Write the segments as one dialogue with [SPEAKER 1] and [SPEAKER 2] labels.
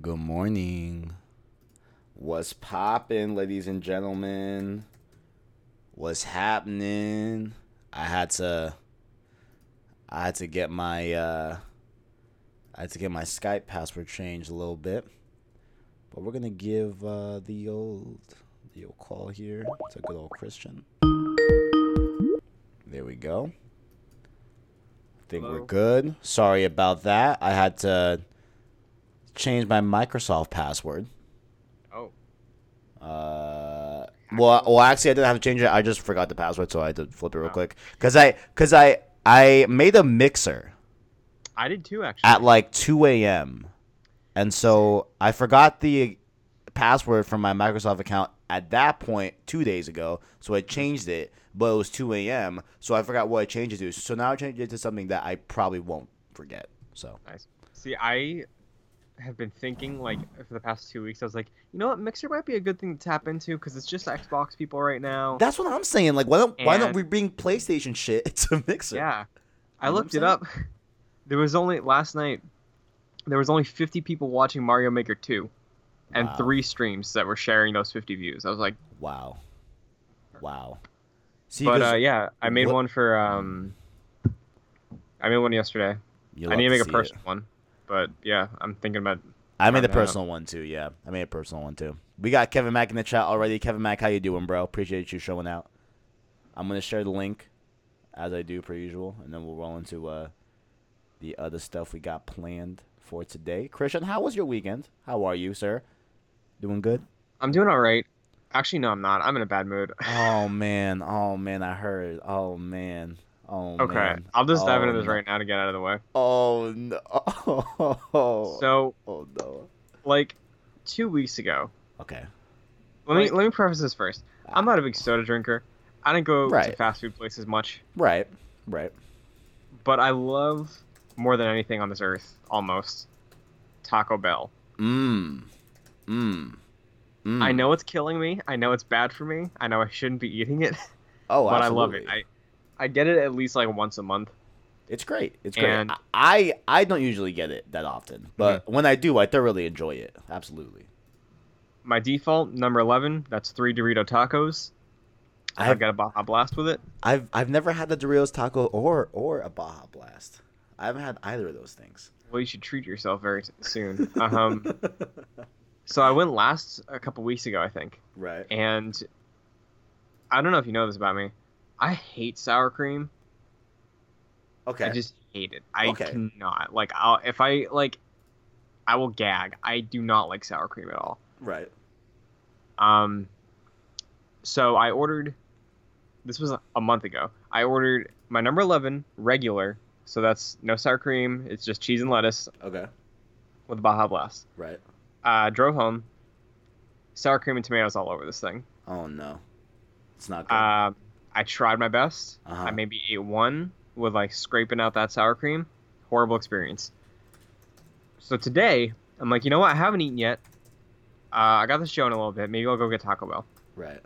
[SPEAKER 1] Good morning.
[SPEAKER 2] What's poppin', ladies and gentlemen? What's happening? I had to I had to get my uh I had to get my Skype password changed a little bit. But we're gonna give uh the old the old call here to good old Christian. There we go. I think we're
[SPEAKER 3] Hello?
[SPEAKER 2] good. Sorry about that. I had to change my Microsoft password.
[SPEAKER 3] Oh,
[SPEAKER 2] Uh, well, well, actually, I didn't have to change it. I just forgot the password, so I had to flip it real
[SPEAKER 3] Oh.
[SPEAKER 2] quick. Cause I, cause I, I made a mixer
[SPEAKER 3] I did too, actually.
[SPEAKER 2] at like 2 a.m. And so I forgot the password from my Microsoft account at that point two days ago. So I changed it, but it was 2 a.m. So I forgot what I changed it to. So now I changed it to something that I probably won't forget. So
[SPEAKER 3] nice. See, I have been thinking like for the past two weeks. I was like, you know what, Mixer might be a good thing to tap into because it's just Xbox people right now.
[SPEAKER 2] that's what I'm saying. Like, why don't why don't
[SPEAKER 3] And-
[SPEAKER 2] we bring PlayStation shit to Mixer?
[SPEAKER 3] yeah, I
[SPEAKER 2] You know what
[SPEAKER 3] looked
[SPEAKER 2] I'm
[SPEAKER 3] it up. There was only last night. There was only 50 people watching Mario Maker 2, and
[SPEAKER 2] Wow.
[SPEAKER 3] three streams that were sharing those 50 views. I was like,
[SPEAKER 2] Wow. Wow. See,
[SPEAKER 3] but
[SPEAKER 2] 'cause
[SPEAKER 3] uh, yeah, I made
[SPEAKER 2] what-
[SPEAKER 3] one for um. I made one yesterday.
[SPEAKER 2] you'll
[SPEAKER 3] I
[SPEAKER 2] love
[SPEAKER 3] need to make a
[SPEAKER 2] see it.
[SPEAKER 3] personal one, but yeah, I'm thinking about
[SPEAKER 2] I made the
[SPEAKER 3] I know.
[SPEAKER 2] personal one too. Yeah, I made a personal one too. We got Kevin Mack in the chat already. Kevin Mack, how you doing, bro? Appreciate you showing out. I'm gonna share the link, as I do per usual, and then we'll roll into uh, the other stuff we got planned for today. Christian, how was your weekend? How are you, sir? Doing good?
[SPEAKER 3] I'm doing all right. Actually, no, I'm not. I'm in a bad mood.
[SPEAKER 2] Oh man, oh man, I heard. Oh man, oh
[SPEAKER 3] okay,
[SPEAKER 2] man.
[SPEAKER 3] I'll just dive
[SPEAKER 2] Oh,
[SPEAKER 3] into this
[SPEAKER 2] no.
[SPEAKER 3] right now to get out of the way.
[SPEAKER 2] Oh no. Oh,
[SPEAKER 3] So,
[SPEAKER 2] oh no.
[SPEAKER 3] like, two weeks ago,
[SPEAKER 2] Okay.
[SPEAKER 3] let me let me preface this first. I'm not a big soda drinker. I don't go
[SPEAKER 2] Right.
[SPEAKER 3] to fast food places much,
[SPEAKER 2] Right. Right.
[SPEAKER 3] but I love more than anything on this earth, almost Taco Bell.
[SPEAKER 2] Mmm. Mmm. Mm.
[SPEAKER 3] I know it's killing me. I know it's bad for me. I know I shouldn't be eating it,
[SPEAKER 2] Oh,
[SPEAKER 3] but I love it.
[SPEAKER 2] absolutely.
[SPEAKER 3] I I get it at least like once a month.
[SPEAKER 2] it's great. It's great.
[SPEAKER 3] And- Mm-hmm.
[SPEAKER 2] I I don't usually get it that often, but when I do, I thoroughly enjoy it. Absolutely.
[SPEAKER 3] My default number 11, that's 3 Dorito tacos.
[SPEAKER 2] I
[SPEAKER 3] I've
[SPEAKER 2] have,
[SPEAKER 3] got a Baja Blast with it.
[SPEAKER 2] I've I've never had the Doritos taco or or a Baja Blast. I haven't had either of those things.
[SPEAKER 3] Well, you should treat yourself very s- soon. Um, so I went last a couple weeks ago, I think,
[SPEAKER 2] Right.
[SPEAKER 3] and I don't know if you know this about me. I hate sour cream.
[SPEAKER 2] Okay.
[SPEAKER 3] I just hate it. I
[SPEAKER 2] Okay.
[SPEAKER 3] cannot like. I'll if I like, I will gag. I do not like sour cream at all.
[SPEAKER 2] right.
[SPEAKER 3] Um, so I ordered. This was a month ago. I ordered my number eleven regular. So that's no sour cream. It's just cheese and lettuce
[SPEAKER 2] Okay.
[SPEAKER 3] with Baja Blast.
[SPEAKER 2] Right.
[SPEAKER 3] uh, drove home. Sour cream and tomatoes all over this thing.
[SPEAKER 2] Oh no. It's not good.
[SPEAKER 3] Uh, I tried my best.
[SPEAKER 2] Uh-huh.
[SPEAKER 3] I maybe ate one with like scraping out that sour cream. Horrible experience. So today, I'm like, you know what? I haven't eaten yet. Uh, I got this show in a little bit. Maybe I'll go get Taco Bell.
[SPEAKER 2] right.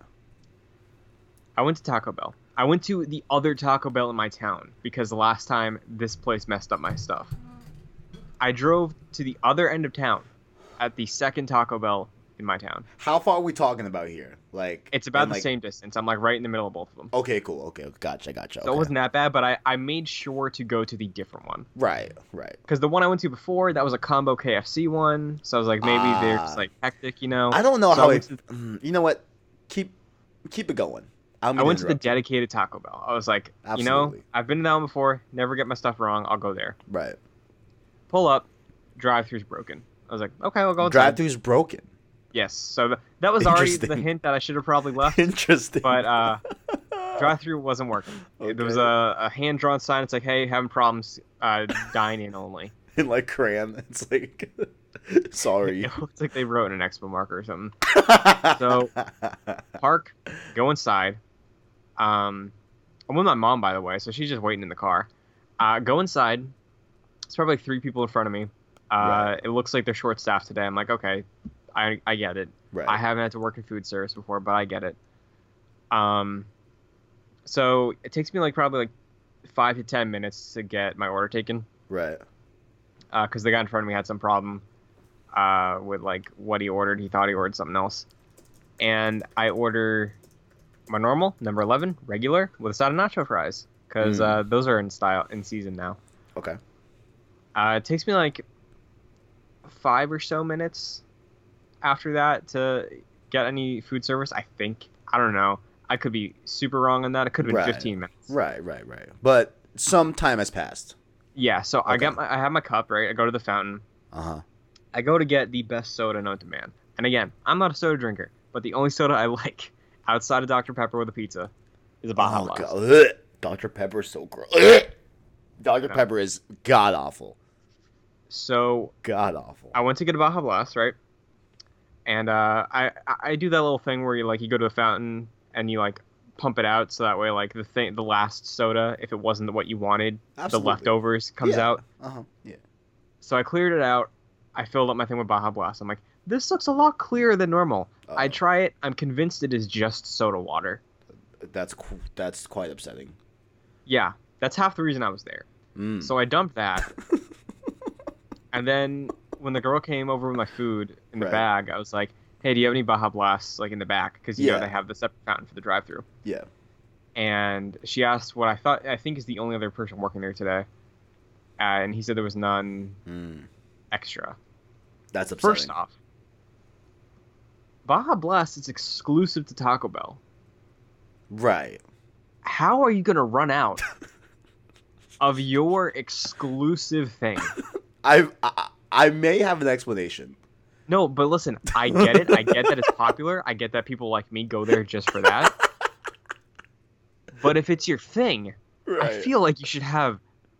[SPEAKER 3] I went to Taco Bell. I went to the other Taco Bell in my town because the last time this place messed up my stuff. I drove to the other end of town at the second Taco Bell in my town.
[SPEAKER 2] How far are we talking about here? Like
[SPEAKER 3] It's about
[SPEAKER 2] and,
[SPEAKER 3] the
[SPEAKER 2] like-
[SPEAKER 3] same distance. I'm like right in the middle of both of them.
[SPEAKER 2] Okay, cool. Okay, gotcha, gotcha.
[SPEAKER 3] So it
[SPEAKER 2] okay.
[SPEAKER 3] wasn't that bad, but I, I made sure to go to the different one.
[SPEAKER 2] Right, right.
[SPEAKER 3] Because the one I went to before, that was a combo KFC one. So I was like, maybe they're
[SPEAKER 2] Ah.
[SPEAKER 3] just like hectic, you know?
[SPEAKER 2] I don't know
[SPEAKER 3] So
[SPEAKER 2] how
[SPEAKER 3] I
[SPEAKER 2] it.
[SPEAKER 3] went
[SPEAKER 2] Mm, You know what? Keep keep it going. I'm
[SPEAKER 3] I
[SPEAKER 2] gonna
[SPEAKER 3] went to the
[SPEAKER 2] interrupt you.
[SPEAKER 3] dedicated Taco Bell. I was like, you know,
[SPEAKER 2] Absolutely.
[SPEAKER 3] I've been to that one before. Never get my stuff wrong. I'll go there.
[SPEAKER 2] right.
[SPEAKER 3] Pull up. Drive thru's broken. I was like, okay, we'll go. inside.
[SPEAKER 2] Drive through's broken.
[SPEAKER 3] Yes. So th- that was already the
[SPEAKER 2] Interesting.
[SPEAKER 3] hint that I should have probably left.
[SPEAKER 2] Interesting.
[SPEAKER 3] but uh, drive through wasn't working. There was
[SPEAKER 2] Okay.
[SPEAKER 3] a, a hand drawn sign. It's like, hey, having problems. Uh, dine in only.
[SPEAKER 2] in like crayon, it's like sorry.
[SPEAKER 3] It looks like they wrote in an expo marker or something. So- Park, go inside. Um, I'm with my mom, by the way, so she's just waiting in the car. Uh, go inside. It's probably like three people in front of me. Uh,
[SPEAKER 2] Right.
[SPEAKER 3] It looks like they're short staffed today. I'm like, okay, I, I get it.
[SPEAKER 2] right.
[SPEAKER 3] I haven't had to work in food service before, but I get it. Um, so it takes me like probably like five to ten minutes to get my order taken
[SPEAKER 2] right.
[SPEAKER 3] uh, because the guy in front of me had some problem. uh, with like what he ordered. He thought he ordered something else, and I order my normal number eleven regular with a side of nacho fries because
[SPEAKER 2] Mm.
[SPEAKER 3] uh, those are in style in season now.
[SPEAKER 2] Okay.
[SPEAKER 3] Uh, it takes me like five or so minutes after that to get any food service. I think I don't know. I could be super wrong on that. It could have been
[SPEAKER 2] Right.
[SPEAKER 3] fifteen minutes.
[SPEAKER 2] Right, right, right. But some time has passed.
[SPEAKER 3] Yeah. So I
[SPEAKER 2] Okay.
[SPEAKER 3] got my I have my cup right. I go to the fountain.
[SPEAKER 2] Uh huh.
[SPEAKER 3] I go to get the best soda known to man. And again, I'm not a soda drinker, but the only soda I like outside of Dr Pepper with a pizza is a
[SPEAKER 2] Oh,
[SPEAKER 3] Baja Blast.
[SPEAKER 2] Ugh. Dr. Pepper is so gross. Ugh. Dr.
[SPEAKER 3] No.
[SPEAKER 2] Pepper is god awful.
[SPEAKER 3] So
[SPEAKER 2] God awful.
[SPEAKER 3] I went to get a Baja Blast, right? And uh, I I- I do that little thing where you like you go to the fountain and you like pump it out so that way like the thing the last soda if it wasn't what you wanted the leftovers comes
[SPEAKER 2] Yeah.
[SPEAKER 3] out.
[SPEAKER 2] Uh huh. Yeah.
[SPEAKER 3] So I cleared it out. I filled up my thing with Baja Blast. I'm like, this looks a lot clearer than normal. I
[SPEAKER 2] Uh,
[SPEAKER 3] try it. I'm convinced it is just soda water.
[SPEAKER 2] that's qu- that's quite upsetting.
[SPEAKER 3] Yeah, that's half the reason I was there.
[SPEAKER 2] Mm.
[SPEAKER 3] So I dumped that. and then when the girl came over with my food in the
[SPEAKER 2] Right.
[SPEAKER 3] bag, I was like, "Hey, do you have any Baja Blasts like in the back? Because you
[SPEAKER 2] Yeah.
[SPEAKER 3] know they have the separate fountain for the drive-through."
[SPEAKER 2] Yeah.
[SPEAKER 3] And she asked what I thought. I think is the only other person working there today. Uh, and he said there was none
[SPEAKER 2] Mm.
[SPEAKER 3] extra.
[SPEAKER 2] That's upsetting.
[SPEAKER 3] First off, Baja Blast is exclusive to Taco Bell.
[SPEAKER 2] Right.
[SPEAKER 3] How are you gonna run out of your exclusive thing?
[SPEAKER 2] I've, I I may have an explanation.
[SPEAKER 3] No, but listen, I get it. I get that it's popular. I get that people like me go there just for that. But if it's your thing, I feel like you should have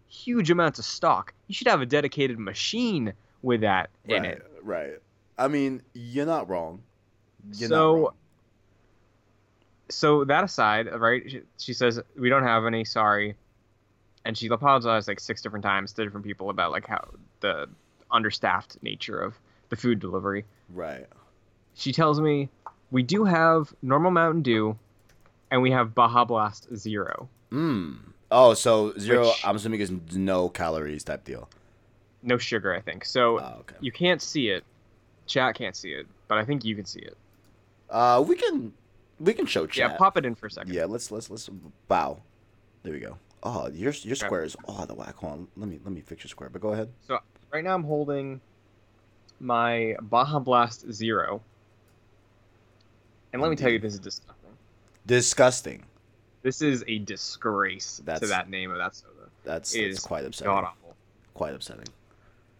[SPEAKER 3] huge amounts of stock. You should have a dedicated machine with that in
[SPEAKER 2] right,
[SPEAKER 3] it.
[SPEAKER 2] Right. I mean, you're not wrong. You're
[SPEAKER 3] So-
[SPEAKER 2] not wrong.
[SPEAKER 3] So that aside, right? She, she says we don't have any. Sorry, and she apologized like six different times to different people about like how the understaffed nature of the food delivery.
[SPEAKER 2] Right.
[SPEAKER 3] she tells me we do have normal Mountain Dew, and we have Baja Blast Zero.
[SPEAKER 2] Mm. Oh, so zero.
[SPEAKER 3] Which-
[SPEAKER 2] I'm assuming is no calories type deal.
[SPEAKER 3] No sugar, I think. So
[SPEAKER 2] Oh, okay.
[SPEAKER 3] you can't see it. Chat can't see it, but I think you can see it.
[SPEAKER 2] Uh, we can we can show chat.
[SPEAKER 3] Yeah, pop it in for a second.
[SPEAKER 2] Yeah, let's let's let's bow. There we go. Oh, your your
[SPEAKER 3] Okay.
[SPEAKER 2] square is oh the whack. Hold on, let me let me fix your square. But go ahead.
[SPEAKER 3] Right now, I'm holding my Baja Blast Zero, and let me tell you,
[SPEAKER 2] Indeed.
[SPEAKER 3] this is disgusting.
[SPEAKER 2] Disgusting.
[SPEAKER 3] This is a disgrace to
[SPEAKER 2] That's-
[SPEAKER 3] that name of that soda.
[SPEAKER 2] That's,
[SPEAKER 3] It
[SPEAKER 2] that's
[SPEAKER 3] is
[SPEAKER 2] quite upsetting.
[SPEAKER 3] God awful.
[SPEAKER 2] Quite upsetting.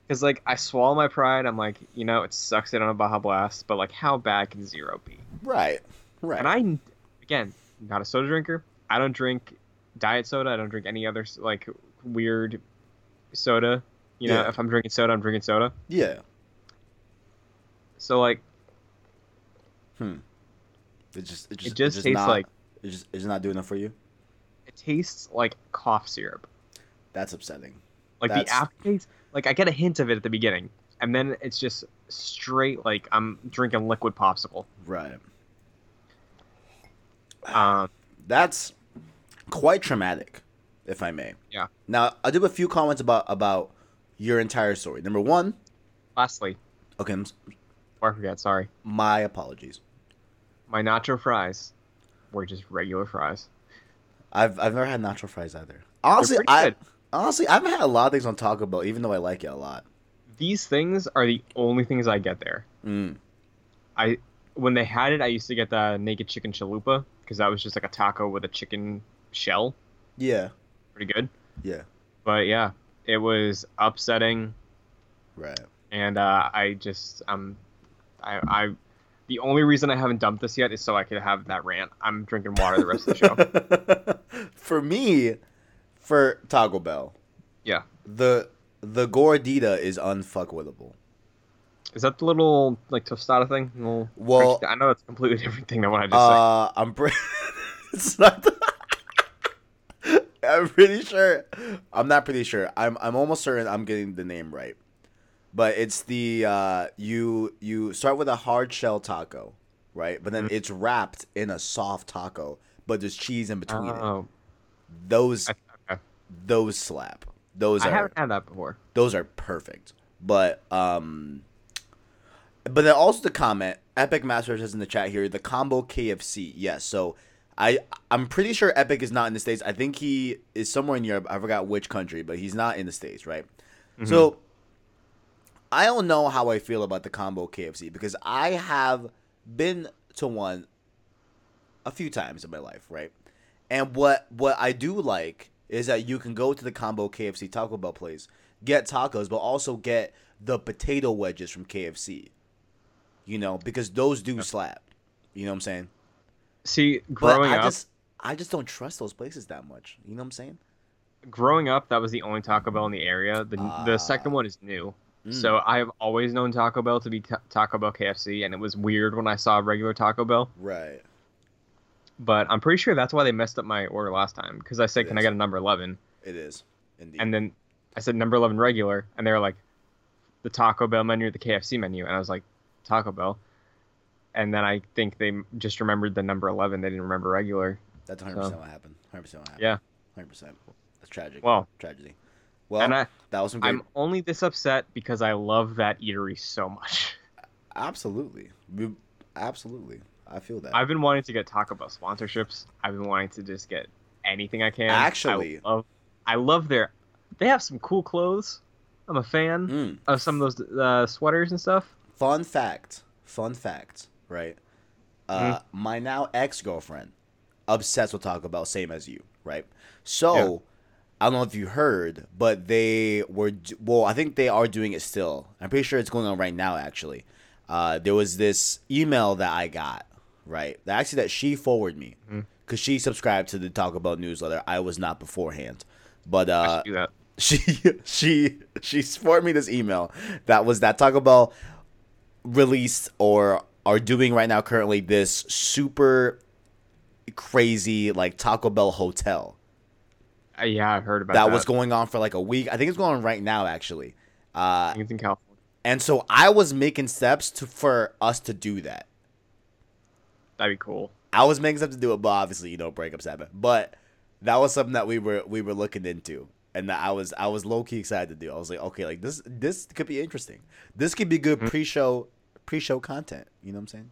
[SPEAKER 3] Because like I swallow my pride. I'm like, you know, it sucks it on a Baja Blast, but like, how bad can Zero be?
[SPEAKER 2] Right. Right.
[SPEAKER 3] And I, again, not a soda drinker. I don't drink diet soda. I don't drink any other like weird soda. You know,
[SPEAKER 2] Yeah.
[SPEAKER 3] if I'm drinking soda, I'm drinking soda.
[SPEAKER 2] yeah.
[SPEAKER 3] So like,
[SPEAKER 2] It just it
[SPEAKER 3] it
[SPEAKER 2] just,
[SPEAKER 3] just, tastes
[SPEAKER 2] not,
[SPEAKER 3] like
[SPEAKER 2] it just it's not doing enough for you.
[SPEAKER 3] it tastes like cough syrup.
[SPEAKER 2] That's upsetting.
[SPEAKER 3] Like the
[SPEAKER 2] That's-
[SPEAKER 3] aftertaste. Like I get a hint of it at the beginning, and then it's just straight like I'm drinking liquid popsicle.
[SPEAKER 2] Right.
[SPEAKER 3] Um,
[SPEAKER 2] That's quite traumatic, if I may.
[SPEAKER 3] Yeah.
[SPEAKER 2] Now I do have a few comments about about your entire story. Number one,
[SPEAKER 3] lastly,
[SPEAKER 2] okay, I'm s-
[SPEAKER 3] before I forget, sorry,
[SPEAKER 2] my apologies.
[SPEAKER 3] my nacho fries were just regular fries.
[SPEAKER 2] I've I've never had nacho fries either. Honestly,
[SPEAKER 3] pretty
[SPEAKER 2] I
[SPEAKER 3] good.
[SPEAKER 2] honestly I've had a lot of things on Taco Bell, even though I like it a lot.
[SPEAKER 3] These things are the only things I get there.
[SPEAKER 2] Mm.
[SPEAKER 3] I when they had it, I used to get the naked chicken chalupa because that was just like a taco with a chicken shell,
[SPEAKER 2] Yeah,
[SPEAKER 3] pretty good.
[SPEAKER 2] yeah,
[SPEAKER 3] But yeah, it was upsetting,
[SPEAKER 2] right.
[SPEAKER 3] and uh, I just um, I I the only reason I haven't dumped this yet is so I could have that rant. I'm drinking water the rest of the show.
[SPEAKER 2] for me, for Taco Bell,
[SPEAKER 3] Yeah,
[SPEAKER 2] the the gordita is unfuckwittable.
[SPEAKER 3] is that the little like tostada thing? The Little
[SPEAKER 2] Well-
[SPEAKER 3] French- I know that's a completely different thing than what I just said.
[SPEAKER 2] Uh, I'm pretty. it's not. the- I'm pretty sure. I'm not pretty sure. I'm I'm almost certain I'm getting the name right, but it's the uh, you you start with a hard shell taco, right? But then
[SPEAKER 3] Mm-hmm.
[SPEAKER 2] it's wrapped in a soft taco, but there's cheese in between it.
[SPEAKER 3] Oh,
[SPEAKER 2] Those
[SPEAKER 3] I- okay.
[SPEAKER 2] those slap. Those
[SPEAKER 3] I
[SPEAKER 2] are
[SPEAKER 3] haven't had that before.
[SPEAKER 2] those are perfect. But um, But then also the comment, Epic Master says in the chat here, the combo KFC. Yes, so I I'm pretty sure Epic is not in the states. I think he is somewhere in Europe. I forgot which country, but he's not in the states, right? So I don't know how I feel about the combo KFC because I have been to one a few times in my life, right? And what what I do like is that you can go to the combo KFC Taco Bell place, get tacos, but also get the potato wedges from KFC. You know, because those do slap. You know what I'm saying?
[SPEAKER 3] See,
[SPEAKER 2] But
[SPEAKER 3] growing
[SPEAKER 2] I
[SPEAKER 3] up,
[SPEAKER 2] just I just don't trust those places that much. You know what I'm saying?
[SPEAKER 3] growing up, that was the only Taco Bell in the area. The
[SPEAKER 2] Ah.
[SPEAKER 3] the second one is new.
[SPEAKER 2] Mm.
[SPEAKER 3] So I have always known Taco Bell to be ta Taco Bell KFC, and it was weird when I saw regular Taco Bell.
[SPEAKER 2] Right.
[SPEAKER 3] But I'm pretty sure that's why they messed up my order last time because I said, "Can I
[SPEAKER 2] Yes.
[SPEAKER 3] get a number 11?"
[SPEAKER 2] It is. Indeed.
[SPEAKER 3] And then I said number 11 regular, and they were like, the Taco Bell menu or the KFC menu. And I was like, Taco Bell. And then I think they m- just remembered the number 11. They didn't remember regular.
[SPEAKER 2] That's 100% what happened. 100% what happened.
[SPEAKER 3] Yeah.
[SPEAKER 2] 100%. That's tragic.
[SPEAKER 3] Well,
[SPEAKER 2] tragedy. Well,
[SPEAKER 3] and I,
[SPEAKER 2] that was some great.
[SPEAKER 3] I'm only this upset because I love that eatery so much.
[SPEAKER 2] absolutely. We- Absolutely. I feel that.
[SPEAKER 3] I've been wanting to get Taco Bell sponsorships. I've been wanting to just get anything I can.
[SPEAKER 2] Actually-
[SPEAKER 3] I love, I love their. They have some cool clothes. I'm a fan
[SPEAKER 2] Mm.
[SPEAKER 3] of some of those uh, sweaters and stuff.
[SPEAKER 2] Fun fact. Fun fact, right? Uh, My now ex girlfriend, obsessed with Taco Bell, same as you, right? So, I don't know if you heard, but they were, d- well, I think they are doing it still. I'm pretty sure it's going on right now, actually. Uh, there was this email that I got, right? That actually, that she forwarded me because she subscribed to the Taco Bell newsletter. I was not beforehand. But
[SPEAKER 3] I
[SPEAKER 2] uh,
[SPEAKER 3] should do that.
[SPEAKER 2] she she she forwarded me this email that was that Taco Bell released or are doing right now currently this super crazy like Taco Bell hotel
[SPEAKER 3] Uh, yeah, I've heard about
[SPEAKER 2] that
[SPEAKER 3] that.
[SPEAKER 2] was going on for like a week. I think it's going on right now actually. Uh,
[SPEAKER 3] I think it's in California.
[SPEAKER 2] and so I was making steps to for us to do that.
[SPEAKER 3] That'd be cool.
[SPEAKER 2] I was making steps to do it, but obviously you know breakups happen. But that was something that we were we were looking into, and that I was I was low key excited to do. I was like, okay, like this this could be interesting. This could be good
[SPEAKER 3] Mm-hmm.
[SPEAKER 2] pre show pre show content. You know what I'm saying?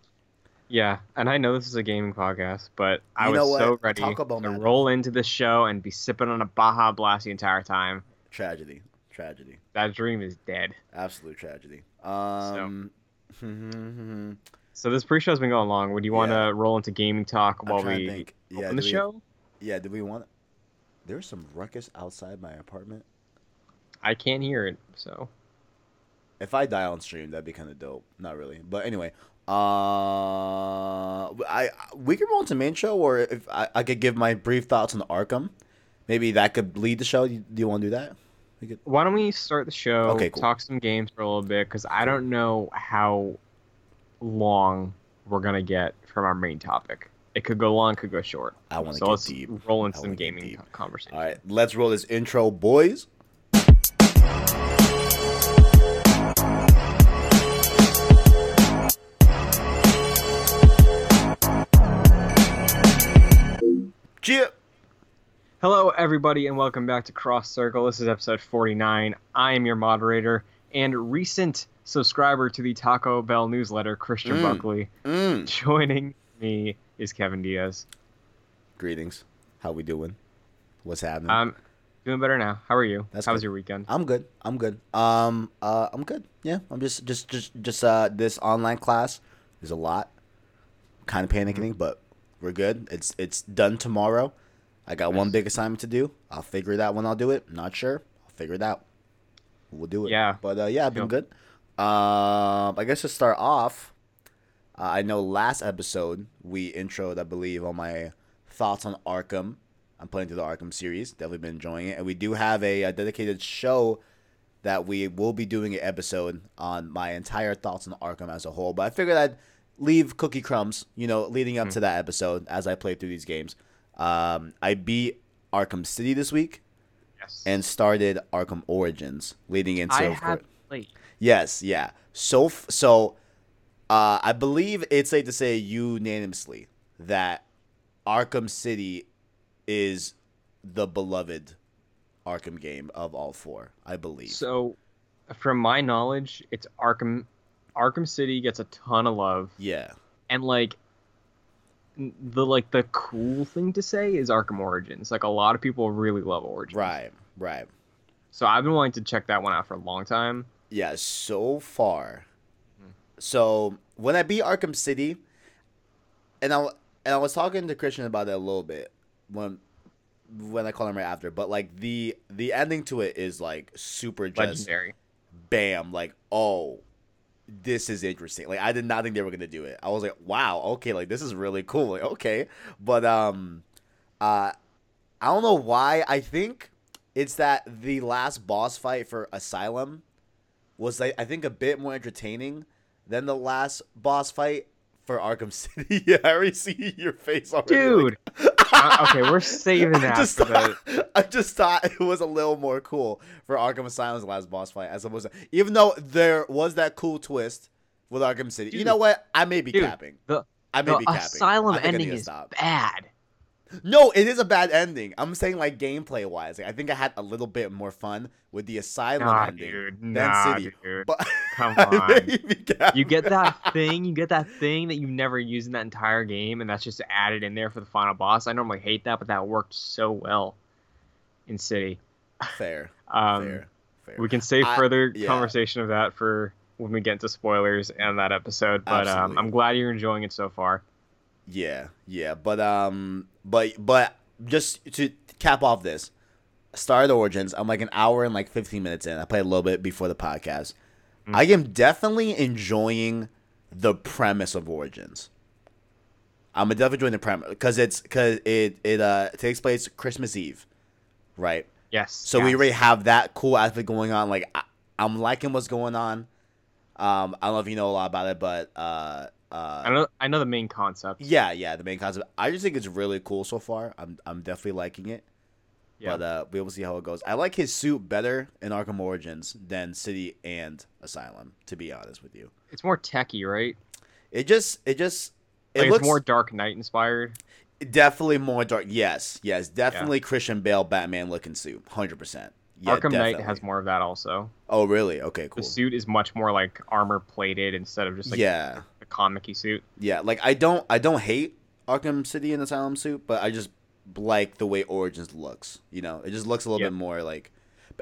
[SPEAKER 3] Yeah, and I know this is a gaming podcast, but I
[SPEAKER 2] You
[SPEAKER 3] was
[SPEAKER 2] know
[SPEAKER 3] so
[SPEAKER 2] what?
[SPEAKER 3] ready
[SPEAKER 2] Taco Bell
[SPEAKER 3] to
[SPEAKER 2] matters.
[SPEAKER 3] roll into this show and be sipping on a Baja Blast the entire time.
[SPEAKER 2] Tragedy, tragedy,
[SPEAKER 3] That dream is dead.
[SPEAKER 2] absolute tragedy. Um,
[SPEAKER 3] So this pre-show's been going long. Would you want to
[SPEAKER 2] Yeah.
[SPEAKER 3] roll into gaming talk
[SPEAKER 2] I'm
[SPEAKER 3] while
[SPEAKER 2] trying to
[SPEAKER 3] we
[SPEAKER 2] think. Yeah,
[SPEAKER 3] open
[SPEAKER 2] do
[SPEAKER 3] the
[SPEAKER 2] we-
[SPEAKER 3] show?
[SPEAKER 2] yeah. Do we want? There's some ruckus outside my apartment.
[SPEAKER 3] I can't hear it, so
[SPEAKER 2] If I die on stream, that'd be kind of dope. Not really, but anyway. Uh, I we can roll into main show, or if I, I could give my brief thoughts on Arkham, maybe that could lead the show. You, do you want to do that? We could.
[SPEAKER 3] why don't we start the show?
[SPEAKER 2] Okay, cool.
[SPEAKER 3] Talk some games for a little bit because I don't know how long we're gonna get from our main topic. It could go long, could go short.
[SPEAKER 2] I wanna
[SPEAKER 3] so
[SPEAKER 2] get
[SPEAKER 3] let's
[SPEAKER 2] deep.
[SPEAKER 3] roll
[SPEAKER 2] I
[SPEAKER 3] into some
[SPEAKER 2] wanna get
[SPEAKER 3] gaming
[SPEAKER 2] deep.
[SPEAKER 3] conversation.
[SPEAKER 2] All right, let's roll this intro, boys. Chip.
[SPEAKER 3] Hello, everybody, and welcome back to Cross Circle. This is episode 49. I am your moderator and recent subscriber to the Taco Bell newsletter, Christian
[SPEAKER 2] Mm.
[SPEAKER 3] Buckley.
[SPEAKER 2] Mm.
[SPEAKER 3] Joining me is Kevin Diaz.
[SPEAKER 2] Greetings. How we doing? What's happening?
[SPEAKER 3] I'm Um, doing better now. How are you?
[SPEAKER 2] That's
[SPEAKER 3] How was
[SPEAKER 2] good. Uh,
[SPEAKER 3] your weekend?
[SPEAKER 2] I'm good. I'm good. Um, uh, I'm good. Yeah, I'm just, just, just, just. Uh, this online class is a lot. Kind of panicking, but we're good. It's, it's done tomorrow. I got one
[SPEAKER 3] Nice.
[SPEAKER 2] big assignment to do. I'll figure it out when I'll do it. Not sure. I'll figure it out. We'll do it.
[SPEAKER 3] Yeah.
[SPEAKER 2] But uh, yeah, I've been
[SPEAKER 3] Cool.
[SPEAKER 2] good. Um, I guess to start off, uh, I know last episode we introed, I believe, on my thoughts on Arkham. I'm playing through the Arkham series. Definitely been enjoying it, and we do have a, a dedicated show that we will be doing an episode on my entire thoughts on Arkham as a whole. But I figured I'd leave cookie crumbs, you know, leading up to that episode as I play through these games. Um, I beat Arkham City this week
[SPEAKER 3] Yes.
[SPEAKER 2] and started Arkham Origins, leading into.
[SPEAKER 3] I
[SPEAKER 2] of course-
[SPEAKER 3] had late.
[SPEAKER 2] Yes, yeah. So f- so uh I believe it's safe to say unanimously that Arkham City is the beloved Arkham game of all four, I believe.
[SPEAKER 3] So, from my knowledge, it's Arkham Arkham City gets a ton of love,
[SPEAKER 2] Yeah.
[SPEAKER 3] and like n- the like the cool thing to say is Arkham Origins. Like a lot of people really love Origins.
[SPEAKER 2] Right. Right.
[SPEAKER 3] So I've been wanting to check that one out for a long time.
[SPEAKER 2] Yeah, so far.
[SPEAKER 3] Hmm.
[SPEAKER 2] So when I beat Arkham City, and I and I was talking to Christian about it a little bit when when I called him right after, but like the the ending to it is like super just
[SPEAKER 3] Legendary.
[SPEAKER 2] bam, like oh, this is interesting. Like I did not think they were gonna do it. I was like, wow, okay, like this is really cool. Like okay, but um, uh, I don't know why. I think it's that the last boss fight for Asylum was like I think a bit more entertaining than the last boss fight for Arkham City. yeah, I already see your face already.
[SPEAKER 3] Dude. Uh, okay, we're saving
[SPEAKER 2] I
[SPEAKER 3] that
[SPEAKER 2] just,
[SPEAKER 3] for the
[SPEAKER 2] thought, I just thought it was a little more cool for Arkham Asylum's last boss fight as opposed to, even though there was that cool twist with Arkham City. you
[SPEAKER 3] Dude.
[SPEAKER 2] know what? I may be
[SPEAKER 3] Dude,
[SPEAKER 2] capping.
[SPEAKER 3] the-
[SPEAKER 2] I may
[SPEAKER 3] the
[SPEAKER 2] be capping.
[SPEAKER 3] asylum
[SPEAKER 2] I think I need
[SPEAKER 3] ending
[SPEAKER 2] to
[SPEAKER 3] is
[SPEAKER 2] stop.
[SPEAKER 3] bad.
[SPEAKER 2] No, it is a bad ending. I'm saying like gameplay wise. Like, I think I had a little bit more fun with the asylum
[SPEAKER 3] Nah,
[SPEAKER 2] ending.
[SPEAKER 3] dude.
[SPEAKER 2] than
[SPEAKER 3] Nah,
[SPEAKER 2] City.
[SPEAKER 3] dude.
[SPEAKER 2] But
[SPEAKER 3] Come
[SPEAKER 2] I
[SPEAKER 3] on.
[SPEAKER 2] may be capping.
[SPEAKER 3] You get that thing, you get that thing that you never used in that entire game, and that's just added in there for the final boss. I normally hate that, but that worked so well in City.
[SPEAKER 2] fair.
[SPEAKER 3] Um,
[SPEAKER 2] fair. Fair.
[SPEAKER 3] We can save
[SPEAKER 2] I-
[SPEAKER 3] further
[SPEAKER 2] yeah.
[SPEAKER 3] conversation of that for when we get into spoilers and that episode. But um,
[SPEAKER 2] Absolutely.
[SPEAKER 3] I'm glad you're enjoying it so far.
[SPEAKER 2] Yeah, yeah, but um, but but just to cap off this, Star Origins. I'm like an hour and like 15 minutes in. I played a little bit before the podcast. I am definitely enjoying the premise of Origins. I'm definitely enjoying the premise because it's because it it uh takes place Christmas Eve, right?
[SPEAKER 3] Yes.
[SPEAKER 2] So we already have that cool aspect going on. Like I, I'm liking what's going on. Um, I don't know if you know a lot about it, but uh, uh,
[SPEAKER 3] I know. I know the main concept.
[SPEAKER 2] yeah, yeah, the main concept. I just think it's really cool so far. I'm I'm definitely liking it.
[SPEAKER 3] Yeah.
[SPEAKER 2] But uh we will see how it goes. I like his suit better in Arkham Origins than City and Asylum, to be honest with you.
[SPEAKER 3] It's more techie, right?
[SPEAKER 2] It just it just it
[SPEAKER 3] Like
[SPEAKER 2] looks
[SPEAKER 3] it's more Dark Knight inspired.
[SPEAKER 2] definitely more dark. Yes, yes, definitely Christian Bale Batman looking suit. 100%. Yeah,
[SPEAKER 3] Arkham Knight
[SPEAKER 2] definitely.
[SPEAKER 3] has more of that also.
[SPEAKER 2] Oh, really? Okay, cool.
[SPEAKER 3] The suit is much more like armor plated instead of just like
[SPEAKER 2] yeah.
[SPEAKER 3] a comic-y suit.
[SPEAKER 2] Yeah, like I don't I don't hate Arkham City and Asylum suit, but I just like the way Origins looks. You know, it just looks a little
[SPEAKER 3] Yeah.
[SPEAKER 2] bit more like.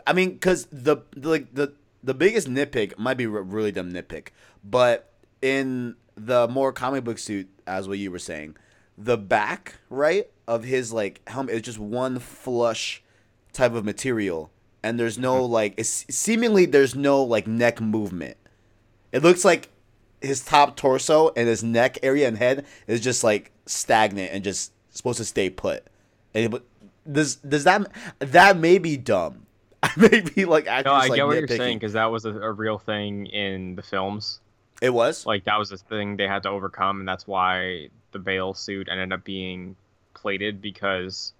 [SPEAKER 2] I mean, because the the- like the the biggest nitpick might be a really dumb nitpick, but in the more comic book suit, as what you were saying, the back right of his like helmet is just one flush type of material, and there's no like it's seemingly there's no like neck movement. It looks like his top torso and his neck area and head is just like stagnant and just supposed to stay put. And it, but does does that that may be dumb? I may be like actually
[SPEAKER 3] No, I
[SPEAKER 2] just, like,
[SPEAKER 3] get what you're
[SPEAKER 2] nitpicking.
[SPEAKER 3] saying because that was a, a real thing in the films.
[SPEAKER 2] It was
[SPEAKER 3] Like that was a thing they had to overcome, and that's why the Bale suit ended up being plated because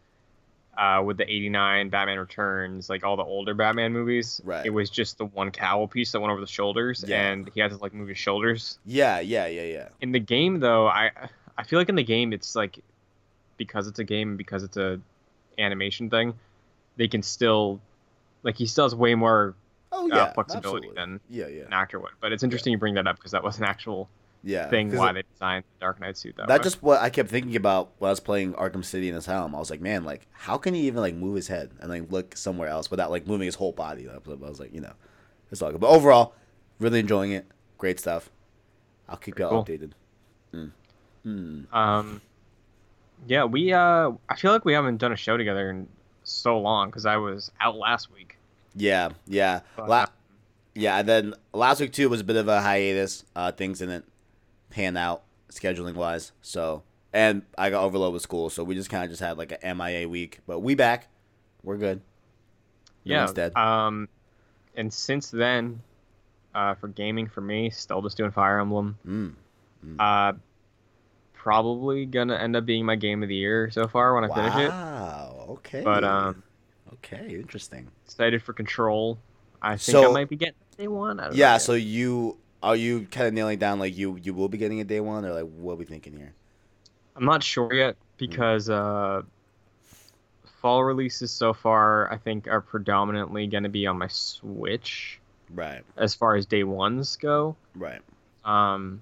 [SPEAKER 3] uh, with the '89 Batman Returns, like all the older Batman movies,
[SPEAKER 2] Right.
[SPEAKER 3] it was just the one cowl piece that went over the shoulders,
[SPEAKER 2] Yeah.
[SPEAKER 3] and he had to like move his shoulders.
[SPEAKER 2] yeah, yeah, yeah, yeah.
[SPEAKER 3] In the game, though, I I feel like in the game it's like because it's a game and because it's a animation thing, they can still like he still has way more
[SPEAKER 2] Oh
[SPEAKER 3] Uh,
[SPEAKER 2] yeah,
[SPEAKER 3] flexibility
[SPEAKER 2] absolutely.
[SPEAKER 3] then.
[SPEAKER 2] Yeah, yeah,
[SPEAKER 3] an actor would. But it's interesting you bring that up because that was an actual
[SPEAKER 2] yeah.
[SPEAKER 3] thing
[SPEAKER 2] 'Cause
[SPEAKER 3] why they designed the Dark Knight suit that,
[SPEAKER 2] That's
[SPEAKER 3] way.
[SPEAKER 2] just what I kept thinking about when I was playing Arkham City and Asylum. I was like, man, like how can he even like move his head and like look somewhere else without like moving his whole body? I was I was like, you know, it's all good. But overall, really enjoying it. Great stuff. I'll keep y'all
[SPEAKER 3] Cool.
[SPEAKER 2] updated. Mm. Mm.
[SPEAKER 3] um, yeah, we uh, I feel like we haven't done a show together in so long because I was out last week.
[SPEAKER 2] Yeah, yeah,
[SPEAKER 3] But,
[SPEAKER 2] La-
[SPEAKER 3] uh,
[SPEAKER 2] yeah. And then last week too was a bit of a hiatus. Uh, things didn't pan out scheduling wise. So and I got overloaded with school, so we just kind of just had like a MIA week. But we back. We're good. No
[SPEAKER 3] yeah.
[SPEAKER 2] one's dead.
[SPEAKER 3] Um, and since then, uh, for gaming for me, still just doing Fire Emblem.
[SPEAKER 2] Mm.
[SPEAKER 3] Uh, probably gonna end up being my game of the year so far when I finish it.
[SPEAKER 2] Wow. Okay.
[SPEAKER 3] But um,
[SPEAKER 2] Okay. Interesting.
[SPEAKER 3] excited for Control. I think I
[SPEAKER 2] So-
[SPEAKER 3] might be getting day one. I don't know
[SPEAKER 2] Yeah.
[SPEAKER 3] yet.
[SPEAKER 2] So you are you kind of nailing down like you you will be getting a day one or like what we thinking here?
[SPEAKER 3] I'm not sure yet because uh, fall releases so far, I think, are predominantly going to be on my Switch
[SPEAKER 2] Right.
[SPEAKER 3] as far as day ones go.
[SPEAKER 2] Right.
[SPEAKER 3] Um,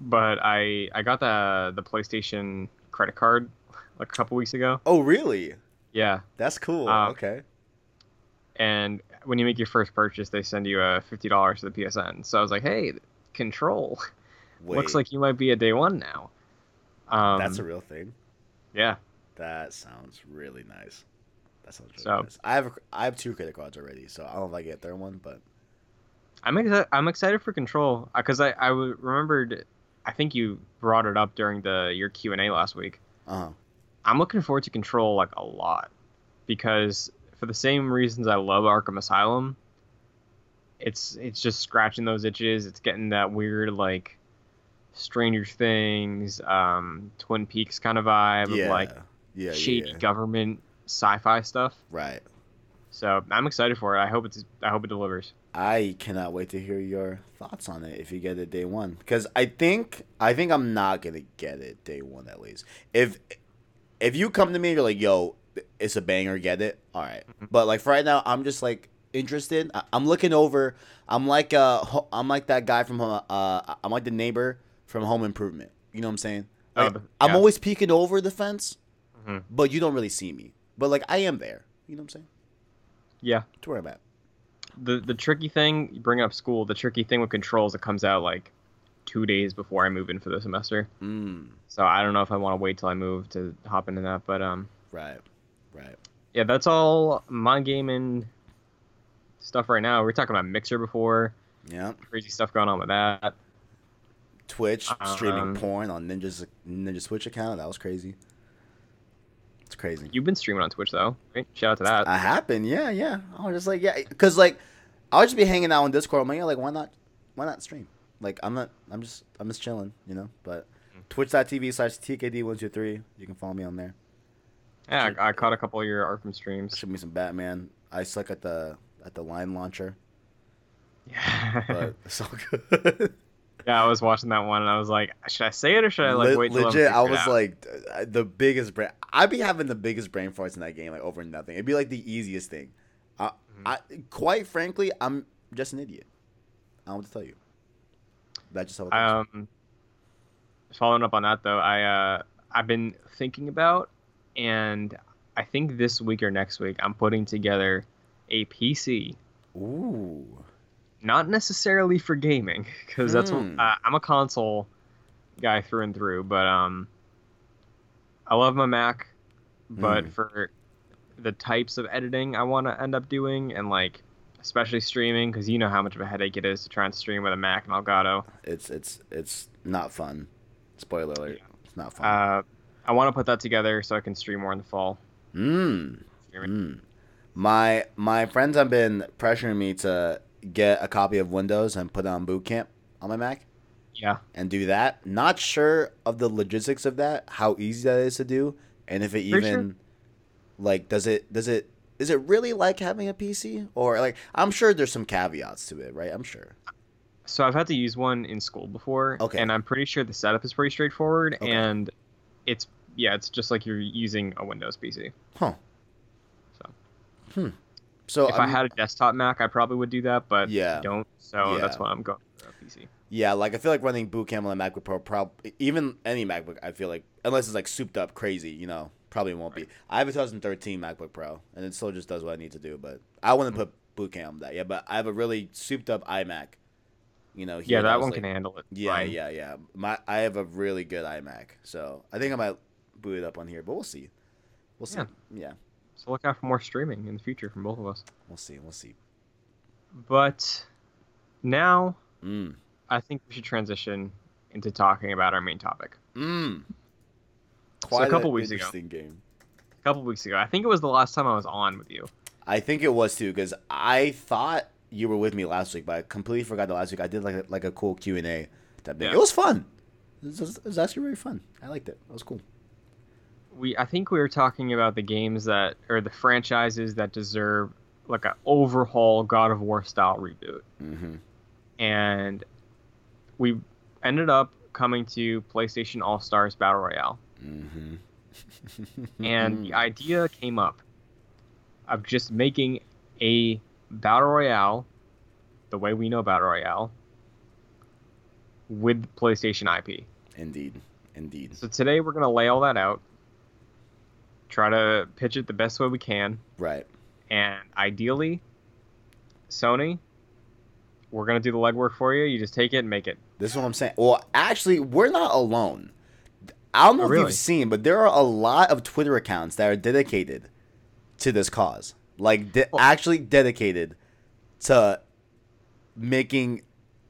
[SPEAKER 3] but I I got the the PlayStation credit card like a couple weeks ago.
[SPEAKER 2] Oh, really?
[SPEAKER 3] Yeah,
[SPEAKER 2] That's cool.
[SPEAKER 3] Uh,
[SPEAKER 2] okay.
[SPEAKER 3] and when you make your first purchase, they send you a fifty dollars to the PSN. So I was like, hey, Control
[SPEAKER 2] Wait,
[SPEAKER 3] looks like you might be a day one now. Um,
[SPEAKER 2] that's a real thing.
[SPEAKER 3] yeah.
[SPEAKER 2] That sounds really nice. That sounds really
[SPEAKER 3] So-
[SPEAKER 2] nice. I have a, I have two credit cards already, so I don't know if I get a third one, but
[SPEAKER 3] I'm exci- I'm excited for Control because I I w- remembered I think you brought it up during the your Q and A last week.
[SPEAKER 2] uh
[SPEAKER 3] I'm looking forward to Control like a lot because for the same reasons I love Arkham Asylum, it's it's just scratching those itches. It's getting that weird like Stranger Things, um, Twin Peaks kind of vibe
[SPEAKER 2] yeah,
[SPEAKER 3] of like
[SPEAKER 2] yeah,
[SPEAKER 3] shady
[SPEAKER 2] yeah, yeah.
[SPEAKER 3] government sci-fi stuff.
[SPEAKER 2] right.
[SPEAKER 3] So I'm excited for it. I hope it's I hope it delivers.
[SPEAKER 2] I cannot wait to hear your thoughts on it if you get it day one. Because I think I think I'm not gonna get it day one at least. If if you come to me, and you're like, "Yo, it's a banger, get it." All right.
[SPEAKER 3] Mm-hmm.
[SPEAKER 2] But like for right now, I'm just like interested. I- I'm looking over. I'm like uh, ho- I'm like that guy from uh, uh, I'm like the neighbor from Home Improvement. You know what I'm saying?
[SPEAKER 3] Oh,
[SPEAKER 2] Like,
[SPEAKER 3] the-
[SPEAKER 2] I'm
[SPEAKER 3] yeah.
[SPEAKER 2] always peeking over the fence,
[SPEAKER 3] Mhm.
[SPEAKER 2] but you don't really see me. But like I am there. You know what I'm saying?
[SPEAKER 3] Yeah.
[SPEAKER 2] To where I'm at.
[SPEAKER 3] the the tricky thing you bring up school the tricky thing with controls it comes out like two days before i move in for the semester
[SPEAKER 2] Mm,
[SPEAKER 3] so i don't know if i want to wait till i move to hop into that but um
[SPEAKER 2] right. Right.
[SPEAKER 3] yeah that's all my gaming stuff right now we were talking about mixer before
[SPEAKER 2] Yeah.
[SPEAKER 3] crazy stuff going on with that
[SPEAKER 2] Twitch streaming
[SPEAKER 3] Um,
[SPEAKER 2] porn on Ninja's Ninja Switch account. That was crazy. It's crazy.
[SPEAKER 3] you've been streaming on twitch though right shout out to that
[SPEAKER 2] I happened. Yeah, yeah. I was just like, yeah, because like, I'll just be hanging out on Discord. I'm like, yeah, like, why not? Why not stream? Like, I'm not. I'm just. I'm just chilling, you know. But twitch.tv slash tkd123. You can follow me on there.
[SPEAKER 3] yeah I, I caught a couple of your arkham streams
[SPEAKER 2] Shoot me some Batman. I suck at the at the line launcher,
[SPEAKER 3] yeah
[SPEAKER 2] but it's all good.
[SPEAKER 3] i was watching that one and i was like should i say it or should i like
[SPEAKER 2] Le-
[SPEAKER 3] wait till I'm
[SPEAKER 2] legit, I
[SPEAKER 3] figured
[SPEAKER 2] was
[SPEAKER 3] out?
[SPEAKER 2] like uh, the biggest brain. I'd be having the biggest brain farts in that game, like over nothing. It'd be like the easiest thing. I,
[SPEAKER 3] Mm-hmm.
[SPEAKER 2] I quite frankly, I'm just an idiot. I don't have to tell you. That's just how. It goes.
[SPEAKER 3] Um, following up on that though, I uh, I've been thinking about, and I think this week or next week I'm putting together a PC,
[SPEAKER 2] Ooh,
[SPEAKER 3] not necessarily for gaming, because that's what,
[SPEAKER 2] Hmm.
[SPEAKER 3] uh, I'm a console guy through and through. But um, I love my Mac, but
[SPEAKER 2] Hmm.
[SPEAKER 3] for the types of editing I want to end up doing, and like especially streaming, because you know how much of a headache it is to try and stream with a Mac and Elgato.
[SPEAKER 2] it's it's it's not fun. Spoiler alert. It's not fun.
[SPEAKER 3] Uh, I want to put that together so I can stream more in the fall.
[SPEAKER 2] Mmm.
[SPEAKER 3] Streaming.
[SPEAKER 2] Mm. My my friends have been pressuring me to get a copy of Windows and put it on boot camp on my Mac.
[SPEAKER 3] Yeah,
[SPEAKER 2] and do that. Not sure of the logistics of that, how easy that is to do, and if it
[SPEAKER 3] Pretty
[SPEAKER 2] even
[SPEAKER 3] sure.
[SPEAKER 2] like does it does it is it really like having a PC or like I'm sure there's some caveats to it, right? I'm sure.
[SPEAKER 3] so I've had to use one in school before,
[SPEAKER 2] Okay.
[SPEAKER 3] and I'm pretty sure the setup is pretty straightforward.
[SPEAKER 2] Okay.
[SPEAKER 3] And it's yeah, it's just like you're using a Windows PC.
[SPEAKER 2] Huh.
[SPEAKER 3] So.
[SPEAKER 2] Hmm. So
[SPEAKER 3] if i
[SPEAKER 2] I'm-
[SPEAKER 3] had a desktop Mac, I probably would do that, but
[SPEAKER 2] Yeah.
[SPEAKER 3] I don't. So
[SPEAKER 2] Yeah.
[SPEAKER 3] that's why I'm going for a PC.
[SPEAKER 2] Yeah, like I feel like running boot camp on a MacBook Pro, probably even any MacBook. I feel like unless it's like souped up crazy, you know, probably won't be. I have a 2013 MacBook Pro, and it still just does what I need to do. But I wouldn't put boot camp on that. Yeah, but I have a really souped up iMac. You know,
[SPEAKER 3] Yeah,
[SPEAKER 2] here
[SPEAKER 3] that
[SPEAKER 2] was,
[SPEAKER 3] one
[SPEAKER 2] like-
[SPEAKER 3] can handle it.
[SPEAKER 2] Yeah,
[SPEAKER 3] fine.
[SPEAKER 2] yeah, yeah. My I have a really good iMac, so I think I might boot it up on here, but we'll see. We'll see.
[SPEAKER 3] Yeah.
[SPEAKER 2] yeah
[SPEAKER 3] So look out for more streaming in the future from both of us.
[SPEAKER 2] we'll see. We'll see.
[SPEAKER 3] But now
[SPEAKER 2] Mm.
[SPEAKER 3] I think we should transition into talking about our main topic.
[SPEAKER 2] Mm.
[SPEAKER 3] So a couple weeks ago.
[SPEAKER 2] interesting game.
[SPEAKER 3] A couple weeks ago, I think it was the last time I was on with you.
[SPEAKER 2] I think it was too because I thought you were with me last week, but I completely forgot that last week I did like a, like a cool Q and A. That thing.
[SPEAKER 3] Yeah.
[SPEAKER 2] It was fun. It was, it was actually really fun. I liked it. It was cool.
[SPEAKER 3] we I think we were talking about the games that or the franchises that deserve like an overhaul God of War style reboot.
[SPEAKER 2] Mm-hmm.
[SPEAKER 3] And we ended up coming to PlayStation All Stars Battle Royale.
[SPEAKER 2] Mm-hmm.
[SPEAKER 3] And the idea came up of just making a battle royale the way we know battle royale with PlayStation IP.
[SPEAKER 2] Indeed. Indeed.
[SPEAKER 3] So today we're gonna lay all that out, try to pitch it the best way we can,
[SPEAKER 2] Right.
[SPEAKER 3] and ideally, Sony, we're gonna do the legwork for you. You just take it and make it.
[SPEAKER 2] This is what I'm saying. Well, actually, we're not alone. I don't know
[SPEAKER 3] Oh,
[SPEAKER 2] if
[SPEAKER 3] really?
[SPEAKER 2] you've seen, but there are a lot of Twitter accounts that are dedicated to this cause. Like, de-
[SPEAKER 3] Oh.
[SPEAKER 2] actually dedicated to making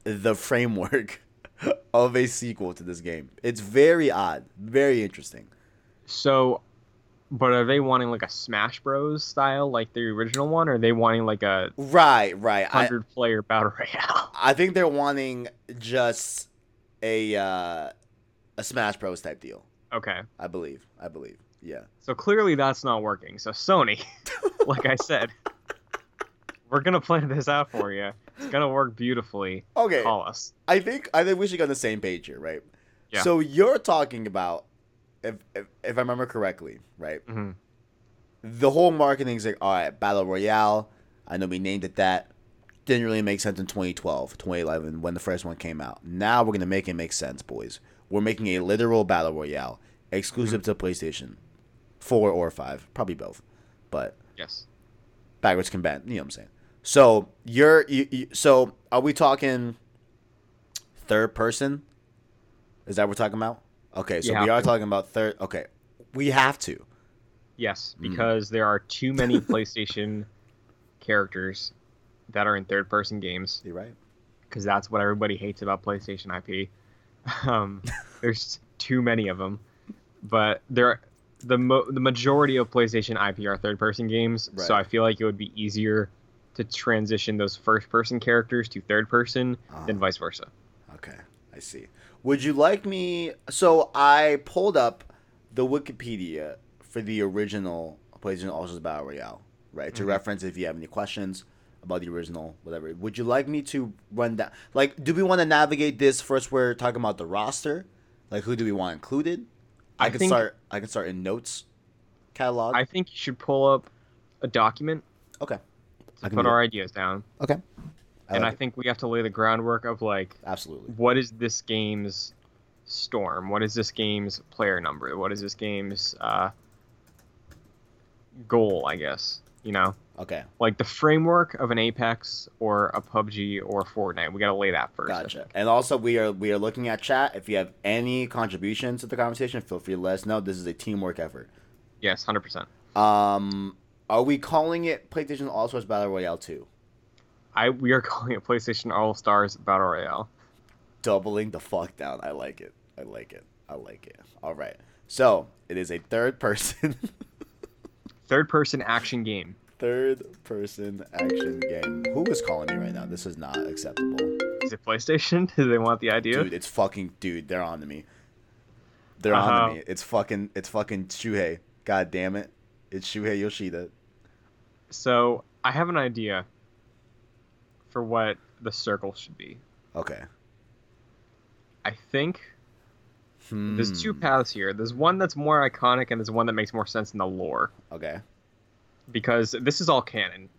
[SPEAKER 2] the framework of a sequel to this game. It's very odd, very interesting.
[SPEAKER 3] So, but are they wanting like a Smash Bros style, like the original one, or are they wanting like a
[SPEAKER 2] Right, right. I,
[SPEAKER 3] hundred player battle royale?
[SPEAKER 2] I think they're wanting just a uh, a Smash Bros type deal.
[SPEAKER 3] Okay,
[SPEAKER 2] I believe. I believe. Yeah.
[SPEAKER 3] so clearly that's not working. So Sony, like I said, we're gonna plan this out for you. It's gonna work beautifully.
[SPEAKER 2] Okay.
[SPEAKER 3] Call us.
[SPEAKER 2] I think I think we should get on the same page here, right?
[SPEAKER 3] Yeah.
[SPEAKER 2] So you're talking about, if, if if I remember correctly, right?
[SPEAKER 3] hmm
[SPEAKER 2] The whole marketing is like, all right, battle royale. I know we named it that. Didn't really make sense in 2012, 2011, when the first one came out. Now we're gonna make it make sense, boys. We're making a literal battle royale exclusive to PlayStation, four or five, probably both, but
[SPEAKER 3] Yes.
[SPEAKER 2] backwards combat. You know what I'm saying? So you're you, you, so are we talking third person? Is that what we're talking about? Okay, so
[SPEAKER 3] You
[SPEAKER 2] we
[SPEAKER 3] have
[SPEAKER 2] are
[SPEAKER 3] to.
[SPEAKER 2] talking about third. Okay, we have to.
[SPEAKER 3] Yes,
[SPEAKER 2] Mm.
[SPEAKER 3] because there are too many PlayStation characters that are in third person games
[SPEAKER 2] You're right.
[SPEAKER 3] because that's what everybody hates about PlayStation IP. Um, there's too many of them, but there the mo- the majority of PlayStation IP are third person games, so
[SPEAKER 2] Right.
[SPEAKER 3] I feel like it would be easier to transition those first person characters to third person
[SPEAKER 2] Ah.
[SPEAKER 3] than vice versa.
[SPEAKER 2] Okay, I see. Would you like me? So I pulled up the Wikipedia for the original PlayStation All-Stars Battle Royale, right? To
[SPEAKER 3] Mhm.
[SPEAKER 2] reference if you have any questions about the original, whatever. Would you like me to run down? Like, do we want to navigate this first? We're talking about the roster. Like, who do we want included? I,
[SPEAKER 3] I
[SPEAKER 2] can
[SPEAKER 3] think-
[SPEAKER 2] start. I can start in notes catalog.
[SPEAKER 3] I think you should pull up a document
[SPEAKER 2] okay.
[SPEAKER 3] to
[SPEAKER 2] I can
[SPEAKER 3] put
[SPEAKER 2] do
[SPEAKER 3] our ideas down,
[SPEAKER 2] Okay. like
[SPEAKER 3] and I
[SPEAKER 2] it.
[SPEAKER 3] think we have to lay the groundwork of like
[SPEAKER 2] absolutely.
[SPEAKER 3] what is this game's storm? What is this game's player number? What is this game's uh, goal? I guess you know,
[SPEAKER 2] Okay.
[SPEAKER 3] like the framework of an Apex or a PUBG or Fortnite. We got to lay that first. I
[SPEAKER 2] Gotcha.
[SPEAKER 3] think.
[SPEAKER 2] And also, we are we are looking at chat. If you have any contributions to the conversation, feel free to let us know. This is a teamwork effort.
[SPEAKER 3] Yes, hundred percent.
[SPEAKER 2] Um, are we calling it PlayStation All Stars Battle Royale Two?
[SPEAKER 3] I we are calling it PlayStation All Stars Battle Royale.
[SPEAKER 2] Doubling the fuck down. I like it. I like it. I like it. All right. So it is a third person,
[SPEAKER 3] Third person action game.
[SPEAKER 2] third person action game. Who is calling me right now? This is not acceptable,
[SPEAKER 3] Is it PlayStation? Do they want the idea?
[SPEAKER 2] dude. It's fucking dude. They're on to me. They're on
[SPEAKER 3] Uh-huh.
[SPEAKER 2] to me. It's fucking. It's fucking Shuhei. God damn it. It's Shuhei Yoshida.
[SPEAKER 3] So I have an idea for what the circle should be.
[SPEAKER 2] Okay.
[SPEAKER 3] I think There's two
[SPEAKER 2] Hmm.
[SPEAKER 3] paths here. There's one that's more iconic, and there's one that makes more sense in the lore
[SPEAKER 2] Okay.
[SPEAKER 3] because this is all canon.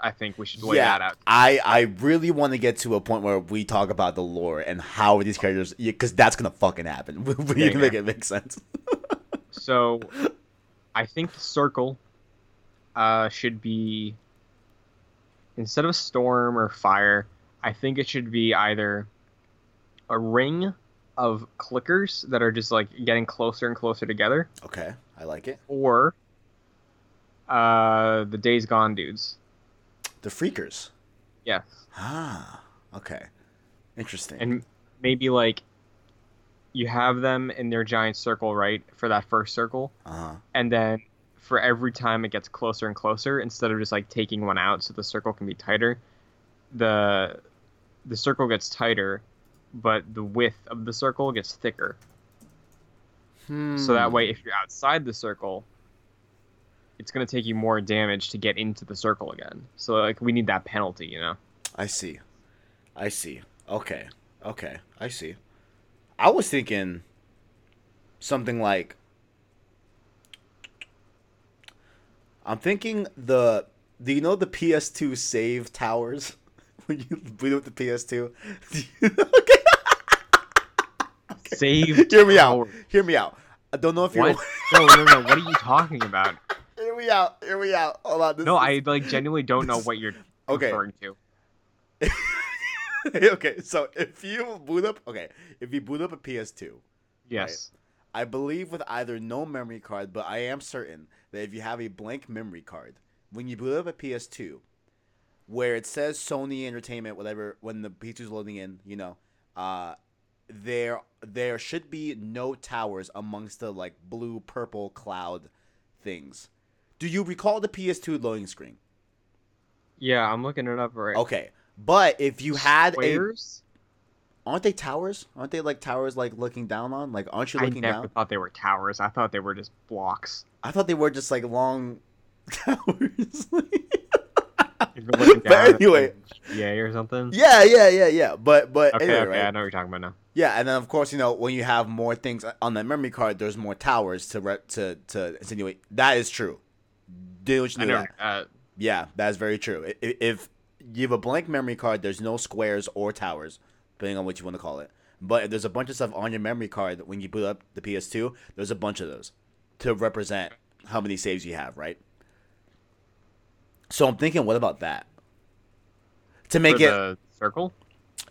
[SPEAKER 3] I think we should lay
[SPEAKER 2] yeah,
[SPEAKER 3] that out.
[SPEAKER 2] I I really want to get to a point where we talk about the lore and how these characters, because that's gonna fucking happen. we
[SPEAKER 3] Yeah,
[SPEAKER 2] can make it make sense.
[SPEAKER 3] So, I think the circle uh, should be instead of storm or fire. I think it should be either a ring of clickers that are just like getting closer and closer together,
[SPEAKER 2] Okay, I like it.
[SPEAKER 3] or uh, the Days Gone dudes.
[SPEAKER 2] The freakers.
[SPEAKER 3] Yes.
[SPEAKER 2] Ah. Okay. Interesting.
[SPEAKER 3] and maybe like you have them in their giant circle right for that first circle
[SPEAKER 2] uh
[SPEAKER 3] and then for every time it gets closer and closer instead of just like taking one out so the circle can be tighter the the circle gets tighter but the width of the circle gets thicker so
[SPEAKER 2] Hmm.
[SPEAKER 3] that way if you're outside the circle it's going to take you more damage to get into the circle again so like we need that penalty you know
[SPEAKER 2] I see. I see. Okay. Okay. I see. I was thinking something like I'm thinking the do you know the PS2 save towers when you boot up the PS2? Do you- okay.
[SPEAKER 3] saved.
[SPEAKER 2] Hear me out.
[SPEAKER 3] hours.
[SPEAKER 2] Hear me out. I don't know if you're.
[SPEAKER 3] What? no, no, no. What are you talking about?
[SPEAKER 2] Hear me out. Hear me out. Hold on. This
[SPEAKER 3] No,
[SPEAKER 2] is-
[SPEAKER 3] I like genuinely don't know what you're
[SPEAKER 2] Okay.
[SPEAKER 3] referring to.
[SPEAKER 2] okay. So if you boot up, okay, if you boot up a PS2,
[SPEAKER 3] Yes.
[SPEAKER 2] I believe with either no memory card, but I am certain that if you have a blank memory card, when you boot up a PS2, where it says Sony Entertainment, whatever, when the PS2 is loading in, you know, uh, there there should be no towers amongst the like blue purple cloud things. Do you recall the PS2 loading screen?
[SPEAKER 3] Yeah, I'm looking it up right.
[SPEAKER 2] Okay, but if Oh, you had a,
[SPEAKER 3] Squares?
[SPEAKER 2] aren't they towers? Aren't they like towers like looking down on? Like, aren't you
[SPEAKER 3] I
[SPEAKER 2] looking
[SPEAKER 3] never
[SPEAKER 2] down?
[SPEAKER 3] thought they were towers. I thought they were just blocks.
[SPEAKER 2] I thought they were just like long towers.
[SPEAKER 3] If you're looking
[SPEAKER 2] But
[SPEAKER 3] down,
[SPEAKER 2] anyway.
[SPEAKER 3] yeah, or something.
[SPEAKER 2] yeah, yeah, yeah, yeah. But but
[SPEAKER 3] Okay,
[SPEAKER 2] anyway,
[SPEAKER 3] okay, I
[SPEAKER 2] right?
[SPEAKER 3] know what you're talking about now.
[SPEAKER 2] Yeah, and then of course you know when you have more things on that memory card, there's more towers to re- to to insinuate. That is true. Didn't
[SPEAKER 3] I
[SPEAKER 2] you know
[SPEAKER 3] know.
[SPEAKER 2] that?
[SPEAKER 3] Uh,
[SPEAKER 2] Yeah, that is very true. I- i- If you have a blank memory card, there's no squares or towers, depending on what you want to call it. But if there's a bunch of stuff on your memory card when you boot up the PS2, there's a bunch of those to represent how many saves you have, right? So I'm thinking, what about that? To
[SPEAKER 3] for
[SPEAKER 2] make it
[SPEAKER 3] the circle.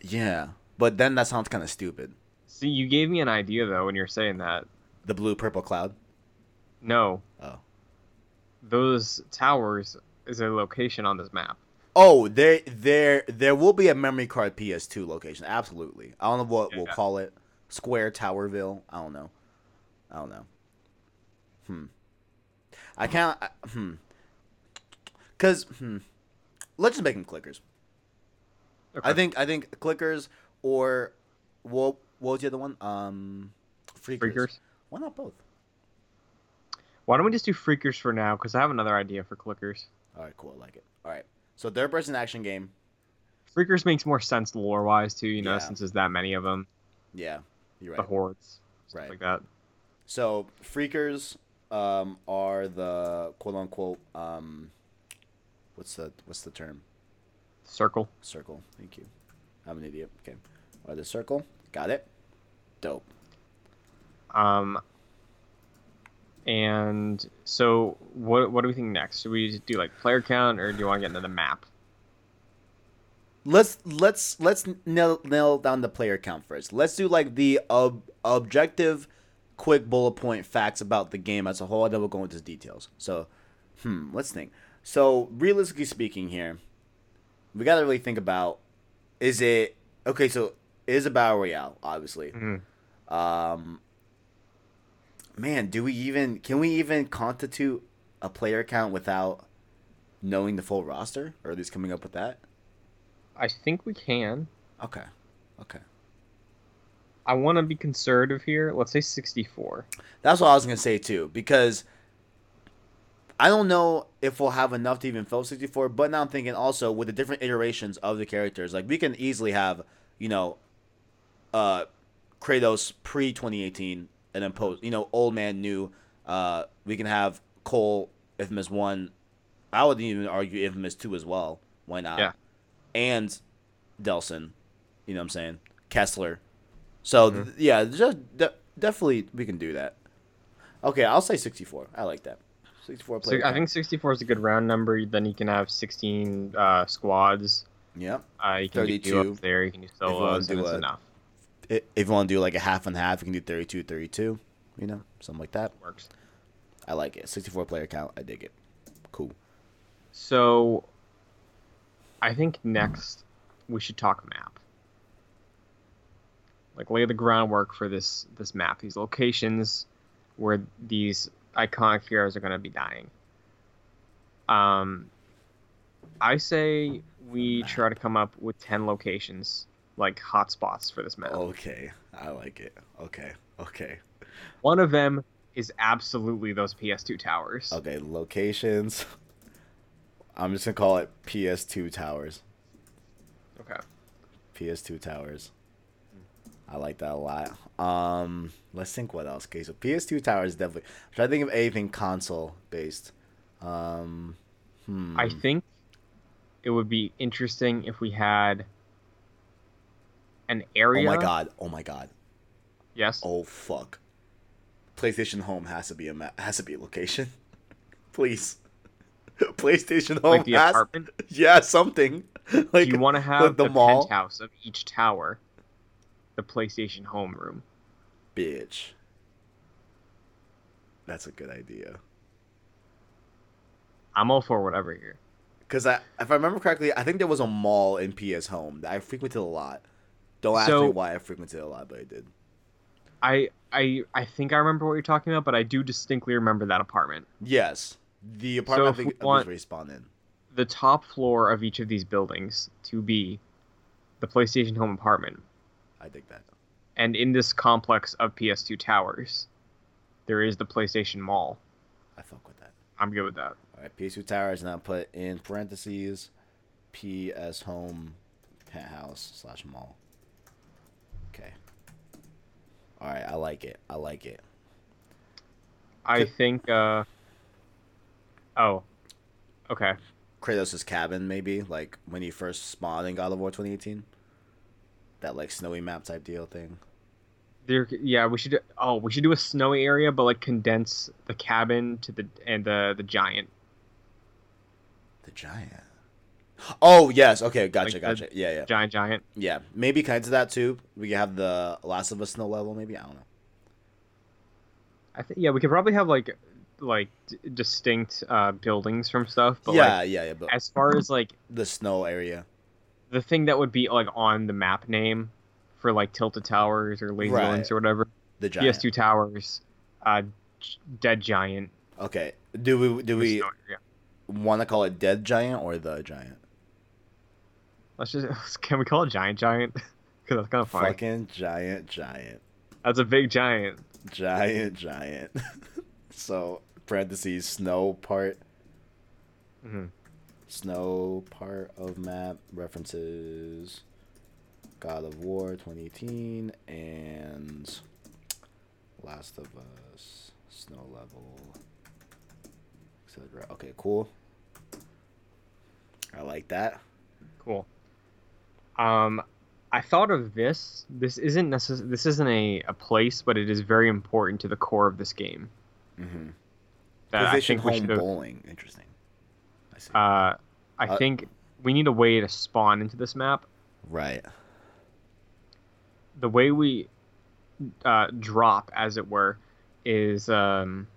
[SPEAKER 2] Yeah, but then that sounds kind of stupid.
[SPEAKER 3] See, you gave me an idea though when you're saying that.
[SPEAKER 2] The blue purple cloud.
[SPEAKER 3] No,
[SPEAKER 2] Oh.
[SPEAKER 3] those towers is a location on this map.
[SPEAKER 2] Oh, there, there, there will be a memory card PS2 location. Absolutely. I don't know what we'll
[SPEAKER 3] Yeah.
[SPEAKER 2] call it. Square Towerville. I don't know. I don't know. Hmm. I can't. I, hmm. Cause hmm. Let's just make them clickers. I
[SPEAKER 3] Okay.
[SPEAKER 2] think. I think clickers or what? What was the other one? Um, freakers.
[SPEAKER 3] Freakers.
[SPEAKER 2] Why not both?
[SPEAKER 3] Why don't we just do freakers for now? Because I have another idea for clickers.
[SPEAKER 2] All right. Cool. I like it. All right. So third person action game.
[SPEAKER 3] Freakers makes more sense lore wise too. You know,
[SPEAKER 2] Yeah.
[SPEAKER 3] since there's that many of them,
[SPEAKER 2] Yeah. You're right.
[SPEAKER 3] the hordes, stuff
[SPEAKER 2] Right.
[SPEAKER 3] like that.
[SPEAKER 2] So freakers um, are the quote unquote um, what's the what's the term?
[SPEAKER 3] Circle.
[SPEAKER 2] Circle. Thank you. I'm an idiot. Okay. Are the circle? Got it. Dope.
[SPEAKER 3] Um, and so what? What do we think next? Should we do like player count, or do you want to get into the map?
[SPEAKER 2] Let's let's let's nail, nail down the player count first. Let's do like the ob- objective, quick bullet point facts about the game as a whole, and then we'll go into details. So, hmm, let's think. So, realistically speaking, here, we gotta really think about: is it okay? So, it is a battle royale, obviously.
[SPEAKER 3] Mhm.
[SPEAKER 2] Um, man, do we even can we even constitute a player count without knowing the full roster, or at least coming up with that?
[SPEAKER 3] I think we can.
[SPEAKER 2] Okay. Okay.
[SPEAKER 3] I want to be conservative here. Let's say 64.
[SPEAKER 2] That's what I was gonna say too, because I don't know if we'll have enough to even fill sixty four. But now I'm thinking also with the different iterations of the characters, like we can easily have you know, uh, Kratos pre twenty eighteen and then post, you know, old man new. Uh, we can have Cole Infamous one. I would even argue Infamous two as well. Why not?
[SPEAKER 3] Yeah.
[SPEAKER 2] And Delson, you know what I'm saying? Kessler. So
[SPEAKER 3] Mm-hmm.
[SPEAKER 2] th- yeah, just de- definitely we can do that. Okay, I'll say 64. I like that. 64
[SPEAKER 3] So
[SPEAKER 2] player.
[SPEAKER 3] I think 64 is a good round number. Then you can have 16 uh, squads.
[SPEAKER 2] Yeah.
[SPEAKER 3] Uh, you can do
[SPEAKER 2] 32.
[SPEAKER 3] duo up there. You can do
[SPEAKER 2] wanna
[SPEAKER 3] solos, and
[SPEAKER 2] do
[SPEAKER 3] it's
[SPEAKER 2] a-
[SPEAKER 3] enough.
[SPEAKER 2] I- If you want to do like a half and half, you can do 32, 32. You know, something like that.
[SPEAKER 3] Works.
[SPEAKER 2] I like it. 64 player count. I dig it. Cool.
[SPEAKER 3] So I think next we should talk map. Like lay the groundwork for this this map, these locations where these iconic heroes are going to be dying. Um I say we try to come up with 10 locations, like hotspots for this map.
[SPEAKER 2] Okay, I like it. Okay, okay,
[SPEAKER 3] One of them is absolutely those PS2 towers.
[SPEAKER 2] okay. Locations. I'm just gonna call it PS2 towers.
[SPEAKER 3] okay.
[SPEAKER 2] PS2 towers. I like that a lot. Um, let's think what else. Okay, so PS2 towers definitely. I'm trying to think of anything console based. Um, hmm.
[SPEAKER 3] I think it would be interesting if we had an
[SPEAKER 2] oh
[SPEAKER 3] area
[SPEAKER 2] my oh god! Oh my god!
[SPEAKER 3] Yes.
[SPEAKER 2] Oh fuck. PlayStation Home has to be a ma- has to be a location. Please. PlayStation Home
[SPEAKER 3] like the
[SPEAKER 2] has
[SPEAKER 3] apartment.
[SPEAKER 2] yeah, something. Like
[SPEAKER 3] Do you want to have
[SPEAKER 2] like the
[SPEAKER 3] the,
[SPEAKER 2] mall?
[SPEAKER 3] penthouse of each tower, the PlayStation home room?
[SPEAKER 2] bitch. That's a good idea.
[SPEAKER 3] I'm all for whatever here.
[SPEAKER 2] Cuz I if I remember correctly, I think there was a mall in PS Home that I frequented a lot. Don't ask me
[SPEAKER 3] So-
[SPEAKER 2] why I frequented a lot, but I did.
[SPEAKER 3] I I I think I remember what you're talking about, but I do distinctly remember that apartment.
[SPEAKER 2] Yes. The apartment
[SPEAKER 3] if
[SPEAKER 2] thing
[SPEAKER 3] we
[SPEAKER 2] was
[SPEAKER 3] want-
[SPEAKER 2] respawned in.
[SPEAKER 3] The top floor of each of these buildings to be the PlayStation home apartment.
[SPEAKER 2] I dig that.
[SPEAKER 3] And in this complex of PS2 towers, there is the PlayStation Mall.
[SPEAKER 2] I fuck with that.
[SPEAKER 3] I'm good with that.
[SPEAKER 2] All right, PS2 Tower is now put in parentheses. PS Home Penthouse slash Mall. Okay. All right, I like it. I like it.
[SPEAKER 3] I
[SPEAKER 2] Good.
[SPEAKER 3] think uh Oh. Okay.
[SPEAKER 2] Kratos' cabin, maybe like when he first spawned in God of War 2018. That like snowy map type deal thing.
[SPEAKER 3] There yeah, we should oh, we should do a snowy area but like condense the cabin to the and the the giant.
[SPEAKER 2] The giant. Oh yes. Okay. Gotcha.
[SPEAKER 3] Like the
[SPEAKER 2] gotcha. Yeah. Yeah.
[SPEAKER 3] Giant giant.
[SPEAKER 2] Yeah. Maybe kind of that too. We could have the Last of Us snow level. Maybe I don't know.
[SPEAKER 3] I think yeah, we could probably have like like d- distinct uh buildings from stuff, but
[SPEAKER 2] yeah.
[SPEAKER 3] like
[SPEAKER 2] yeah. Yeah. But
[SPEAKER 3] as far as like
[SPEAKER 2] the snow area.
[SPEAKER 3] the thing that would be like on the map name for like Tilted Towers or Lazy
[SPEAKER 2] Right.
[SPEAKER 3] Ones or whatever.
[SPEAKER 2] The giant.
[SPEAKER 3] PS2 Towers, uh G- Dead Giant.
[SPEAKER 2] Okay. Do we do we
[SPEAKER 3] Snow area.
[SPEAKER 2] want to call it dead giant or the giant?
[SPEAKER 3] Let's just can we call it Giant Giant? Because that's kind of funny.
[SPEAKER 2] Fucking giant, giant,
[SPEAKER 3] That's a big giant.
[SPEAKER 2] giant, giant. so parentheses snow part,
[SPEAKER 3] Mhm.
[SPEAKER 2] snow part of map references God of War 2018 and Last of Us snow level, etc. Okay, cool. I like that.
[SPEAKER 3] Cool. Um, I thought of this. This isn't necess- This isn't a, a place, but it is very important to the core of this game.
[SPEAKER 2] Mm-hmm.
[SPEAKER 3] That Uh, I
[SPEAKER 2] Position
[SPEAKER 3] think we
[SPEAKER 2] home
[SPEAKER 3] should. have-
[SPEAKER 2] bowling. Interesting. I see.
[SPEAKER 3] Uh, I
[SPEAKER 2] Uh,
[SPEAKER 3] think we need a way to spawn into this map.
[SPEAKER 2] right.
[SPEAKER 3] The way we uh, drop, as it were, is um,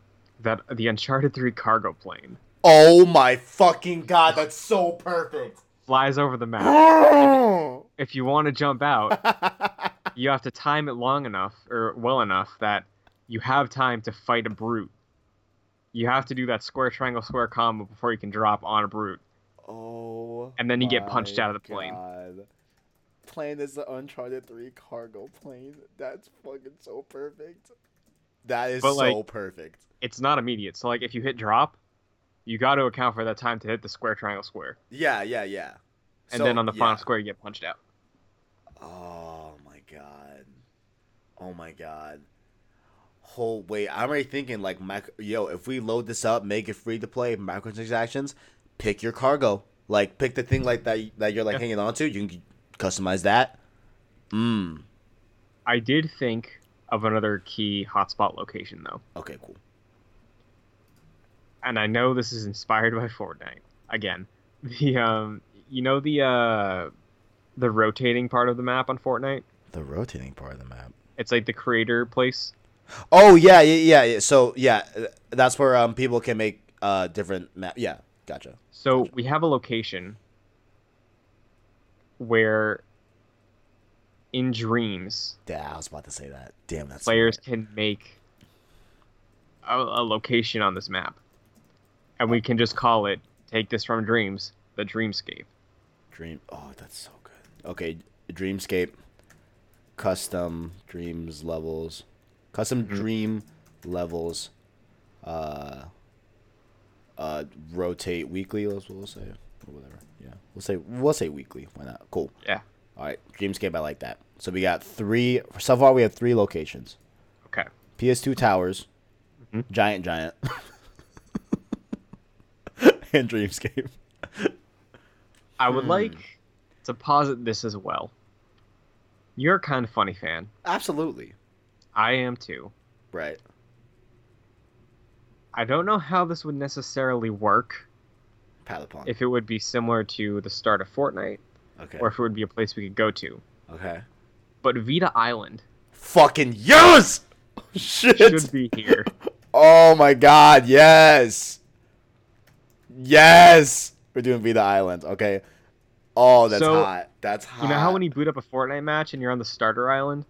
[SPEAKER 3] that the Uncharted Three cargo plane
[SPEAKER 2] Oh my fucking god, that's so perfect.
[SPEAKER 3] flies over the map.
[SPEAKER 2] oh
[SPEAKER 3] if you want to jump out, you have to time it long enough or well enough that you have time to fight a brute. You have to do that square triangle square combo before you can drop on a brute. And then you get punched
[SPEAKER 2] my
[SPEAKER 3] out of the plane.
[SPEAKER 2] God. Plane is the Uncharted 3 cargo plane. That's fucking so perfect. That is
[SPEAKER 3] But,
[SPEAKER 2] so
[SPEAKER 3] like-
[SPEAKER 2] perfect.
[SPEAKER 3] It's not immediate. So like if you hit drop, you got to account for that time to hit the square triangle square.
[SPEAKER 2] Yeah, yeah, yeah.
[SPEAKER 3] And
[SPEAKER 2] So,
[SPEAKER 3] then on the final
[SPEAKER 2] yeah.
[SPEAKER 3] square you get punched out.
[SPEAKER 2] Oh my god. Oh my god. Whole wait, I'm already thinking like micro, yo, if we load this up, make it free to play, microtransactions, pick your cargo. Like pick the thing like that that you're like
[SPEAKER 3] Yeah.
[SPEAKER 2] hanging on to, you can customize that. Mm.
[SPEAKER 3] I did think of another key hotspot location though.
[SPEAKER 2] Okay, cool.
[SPEAKER 3] And I know this is inspired by Fortnite again. The um you know the uh the rotating part of the map on Fortnite?
[SPEAKER 2] The rotating part of the map.
[SPEAKER 3] It's like the creator place.
[SPEAKER 2] Oh yeah, yeah, yeah. yeah. So yeah, th- that's where um people can make uh different map. Yeah, gotcha.
[SPEAKER 3] So
[SPEAKER 2] Gotcha.
[SPEAKER 3] we have a location where in dreams
[SPEAKER 2] Yeah, I was about to say that. Damn, that's
[SPEAKER 3] players can make a, a location on this map. And we can just call it take this from dreams, the dreamscape.
[SPEAKER 2] Dream. Oh, that's so good. Okay, Dreamscape, custom dreams levels, custom
[SPEAKER 3] Mhm.
[SPEAKER 2] dream levels, uh, uh, rotate weekly. Let's we'll say or whatever. Yeah, we'll say we'll say weekly. Why not? Cool.
[SPEAKER 3] Yeah.
[SPEAKER 2] All right, Dreamscape. I like that. So we got three. So far, we have three locations.
[SPEAKER 3] Okay.
[SPEAKER 2] PS2 towers,
[SPEAKER 3] Mhm.
[SPEAKER 2] giant giant, and Dreamscape.
[SPEAKER 3] I would
[SPEAKER 2] Hmm.
[SPEAKER 3] like to posit this as well. You're a kind of funny fan.
[SPEAKER 2] Absolutely.
[SPEAKER 3] I am too.
[SPEAKER 2] Right.
[SPEAKER 3] I don't know how this would necessarily work.
[SPEAKER 2] Palapon.
[SPEAKER 3] If it would be similar to the start of Fortnite,
[SPEAKER 2] okay.
[SPEAKER 3] or if it would be a place we could go to.
[SPEAKER 2] okay.
[SPEAKER 3] But Vita Island
[SPEAKER 2] Fucking yes! Shit.
[SPEAKER 3] should be here.
[SPEAKER 2] Oh my god, yes. Yes. We're doing Vita Island, okay. Oh, that's
[SPEAKER 3] So,
[SPEAKER 2] hot. That's hot.
[SPEAKER 3] You know how when you boot up a Fortnite match and you're on the starter island?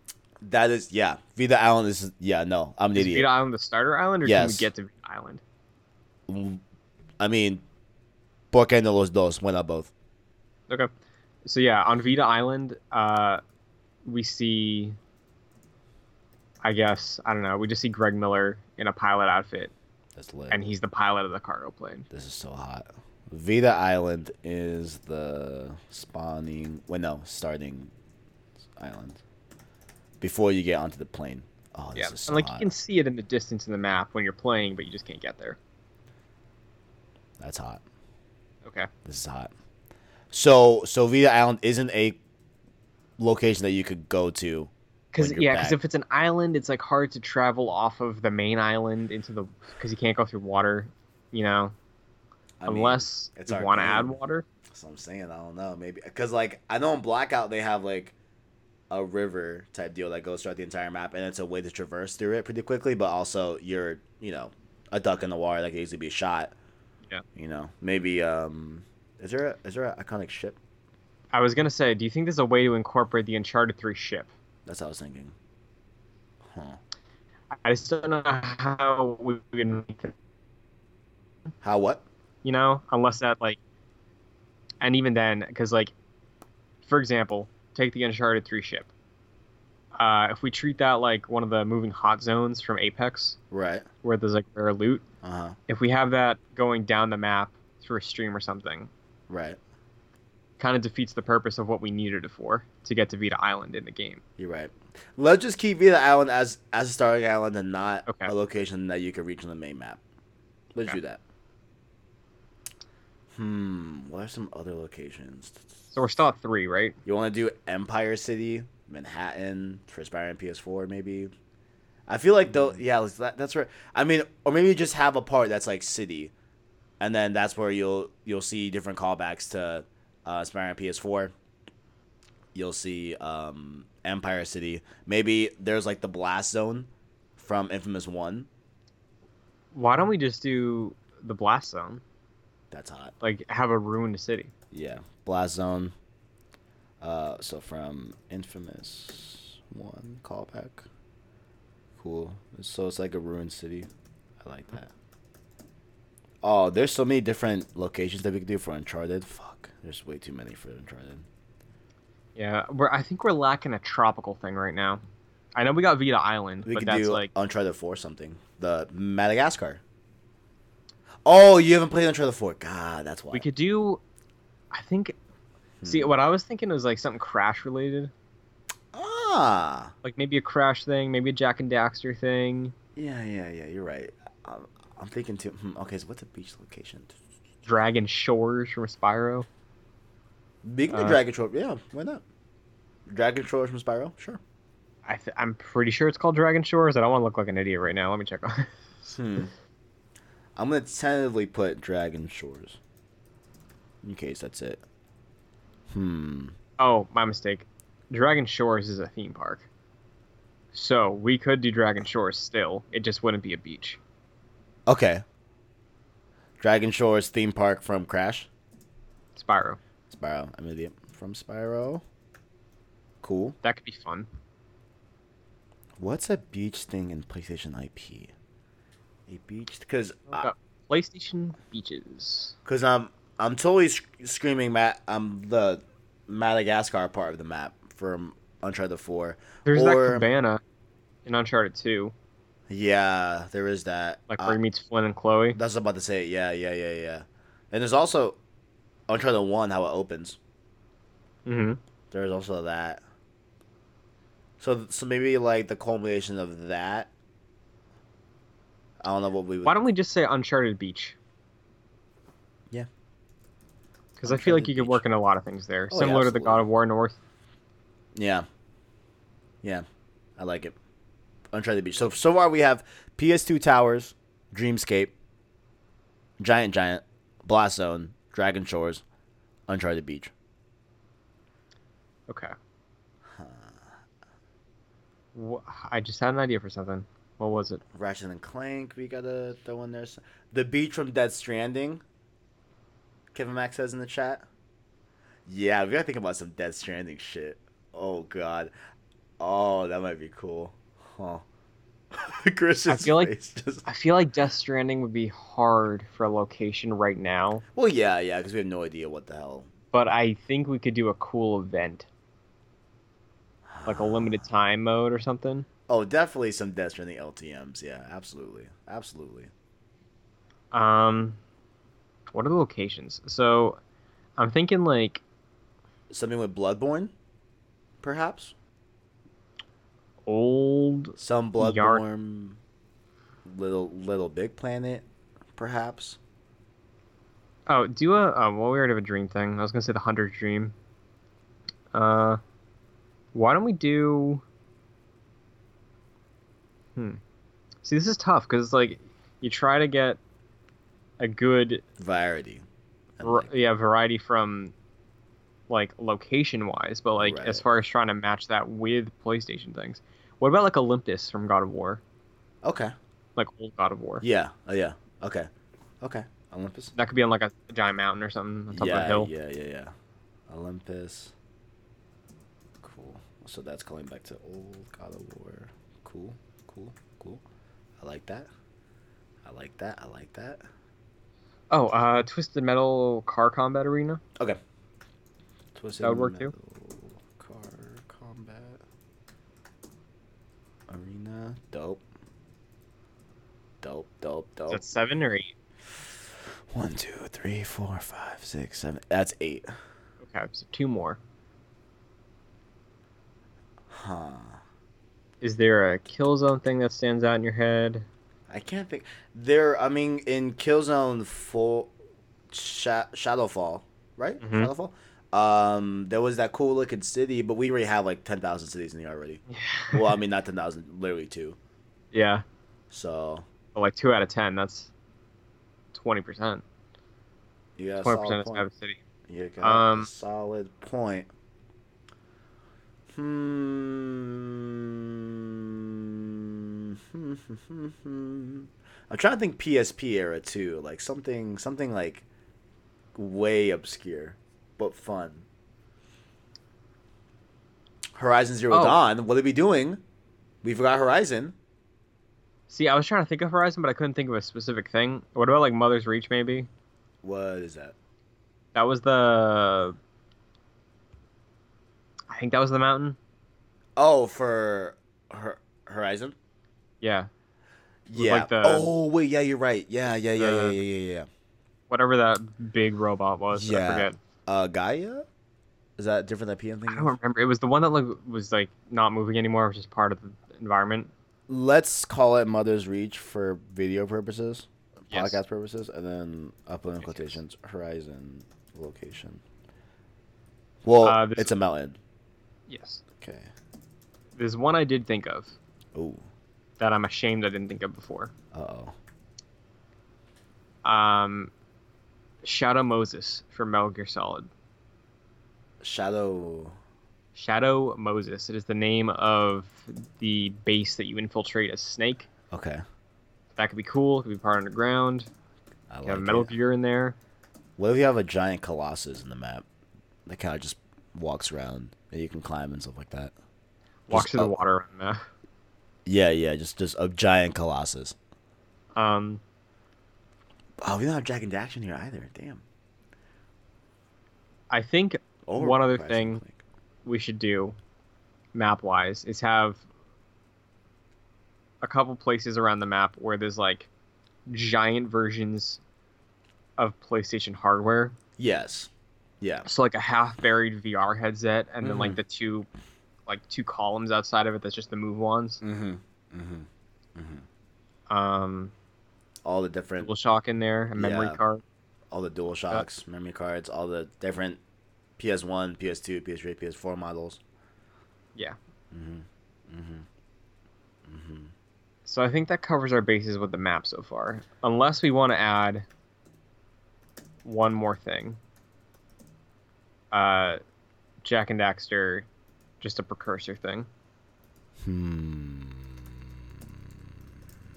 [SPEAKER 2] That is yeah. Vita Island is yeah, no, I'm an
[SPEAKER 3] Is
[SPEAKER 2] idiot.
[SPEAKER 3] Vita Island the starter island, or
[SPEAKER 2] Yes.
[SPEAKER 3] can we get to Vita Island?
[SPEAKER 2] I mean bookend de los dos, why not both?
[SPEAKER 3] Okay. So yeah, on Vita Island, uh, we see. I guess I don't know. We just see Greg Miller in a pilot outfit,
[SPEAKER 2] That's lit.
[SPEAKER 3] and he's the pilot of the cargo plane.
[SPEAKER 2] This is so hot. Vita Island is the spawning. Well, no, starting island. Before you get onto the plane. Oh, this
[SPEAKER 3] Yeah,
[SPEAKER 2] is so
[SPEAKER 3] and like
[SPEAKER 2] hot.
[SPEAKER 3] you can see it in the distance in the map when you're playing, but you just can't get there.
[SPEAKER 2] That's hot.
[SPEAKER 3] Okay.
[SPEAKER 2] This is hot. So, so Vita Island isn't a location that you could go to.
[SPEAKER 3] Because
[SPEAKER 2] When you're
[SPEAKER 3] yeah, because
[SPEAKER 2] back.
[SPEAKER 3] if it's an island, it's like hard to travel off of the main island into the because you can't go through water, you know,
[SPEAKER 2] I mean,
[SPEAKER 3] unless
[SPEAKER 2] it's
[SPEAKER 3] you
[SPEAKER 2] our
[SPEAKER 3] want to
[SPEAKER 2] game.
[SPEAKER 3] add water.
[SPEAKER 2] that's what I'm saying. I don't know. Maybe because like I know in Blackout they have like a river type deal that goes throughout the entire map, and it's a way to traverse through it pretty quickly. But also, you're you know a duck in the water that could easily be shot.
[SPEAKER 3] Yeah.
[SPEAKER 2] You know, maybe um, is there a, is there an iconic ship?
[SPEAKER 3] I was gonna say, do you think there's a way to incorporate the Uncharted Three ship?
[SPEAKER 2] That's what I was thinking. Huh.
[SPEAKER 3] I just don't know how we would make it,
[SPEAKER 2] How what?
[SPEAKER 3] you know, unless that like, and even then, because like, for example, take the Uncharted Three ship. Uh, if we treat that like one of the moving hot zones from Apex,
[SPEAKER 2] Right.
[SPEAKER 3] where there's like rare loot,
[SPEAKER 2] Uh huh.
[SPEAKER 3] if we have that going down the map through a stream or something,
[SPEAKER 2] Right.
[SPEAKER 3] kind of defeats the purpose of what we needed it for to get to Vita Island in the game.
[SPEAKER 2] You're right. Let's just keep Vita Island as as a starting island and not
[SPEAKER 3] Okay.
[SPEAKER 2] a location that you can reach on the main map. Let's
[SPEAKER 3] Okay.
[SPEAKER 2] do that. Hmm. What are some other locations?
[SPEAKER 3] So we're still at three, right?
[SPEAKER 2] You want to do Empire City, Manhattan, First Byron PS4, maybe. I feel like though, yeah, let's- that, that's where. I mean, or maybe you just have a part that's like city, and then that's where you'll you'll see different callbacks to uh, Spider-Man PS4. You'll see um, Empire City. Maybe there's like the blast zone from Infamous One.
[SPEAKER 3] Why don't we just do the blast zone?
[SPEAKER 2] That's hot.
[SPEAKER 3] Like have a ruined city.
[SPEAKER 2] Yeah, Blast Zone. Uh, so from Infamous One callback. Cool. So it's like a ruined city. I like that. Oh, there's so many different locations that we could do for Uncharted. Fuck, there's way too many for Uncharted.
[SPEAKER 3] Yeah, we're I think we're lacking a tropical thing right now. I know we got Vita Island,
[SPEAKER 2] We
[SPEAKER 3] but
[SPEAKER 2] could
[SPEAKER 3] that's
[SPEAKER 2] do
[SPEAKER 3] like
[SPEAKER 2] Uncharted Four something. The Madagascar. Oh, you haven't played Uncharted Four. God, that's why.
[SPEAKER 3] we could do. I think. See,
[SPEAKER 2] Hmm.
[SPEAKER 3] what I was thinking was like something crash related,
[SPEAKER 2] Ah.
[SPEAKER 3] like maybe a crash thing, maybe a Jack and Daxter thing,
[SPEAKER 2] Yeah, yeah, yeah. You're right. I'm, I'm thinking too. Hmm, okay, so what's a beach location?
[SPEAKER 3] Dragon Shores from Spyro.
[SPEAKER 2] Big the
[SPEAKER 3] Uh,
[SPEAKER 2] Dragon Troll, yeah, why not? Dragon Troll from Spyro, sure.
[SPEAKER 3] I th- I'm pretty sure it's called Dragon Shores. I don't want to look like an idiot right now. Let me check on.
[SPEAKER 2] Hmm. I'm gonna tentatively put Dragon Shores. In case that's it. Hmm.
[SPEAKER 3] Oh, my mistake. Dragon Shores is a theme park. So we could do Dragon Shores still. It just wouldn't be a beach.
[SPEAKER 2] Okay. Dragon Shores theme park from Crash.
[SPEAKER 3] Spyro.
[SPEAKER 2] Spyro. I'm an idiot. From Spyro. Cool.
[SPEAKER 3] That could be fun.
[SPEAKER 2] What's a beach thing in PlayStation IP? A beach because
[SPEAKER 3] Uh, PlayStation Beaches.
[SPEAKER 2] because I'm I'm totally sc- screaming Matt. I'm the Madagascar part of the map from Uncharted Four.
[SPEAKER 3] There's that
[SPEAKER 2] Or-
[SPEAKER 3] cabana in Uncharted 2,
[SPEAKER 2] Yeah, there is that.
[SPEAKER 3] like
[SPEAKER 2] Uh,
[SPEAKER 3] where he meets Flynn and Chloe.
[SPEAKER 2] that's what I'm about to say. Yeah, yeah, yeah, yeah. And there's also Uncharted One, how it opens.
[SPEAKER 3] hmm
[SPEAKER 2] There's also that. So, so maybe like the culmination of that. I don't know what we would.
[SPEAKER 3] Why don't we just say Uncharted Beach?
[SPEAKER 2] Yeah.
[SPEAKER 3] Because I feel like
[SPEAKER 2] Uncharted
[SPEAKER 3] you could
[SPEAKER 2] Beach.
[SPEAKER 3] work in a lot of things there,
[SPEAKER 2] Oh, yeah,
[SPEAKER 3] similar to the
[SPEAKER 2] absolutely.
[SPEAKER 3] God of War North.
[SPEAKER 2] Yeah. Yeah, I like it. Uncharted Beach. So so far we have PS2 Towers, Dreamscape, Giant Giant, Blast Zone, Dragon Shores, Uncharted Beach.
[SPEAKER 3] Okay. Wha I just had an idea for something. What was it?
[SPEAKER 2] Ratchet and Clank, we gotta throw in there. s- The beach from Dead Stranding. Kevin Max says in the chat. Yeah, we gotta think about some Dead Stranding shit. Oh god. Oh, that might be cool. Huh. Christian's
[SPEAKER 3] feel like-
[SPEAKER 2] face just-
[SPEAKER 3] I feel like Death Stranding would be hard for a location right now,
[SPEAKER 2] Well, yeah, yeah, because we have no idea what the hell.
[SPEAKER 3] but I think we could do a cool event, like a limited time mode or something.
[SPEAKER 2] Oh, definitely some Death Stranding LTM's. Yeah, absolutely, absolutely.
[SPEAKER 3] Um, what are the locations? So, I'm thinking like
[SPEAKER 2] Something with Bloodborne, perhaps.
[SPEAKER 3] old.
[SPEAKER 2] Some
[SPEAKER 3] Yarn.
[SPEAKER 2] Bloodborne. Little Little Big Planet, perhaps.
[SPEAKER 3] Oh, do a. Uh, well, we already have a dream thing. I was gonna say the hunter's dream. Uh, why don't we do? Hmm. See, this is tough because it's like you try to get a good
[SPEAKER 2] Variety. and,
[SPEAKER 3] var-
[SPEAKER 2] like,
[SPEAKER 3] yeah variety from like location wise, but like as
[SPEAKER 2] Right.
[SPEAKER 3] far as trying to match that with PlayStation things. What about like Olympus from God of War,
[SPEAKER 2] okay.
[SPEAKER 3] like old God of War?
[SPEAKER 2] Yeah. Oh, yeah. Okay. Okay. Olympus.
[SPEAKER 3] That could be on like a giant mountain or something on top of a
[SPEAKER 2] Yeah.
[SPEAKER 3] hill.
[SPEAKER 2] Yeah. Yeah. Yeah. Olympus. Cool. So that's going back to old God of War. Cool. Cool. Cool. I like that. I like that. I like that.
[SPEAKER 3] Oh, uh, Twisted Metal Car Combat Arena.
[SPEAKER 2] Okay. Twisted
[SPEAKER 3] That would work too.
[SPEAKER 2] Metal Car combat arena. Dope. Dope. Dope. Dope.
[SPEAKER 3] Is that seven or eight?
[SPEAKER 2] One, two, three, four, five, six, seven. That's eight.
[SPEAKER 3] Okay, so two more.
[SPEAKER 2] Huh.
[SPEAKER 3] Is there a kill zone thing that stands out in your head?
[SPEAKER 2] I can't think. There. I mean, in Killzone Full Sha- Shadowfall, right?
[SPEAKER 3] Mhm.
[SPEAKER 2] Shadowfall. Um, there was that cool looking city, but we already have like ten thousand cities in here already. Well, I mean, not ten thousand, literally two.
[SPEAKER 3] yeah,
[SPEAKER 2] So
[SPEAKER 3] but like two out of ten. That's twenty percent.
[SPEAKER 2] you got a
[SPEAKER 3] Twenty
[SPEAKER 2] solid
[SPEAKER 3] percent is
[SPEAKER 2] point.
[SPEAKER 3] out of city.
[SPEAKER 2] You got a
[SPEAKER 3] Um,
[SPEAKER 2] solid point. Hmm. I'm trying to think PSP era too, like something something like way obscure but fun. Horizon Zero
[SPEAKER 3] Oh.
[SPEAKER 2] Dawn. What are we doing? We forgot Horizon.
[SPEAKER 3] See, I was trying to think of Horizon, but I couldn't think of a specific thing. What about like Mother's Reach? Maybe
[SPEAKER 2] What is that?
[SPEAKER 3] that was the. I think that was the mountain.
[SPEAKER 2] Oh, for Hor- Horizon.
[SPEAKER 3] Yeah,
[SPEAKER 2] Yeah.
[SPEAKER 3] like the-
[SPEAKER 2] oh wait, yeah, you're right. Yeah, yeah, yeah, yeah,
[SPEAKER 3] the-
[SPEAKER 2] yeah, yeah, yeah.
[SPEAKER 3] whatever that big robot was.
[SPEAKER 2] Yeah.
[SPEAKER 3] I forget.
[SPEAKER 2] Uh, Gaia? Is that different than PM
[SPEAKER 3] I
[SPEAKER 2] thing?
[SPEAKER 3] don't remember. It was the one that like was like not moving anymore, which is part of the environment.
[SPEAKER 2] Let's call it Mother's Reach for video purposes,
[SPEAKER 3] Yes.
[SPEAKER 2] podcast purposes, and then upload in
[SPEAKER 3] Yes, yes.
[SPEAKER 2] quotations Horizon location. Well,
[SPEAKER 3] Uh, this-
[SPEAKER 2] it's a mountain.
[SPEAKER 3] Yes.
[SPEAKER 2] Okay.
[SPEAKER 3] There's one I did think of.
[SPEAKER 2] Oh.
[SPEAKER 3] that I'm ashamed I didn't think of before.
[SPEAKER 2] Uh oh.
[SPEAKER 3] Um, Shadow Moses from Metal Gear Solid.
[SPEAKER 2] Shadow.
[SPEAKER 3] Shadow Moses. It is the name of the base that you infiltrate as Snake.
[SPEAKER 2] Okay.
[SPEAKER 3] That could be cool. It could be part underground.
[SPEAKER 2] I
[SPEAKER 3] You
[SPEAKER 2] like
[SPEAKER 3] have Metal
[SPEAKER 2] it.
[SPEAKER 3] Gear in there.
[SPEAKER 2] What if you have a giant colossus in the map that kind of just walks around and you can climb and stuff like that?
[SPEAKER 3] Walks
[SPEAKER 2] Just
[SPEAKER 3] through the
[SPEAKER 2] up-
[SPEAKER 3] water. on that.
[SPEAKER 2] Yeah, yeah, just just a giant colossus.
[SPEAKER 3] Um,
[SPEAKER 2] Oh, we don't have Jack and Daxon here either. Damn.
[SPEAKER 3] I think
[SPEAKER 2] Or
[SPEAKER 3] One other
[SPEAKER 2] Horizon
[SPEAKER 3] thing.
[SPEAKER 2] Clank.
[SPEAKER 3] we should do, map wise, is have a couple places around the map where there's like giant versions of PlayStation hardware
[SPEAKER 2] Yes. Yeah.
[SPEAKER 3] so like a half buried VR headset, and then like the two, like two columns outside of it. That's just the move ones.
[SPEAKER 2] Mm-hmm. Mm-hmm.
[SPEAKER 3] Um,
[SPEAKER 2] All the different,
[SPEAKER 3] DualShock in there, a memory
[SPEAKER 2] Yeah.
[SPEAKER 3] card.
[SPEAKER 2] all the Dual Shocks, memory cards, all the different PS1, PS2, PS3, PS4 models.
[SPEAKER 3] Yeah.
[SPEAKER 2] Mm-hmm. Mm-hmm. hmm
[SPEAKER 3] So I think that covers our bases with the map so far. Unless we want to add one more thing. Uh, Jack and Daxter, just a precursor thing.
[SPEAKER 2] Hmm.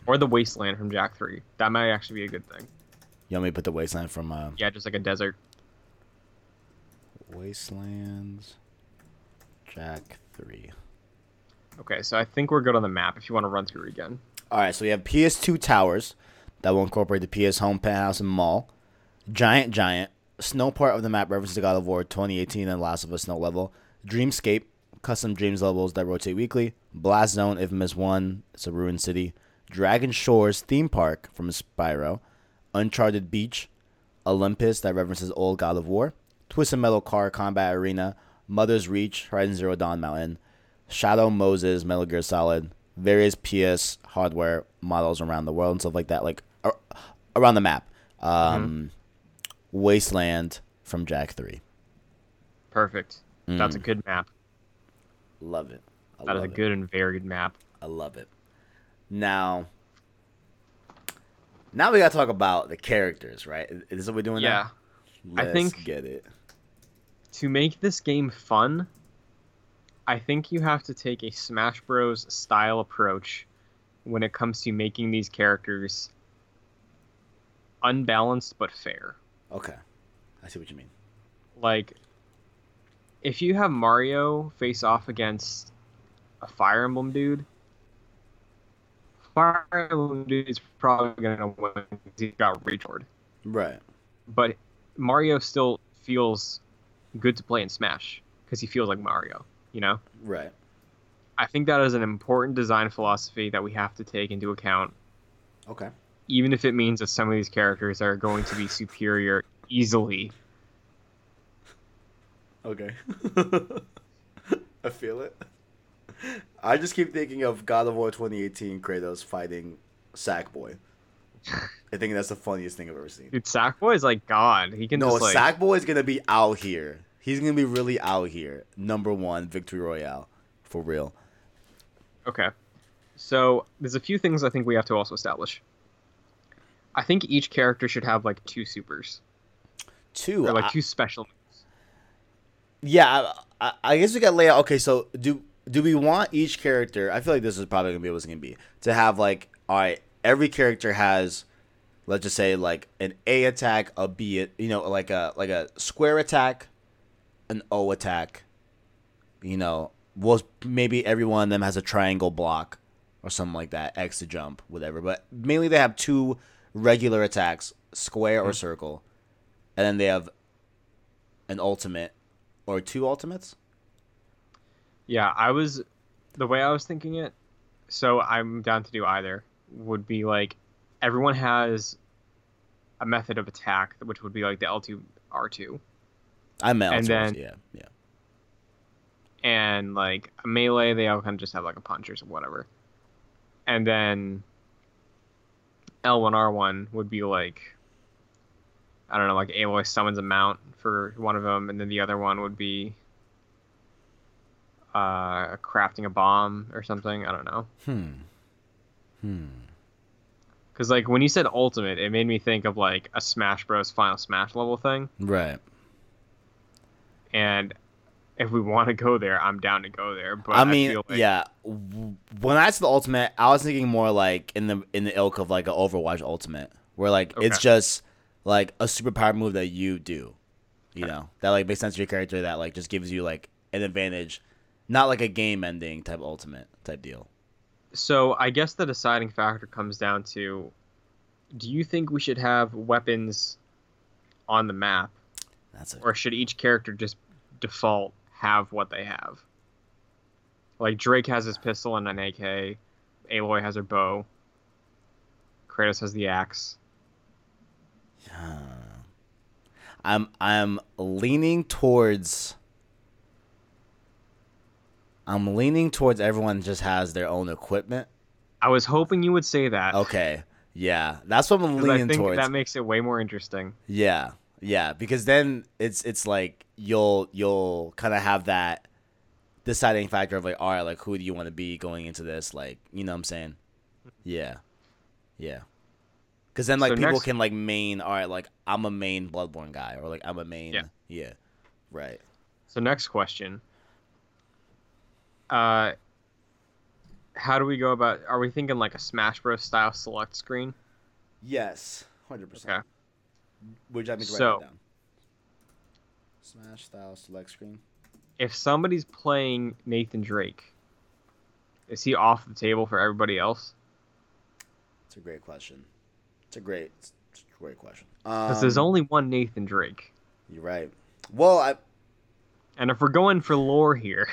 [SPEAKER 3] Or the wasteland from Jack 3. That might actually be a good thing.
[SPEAKER 2] You want me to put the wasteland from uh,
[SPEAKER 3] Yeah, just like a desert.
[SPEAKER 2] Wastelands Jack 3.
[SPEAKER 3] Okay, so I think we're good on the map if you want to run through it again.
[SPEAKER 2] All right, so we have PS2 Towers that will incorporate the PS Home, Penthouse, and Mall. Giant Giant. Snow part of the map references to God of War 2018 and Last of Us Snow level. Dreamscape. Custom Dreams levels that rotate weekly. Blast Zone, Infamous 1. It's a ruined city. Dragon Shores theme park from Spyro. Uncharted Beach. Olympus that references old God of War. Twisted Metal Car Combat Arena. Mother's Reach. Horizon Zero Dawn Mountain. Shadow Moses, Metal Gear Solid, various PS hardware models around the world and stuff like that, like ar- around the map. Um, Wasteland from Jack Three,
[SPEAKER 3] Perfect. That's a good map.
[SPEAKER 2] love it. Hmm. I
[SPEAKER 3] That is
[SPEAKER 2] love
[SPEAKER 3] a
[SPEAKER 2] it.
[SPEAKER 3] good and varied map.
[SPEAKER 2] I love it. Now, now we gotta talk about the characters, right? Is this what we're doing?
[SPEAKER 3] Yeah.
[SPEAKER 2] now?
[SPEAKER 3] I
[SPEAKER 2] Let's
[SPEAKER 3] think-
[SPEAKER 2] get it.
[SPEAKER 3] To make this game fun, I think you have to take a Smash Bros. style approach when it comes to making these characters unbalanced but fair.
[SPEAKER 2] Okay, I see what you mean.
[SPEAKER 3] like if you have Mario face off against a Fire Emblem dude, Fire Emblem dude is probably gonna win 'cause he's got retard.
[SPEAKER 2] Right.
[SPEAKER 3] But Mario still feels good to play in Smash because he feels like Mario. You know,
[SPEAKER 2] Right.
[SPEAKER 3] I think that is an important design philosophy that we have to take into account,
[SPEAKER 2] Okay.
[SPEAKER 3] even if it means that some of these characters are going to be superior easily.
[SPEAKER 2] Okay. I feel it. I just keep thinking of God of War 2018 Kratos fighting Sackboy. I think that's the funniest thing I've ever seen.
[SPEAKER 3] Dude, Sackboy is like God. He can
[SPEAKER 2] No,
[SPEAKER 3] just like
[SPEAKER 2] Sackboy is gonna be out here. He's gonna be really out here. Number one, Victory Royale, for real.
[SPEAKER 3] Okay. So there's a few things I think we have to also establish. I think each character should have like two supers
[SPEAKER 2] Two,
[SPEAKER 3] or
[SPEAKER 2] I-
[SPEAKER 3] like two special. moves.
[SPEAKER 2] yeah. I, I, I guess we got layout. Okay, so do do we want each character? I feel like this is probably gonna be what's gonna be to have like all right. Every character has let's just say like an A attack, a B, you know, like a like a square attack, an O attack. You know, was maybe every one of them has a triangle block or something like that, X to jump, whatever. But mainly they have two regular attacks, square or circle, and then they have an ultimate or two ultimates.
[SPEAKER 3] Yeah, I was the way I was thinking it. So I'm down to do either. Would be like everyone has a method of attack, which would be like the L2 R2,
[SPEAKER 2] I meant
[SPEAKER 3] And
[SPEAKER 2] ultimates.
[SPEAKER 3] then-
[SPEAKER 2] yeah, yeah.
[SPEAKER 3] and like a melee, they all kind of just have like a punch or some- whatever, and then L1 R1 would be like I don't know, like Aloy summons a mount for one of them, and then the other one would be uh, crafting a bomb or something. I don't know.
[SPEAKER 2] Hmm. Hmm.
[SPEAKER 3] Because, like, when you said ultimate, it made me think of, like, a Smash Bros. Final Smash level thing.
[SPEAKER 2] Right.
[SPEAKER 3] And if we want to go there, I'm down to go there. But
[SPEAKER 2] I mean,
[SPEAKER 3] feel like,
[SPEAKER 2] yeah. W- When I said the ultimate, I was thinking more like in the in the ilk of like an Overwatch ultimate, where like it's
[SPEAKER 3] Okay.
[SPEAKER 2] just like a superpower move that you do, you know, that like makes sense to your character, that like just gives you like an advantage, not like a game ending type ultimate type deal.
[SPEAKER 3] So I guess the deciding factor comes down to do you think we should have weapons on the map,
[SPEAKER 2] That's it.
[SPEAKER 3] or should each character just default have what they have? Like, Drake has his pistol and an AK, Aloy has her bow, Kratos has the axe.
[SPEAKER 2] I'm I'm leaning towards. I'm leaning towards everyone just has their own equipment.
[SPEAKER 3] I was hoping you would say that.
[SPEAKER 2] Okay, yeah, that's what I'm
[SPEAKER 3] 'Cause I
[SPEAKER 2] leaning
[SPEAKER 3] think
[SPEAKER 2] towards.
[SPEAKER 3] that makes it way more interesting.
[SPEAKER 2] Yeah, yeah, because then it's it's like you'll you'll kind of have that deciding factor of like, all right, like who do you want to be going into this? Like, you know what I'm saying? Yeah, yeah. Because then like
[SPEAKER 3] So
[SPEAKER 2] people
[SPEAKER 3] next-
[SPEAKER 2] can like main, all right, like I'm a main Bloodborne guy, or like I'm a main, yeah,
[SPEAKER 3] Yeah.
[SPEAKER 2] right.
[SPEAKER 3] So next question. Uh, how do we go about? Are we thinking like a Smash Bros. style select screen?
[SPEAKER 2] Yes, hundred percent.
[SPEAKER 3] Okay.
[SPEAKER 2] Would you have me to write
[SPEAKER 3] So-
[SPEAKER 2] that down? Smash style select screen.
[SPEAKER 3] If somebody's playing Nathan Drake, is he off the table for everybody else?
[SPEAKER 2] It's a great question. It's a great, it's a great question.
[SPEAKER 3] Because there's
[SPEAKER 2] Um,
[SPEAKER 3] only one Nathan Drake,
[SPEAKER 2] You're right. Well, I
[SPEAKER 3] and if we're going for lore here,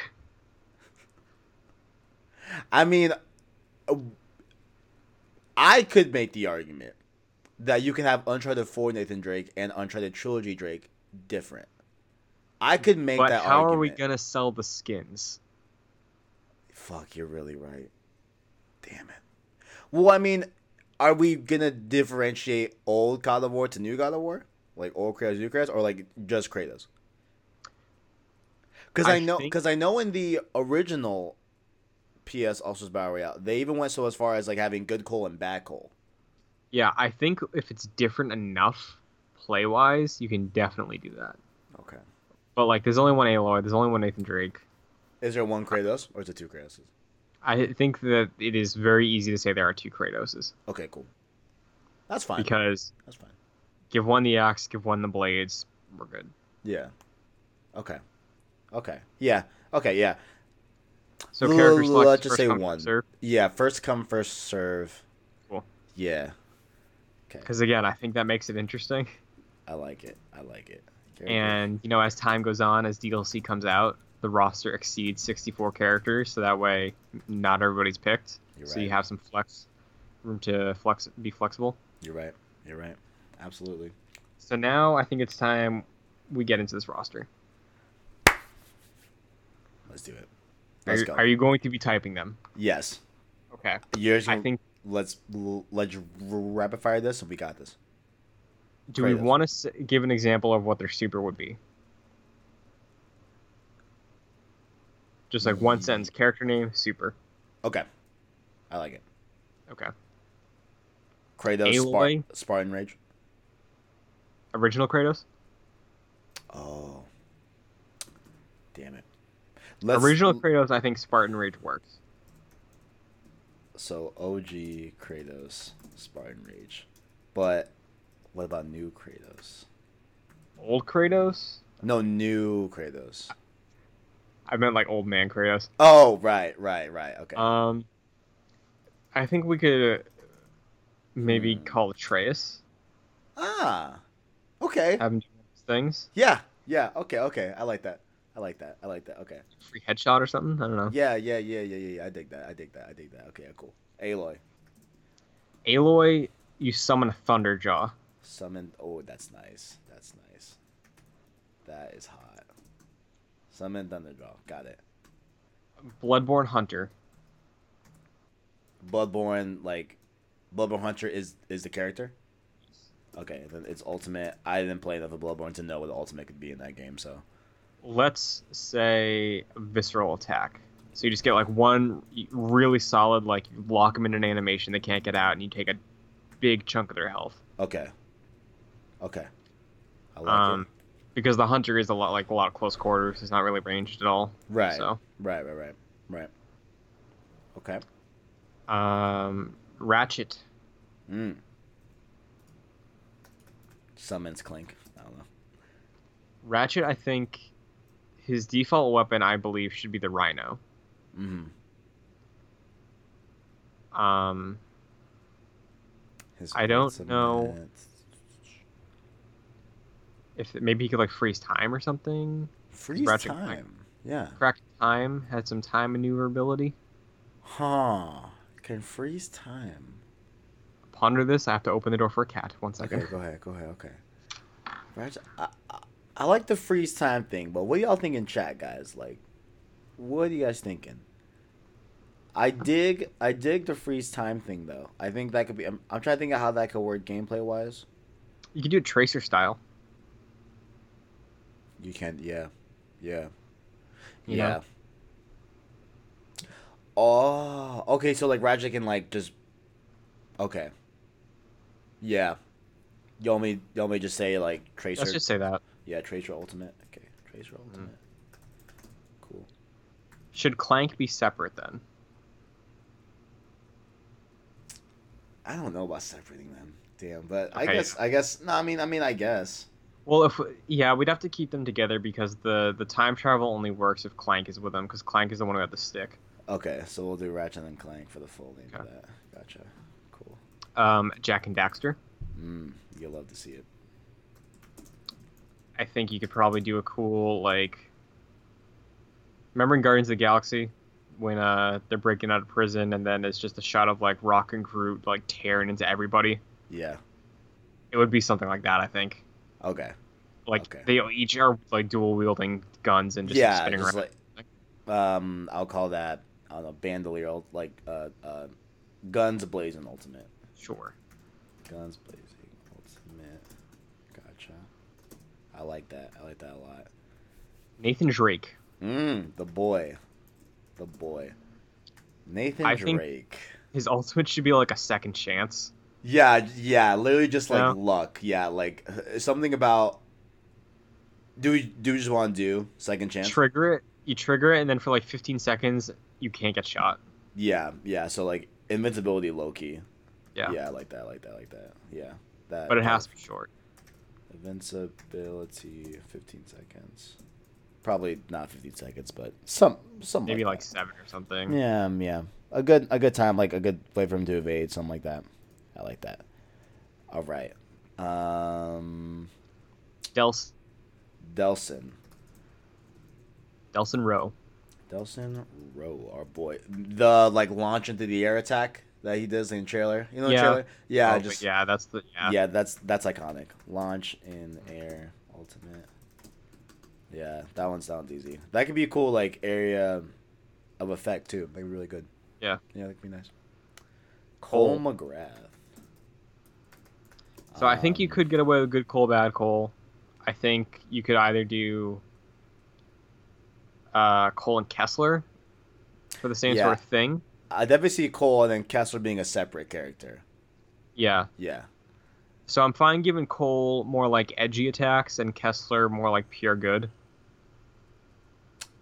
[SPEAKER 2] I mean, uh, I could make the argument that you can have Uncharted 4 Nathan Drake and Uncharted Trilogy Drake different. I could make
[SPEAKER 3] but
[SPEAKER 2] that
[SPEAKER 3] how
[SPEAKER 2] argument.
[SPEAKER 3] are we gonna sell the skins?
[SPEAKER 2] Fuck, you're really right. Damn it. Well, I mean, are we gonna differentiate old God of War to new God of War, like old Kratos, new Kratos, or like just Kratos? Because I,
[SPEAKER 3] I
[SPEAKER 2] know,
[SPEAKER 3] think-
[SPEAKER 2] because I know in the original PS Ultra's Battle Royale, they even went so as far as like having good coal and bad coal.
[SPEAKER 3] Yeah, I think if it's different enough play wise, you can definitely do that.
[SPEAKER 2] Okay.
[SPEAKER 3] But like, there's only one Aloy, there's only one Nathan Drake.
[SPEAKER 2] Is there one Kratos or is it two Kratoses?
[SPEAKER 3] I think that it is very easy to say there are two Kratoses
[SPEAKER 2] Okay, cool. That's fine.
[SPEAKER 3] because
[SPEAKER 2] That's fine.
[SPEAKER 3] give one the axe, give one the blades, we're good.
[SPEAKER 2] Yeah. Okay. Okay. Yeah. Okay. Yeah.
[SPEAKER 3] So
[SPEAKER 2] L-
[SPEAKER 3] character select.
[SPEAKER 2] let's
[SPEAKER 3] is
[SPEAKER 2] just
[SPEAKER 3] first
[SPEAKER 2] say
[SPEAKER 3] come,
[SPEAKER 2] one. Yeah, first come, first serve.
[SPEAKER 3] Cool.
[SPEAKER 2] Yeah,
[SPEAKER 3] Because again, I think that makes it interesting.
[SPEAKER 2] I like it. I like it. Very good.
[SPEAKER 3] And you know, as time goes on, as DLC comes out, the roster exceeds 64 characters, so that way not everybody's picked.
[SPEAKER 2] You're
[SPEAKER 3] So you
[SPEAKER 2] right.
[SPEAKER 3] have some flex room to flex, be flexible.
[SPEAKER 2] you're right. You're right. Absolutely.
[SPEAKER 3] So now I think it's time we get into this roster.
[SPEAKER 2] Let's do it.
[SPEAKER 3] Are
[SPEAKER 2] Let's
[SPEAKER 3] you,
[SPEAKER 2] go.
[SPEAKER 3] are you going to be typing them?
[SPEAKER 2] yes.
[SPEAKER 3] Okay.
[SPEAKER 2] Yours.
[SPEAKER 3] I think.
[SPEAKER 2] Let's l- let's r- rapid fire this, and we got this.
[SPEAKER 3] Do we
[SPEAKER 2] Kratos.
[SPEAKER 3] want to give an example of what their super would be? Just like one
[SPEAKER 2] Ye-
[SPEAKER 3] sentence, character name, super.
[SPEAKER 2] Okay. I like it.
[SPEAKER 3] Okay.
[SPEAKER 2] Kratos Spar-
[SPEAKER 3] Aloy?
[SPEAKER 2] Spartan Rage.
[SPEAKER 3] Original Kratos.
[SPEAKER 2] Oh. Damn it. Let's,
[SPEAKER 3] Original Kratos. I think Spartan Rage works.
[SPEAKER 2] So OG Kratos Spartan Rage, but what about new Kratos?
[SPEAKER 3] Old Kratos.
[SPEAKER 2] No, new Kratos.
[SPEAKER 3] I meant like old man Kratos.
[SPEAKER 2] Oh, right, right, right. Okay.
[SPEAKER 3] Um, I think we could uh, maybe
[SPEAKER 2] Hmm.
[SPEAKER 3] call Atreus.
[SPEAKER 2] ah, okay.
[SPEAKER 3] Have him do those things.
[SPEAKER 2] Yeah, yeah. Okay, okay. I like that. I like that. I like that. Okay.
[SPEAKER 3] Free headshot or something. I don't know.
[SPEAKER 2] Yeah, yeah, yeah, yeah, yeah. yeah. I dig that. I dig that. I dig that. Okay, cool. Aloy
[SPEAKER 3] Aloy. You summon a Thunderjaw.
[SPEAKER 2] summoned. Oh, that's nice. That's nice. That is hot. Summon Thunderdraw. Got it.
[SPEAKER 3] Bloodborne Hunter.
[SPEAKER 2] Bloodborne, like Bloodborne Hunter is is the character. Okay, then it's ultimate. I didn't play enough of Bloodborne to know what the ultimate could be in that game, so
[SPEAKER 3] let's say visceral attack. So you just get like one really solid, like you lock them in an animation, they can't get out, and you take a big chunk of their health.
[SPEAKER 2] okay, okay. I like
[SPEAKER 3] Um, because the hunter is a lot like a lot of close quarters. It's not really ranged at all.
[SPEAKER 2] it. Right,
[SPEAKER 3] So,
[SPEAKER 2] right, right, right, right. Okay.
[SPEAKER 3] um, ratchet.
[SPEAKER 2] Mm. Summons Clink. I don't know.
[SPEAKER 3] Ratchet, I think, his default weapon, I believe, should be the rhino.
[SPEAKER 2] Mm-hmm.
[SPEAKER 3] Um, I don't know. if maybe he could like freeze time or something.
[SPEAKER 2] Freeze
[SPEAKER 3] Ratchet
[SPEAKER 2] time.
[SPEAKER 3] Clank.
[SPEAKER 2] Yeah.
[SPEAKER 3] Crack time had some time maneuverability.
[SPEAKER 2] Huh. Can freeze time.
[SPEAKER 3] Ponder this. I have to open the door for a cat. One second.
[SPEAKER 2] Okay, go ahead, go ahead, okay. Ratchet, I, I, I like the freeze time thing, but what do y'all think in chat, guys? Like, what are you guys thinking? I dig, I dig the freeze time thing though. I think that could be. I'm, I'm trying to think of how that could work gameplay wise.
[SPEAKER 3] You can do it tracer style.
[SPEAKER 2] You can, yeah, yeah,
[SPEAKER 3] You
[SPEAKER 2] yeah,
[SPEAKER 3] know?
[SPEAKER 2] Oh, okay. So like Roger can like just. Okay. Yeah. You want me? You want me to just say like Tracer?
[SPEAKER 3] Let's just say that.
[SPEAKER 2] Yeah, Tracer Ultimate. Okay, Tracer
[SPEAKER 3] Hmm.
[SPEAKER 2] Ultimate. Cool.
[SPEAKER 3] Should Clank be separate then?
[SPEAKER 2] I don't know about separating them. Damn, but I
[SPEAKER 3] Okay.
[SPEAKER 2] guess I guess no. I mean, I mean, I guess.
[SPEAKER 3] Well, if yeah, we'd have to keep them together because the the time travel only works if Clank is with them because Clank is the one who got the stick.
[SPEAKER 2] Okay, so we'll do Ratchet and Clank for the full name of
[SPEAKER 3] Okay.
[SPEAKER 2] that. Gotcha. Cool.
[SPEAKER 3] Um, Jack and Daxter.
[SPEAKER 2] Mm, you'll love to see it.
[SPEAKER 3] I think you could probably do a cool like. Remember in Guardians of the Galaxy, when uh they're breaking out of prison and then it's just a shot of like Rock and Groot like tearing into everybody.
[SPEAKER 2] Yeah.
[SPEAKER 3] It would be something like that, I think.
[SPEAKER 2] Okay.
[SPEAKER 3] Like
[SPEAKER 2] Okay.
[SPEAKER 3] they each are like dual wielding guns and just
[SPEAKER 2] yeah.
[SPEAKER 3] spinning
[SPEAKER 2] Just
[SPEAKER 3] around.
[SPEAKER 2] like, um, I'll call that I don't know bandolier ult- like uh, uh, guns blazing ultimate.
[SPEAKER 3] Sure.
[SPEAKER 2] Guns blazing ultimate. Gotcha. I like that. I like that a lot.
[SPEAKER 3] Nathan Drake.
[SPEAKER 2] Mm, the boy. The boy. Nathan
[SPEAKER 3] I think-
[SPEAKER 2] Drake.
[SPEAKER 3] His ultimate should be like a second chance.
[SPEAKER 2] Yeah, yeah, literally just like
[SPEAKER 3] Yeah.
[SPEAKER 2] luck. Yeah, like uh, something about do we do we just want to do second chance?
[SPEAKER 3] Trigger it. You trigger it, and then for like 15 seconds, you can't get shot.
[SPEAKER 2] yeah, yeah. So like invincibility, low key.
[SPEAKER 3] Yeah.
[SPEAKER 2] yeah, I like that, I like that, I like that. Yeah, that.
[SPEAKER 3] But it has to be short.
[SPEAKER 2] invincibility, fifteen seconds. Probably not fifteen seconds, but some some
[SPEAKER 3] Maybe
[SPEAKER 2] like
[SPEAKER 3] like seven or something.
[SPEAKER 2] Yeah, um, yeah. A good a good time, like a good play for him to evade, something like that. I like that. All right. Um
[SPEAKER 3] Delson,
[SPEAKER 2] Delson.
[SPEAKER 3] Delson Rowe.
[SPEAKER 2] Delson Rowe, our boy. The like launch into the air attack that he does in trailer. You know the
[SPEAKER 3] Yeah.
[SPEAKER 2] trailer? Yeah,
[SPEAKER 3] Oh, but
[SPEAKER 2] just yeah.
[SPEAKER 3] yeah, that's the yeah.
[SPEAKER 2] that's that's iconic. Launch in air ultimate. Yeah, that one sounds easy. That could be a cool like area of effect too. That'd be really good.
[SPEAKER 3] Yeah.
[SPEAKER 2] Yeah, that could be nice. Cole McGrath.
[SPEAKER 3] So I think you
[SPEAKER 2] Um,
[SPEAKER 3] could get away with good Cole, bad Cole. I think you could either do uh, Cole and Kessler for the same
[SPEAKER 2] Yeah.
[SPEAKER 3] sort of thing.
[SPEAKER 2] I definitely see Cole and then Kessler being a separate character.
[SPEAKER 3] Yeah.
[SPEAKER 2] Yeah.
[SPEAKER 3] So I'm fine giving Cole more like edgy attacks and Kessler more like pure good.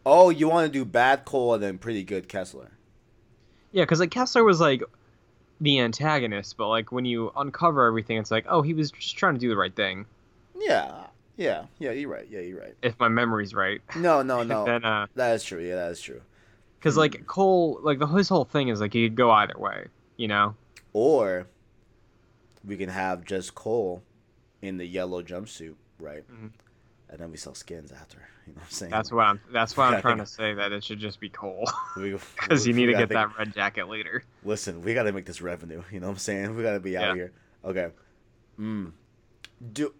[SPEAKER 2] Oh, you want to do bad Cole and then pretty good Kessler.
[SPEAKER 3] Yeah, because like Kessler was like the antagonist, but like when you uncover everything, it's like, oh, he was just trying to do the right thing.
[SPEAKER 2] Yeah. Yeah. Yeah. You're right. Yeah. You're right.
[SPEAKER 3] If my memory's right.
[SPEAKER 2] No. No. Oh, No. Hmm.
[SPEAKER 3] then uh,
[SPEAKER 2] that is true. Yeah. That is true.
[SPEAKER 3] because like Cole, like the his whole thing is like he could go either way, you know.
[SPEAKER 2] Or we can have just Cole in the yellow jumpsuit, right?
[SPEAKER 3] Mhm.
[SPEAKER 2] And then we sell skins after. You know what I'm saying?
[SPEAKER 3] That's what I'm. That's what
[SPEAKER 2] Yeah, I
[SPEAKER 3] I'm trying to
[SPEAKER 2] think-
[SPEAKER 3] say. That it should just be Cole,
[SPEAKER 2] because
[SPEAKER 3] because you need to get that red jacket later.
[SPEAKER 2] listen, we gotta make this revenue. You know what I'm saying? We gotta be
[SPEAKER 3] Yeah.
[SPEAKER 2] out here. Okay. Mm. Do.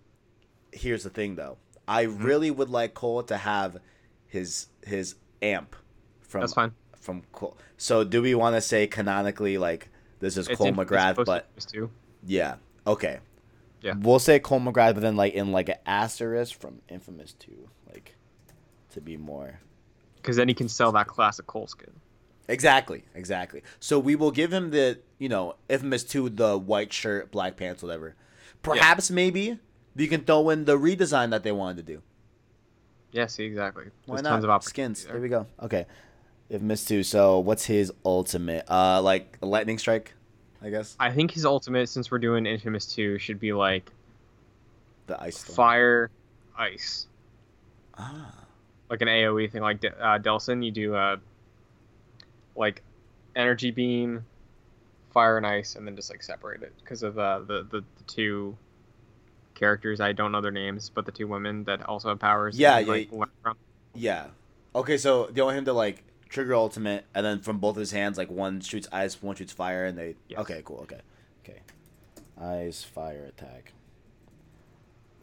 [SPEAKER 2] Here's the thing, though. I
[SPEAKER 3] Mm-hmm.
[SPEAKER 2] really would like Cole to have his his amp from
[SPEAKER 3] That's fine.
[SPEAKER 2] from Cole. So do we want to say canonically like this is
[SPEAKER 3] It's
[SPEAKER 2] Cole
[SPEAKER 3] in- it's
[SPEAKER 2] McGrath,
[SPEAKER 3] supposed to
[SPEAKER 2] but
[SPEAKER 3] be too.
[SPEAKER 2] yeah, okay.
[SPEAKER 3] Yeah.
[SPEAKER 2] We'll say Cole McGrath, but then like in like an asterisk from Infamous Two, like to be more
[SPEAKER 3] because then he can sell that classic Cole skin.
[SPEAKER 2] Exactly, exactly. So we will give him the, you know, infamous two, the white shirt, black pants, whatever. Perhaps maybe you can throw in the redesign that they wanted to do.
[SPEAKER 3] Yeah, see, exactly.
[SPEAKER 2] Why
[SPEAKER 3] There's
[SPEAKER 2] not?
[SPEAKER 3] tons of opportunity
[SPEAKER 2] Skins. There.
[SPEAKER 3] there.
[SPEAKER 2] we go. Okay. Infamous two. So what's his ultimate? Uh, like a lightning strike, I guess.
[SPEAKER 3] I think his ultimate, since we're doing Infamous Two, should be like
[SPEAKER 2] The ice storm.
[SPEAKER 3] fire, ice,
[SPEAKER 2] Ah,
[SPEAKER 3] like an AOE thing. Like De- uh, Delson, you do uh, like energy beam, fire and ice, and then just like separate it because of uh, the, the the two characters. I don't know their names, but the two women that also have powers.
[SPEAKER 2] Yeah,
[SPEAKER 3] and,
[SPEAKER 2] yeah,
[SPEAKER 3] like, learn from.
[SPEAKER 2] yeah. Okay, so they want him to like trigger ultimate, and then from both of his hands, like one shoots ice, one shoots fire, and they.
[SPEAKER 3] Yes.
[SPEAKER 2] Okay, cool. Okay, okay. Ice fire attack.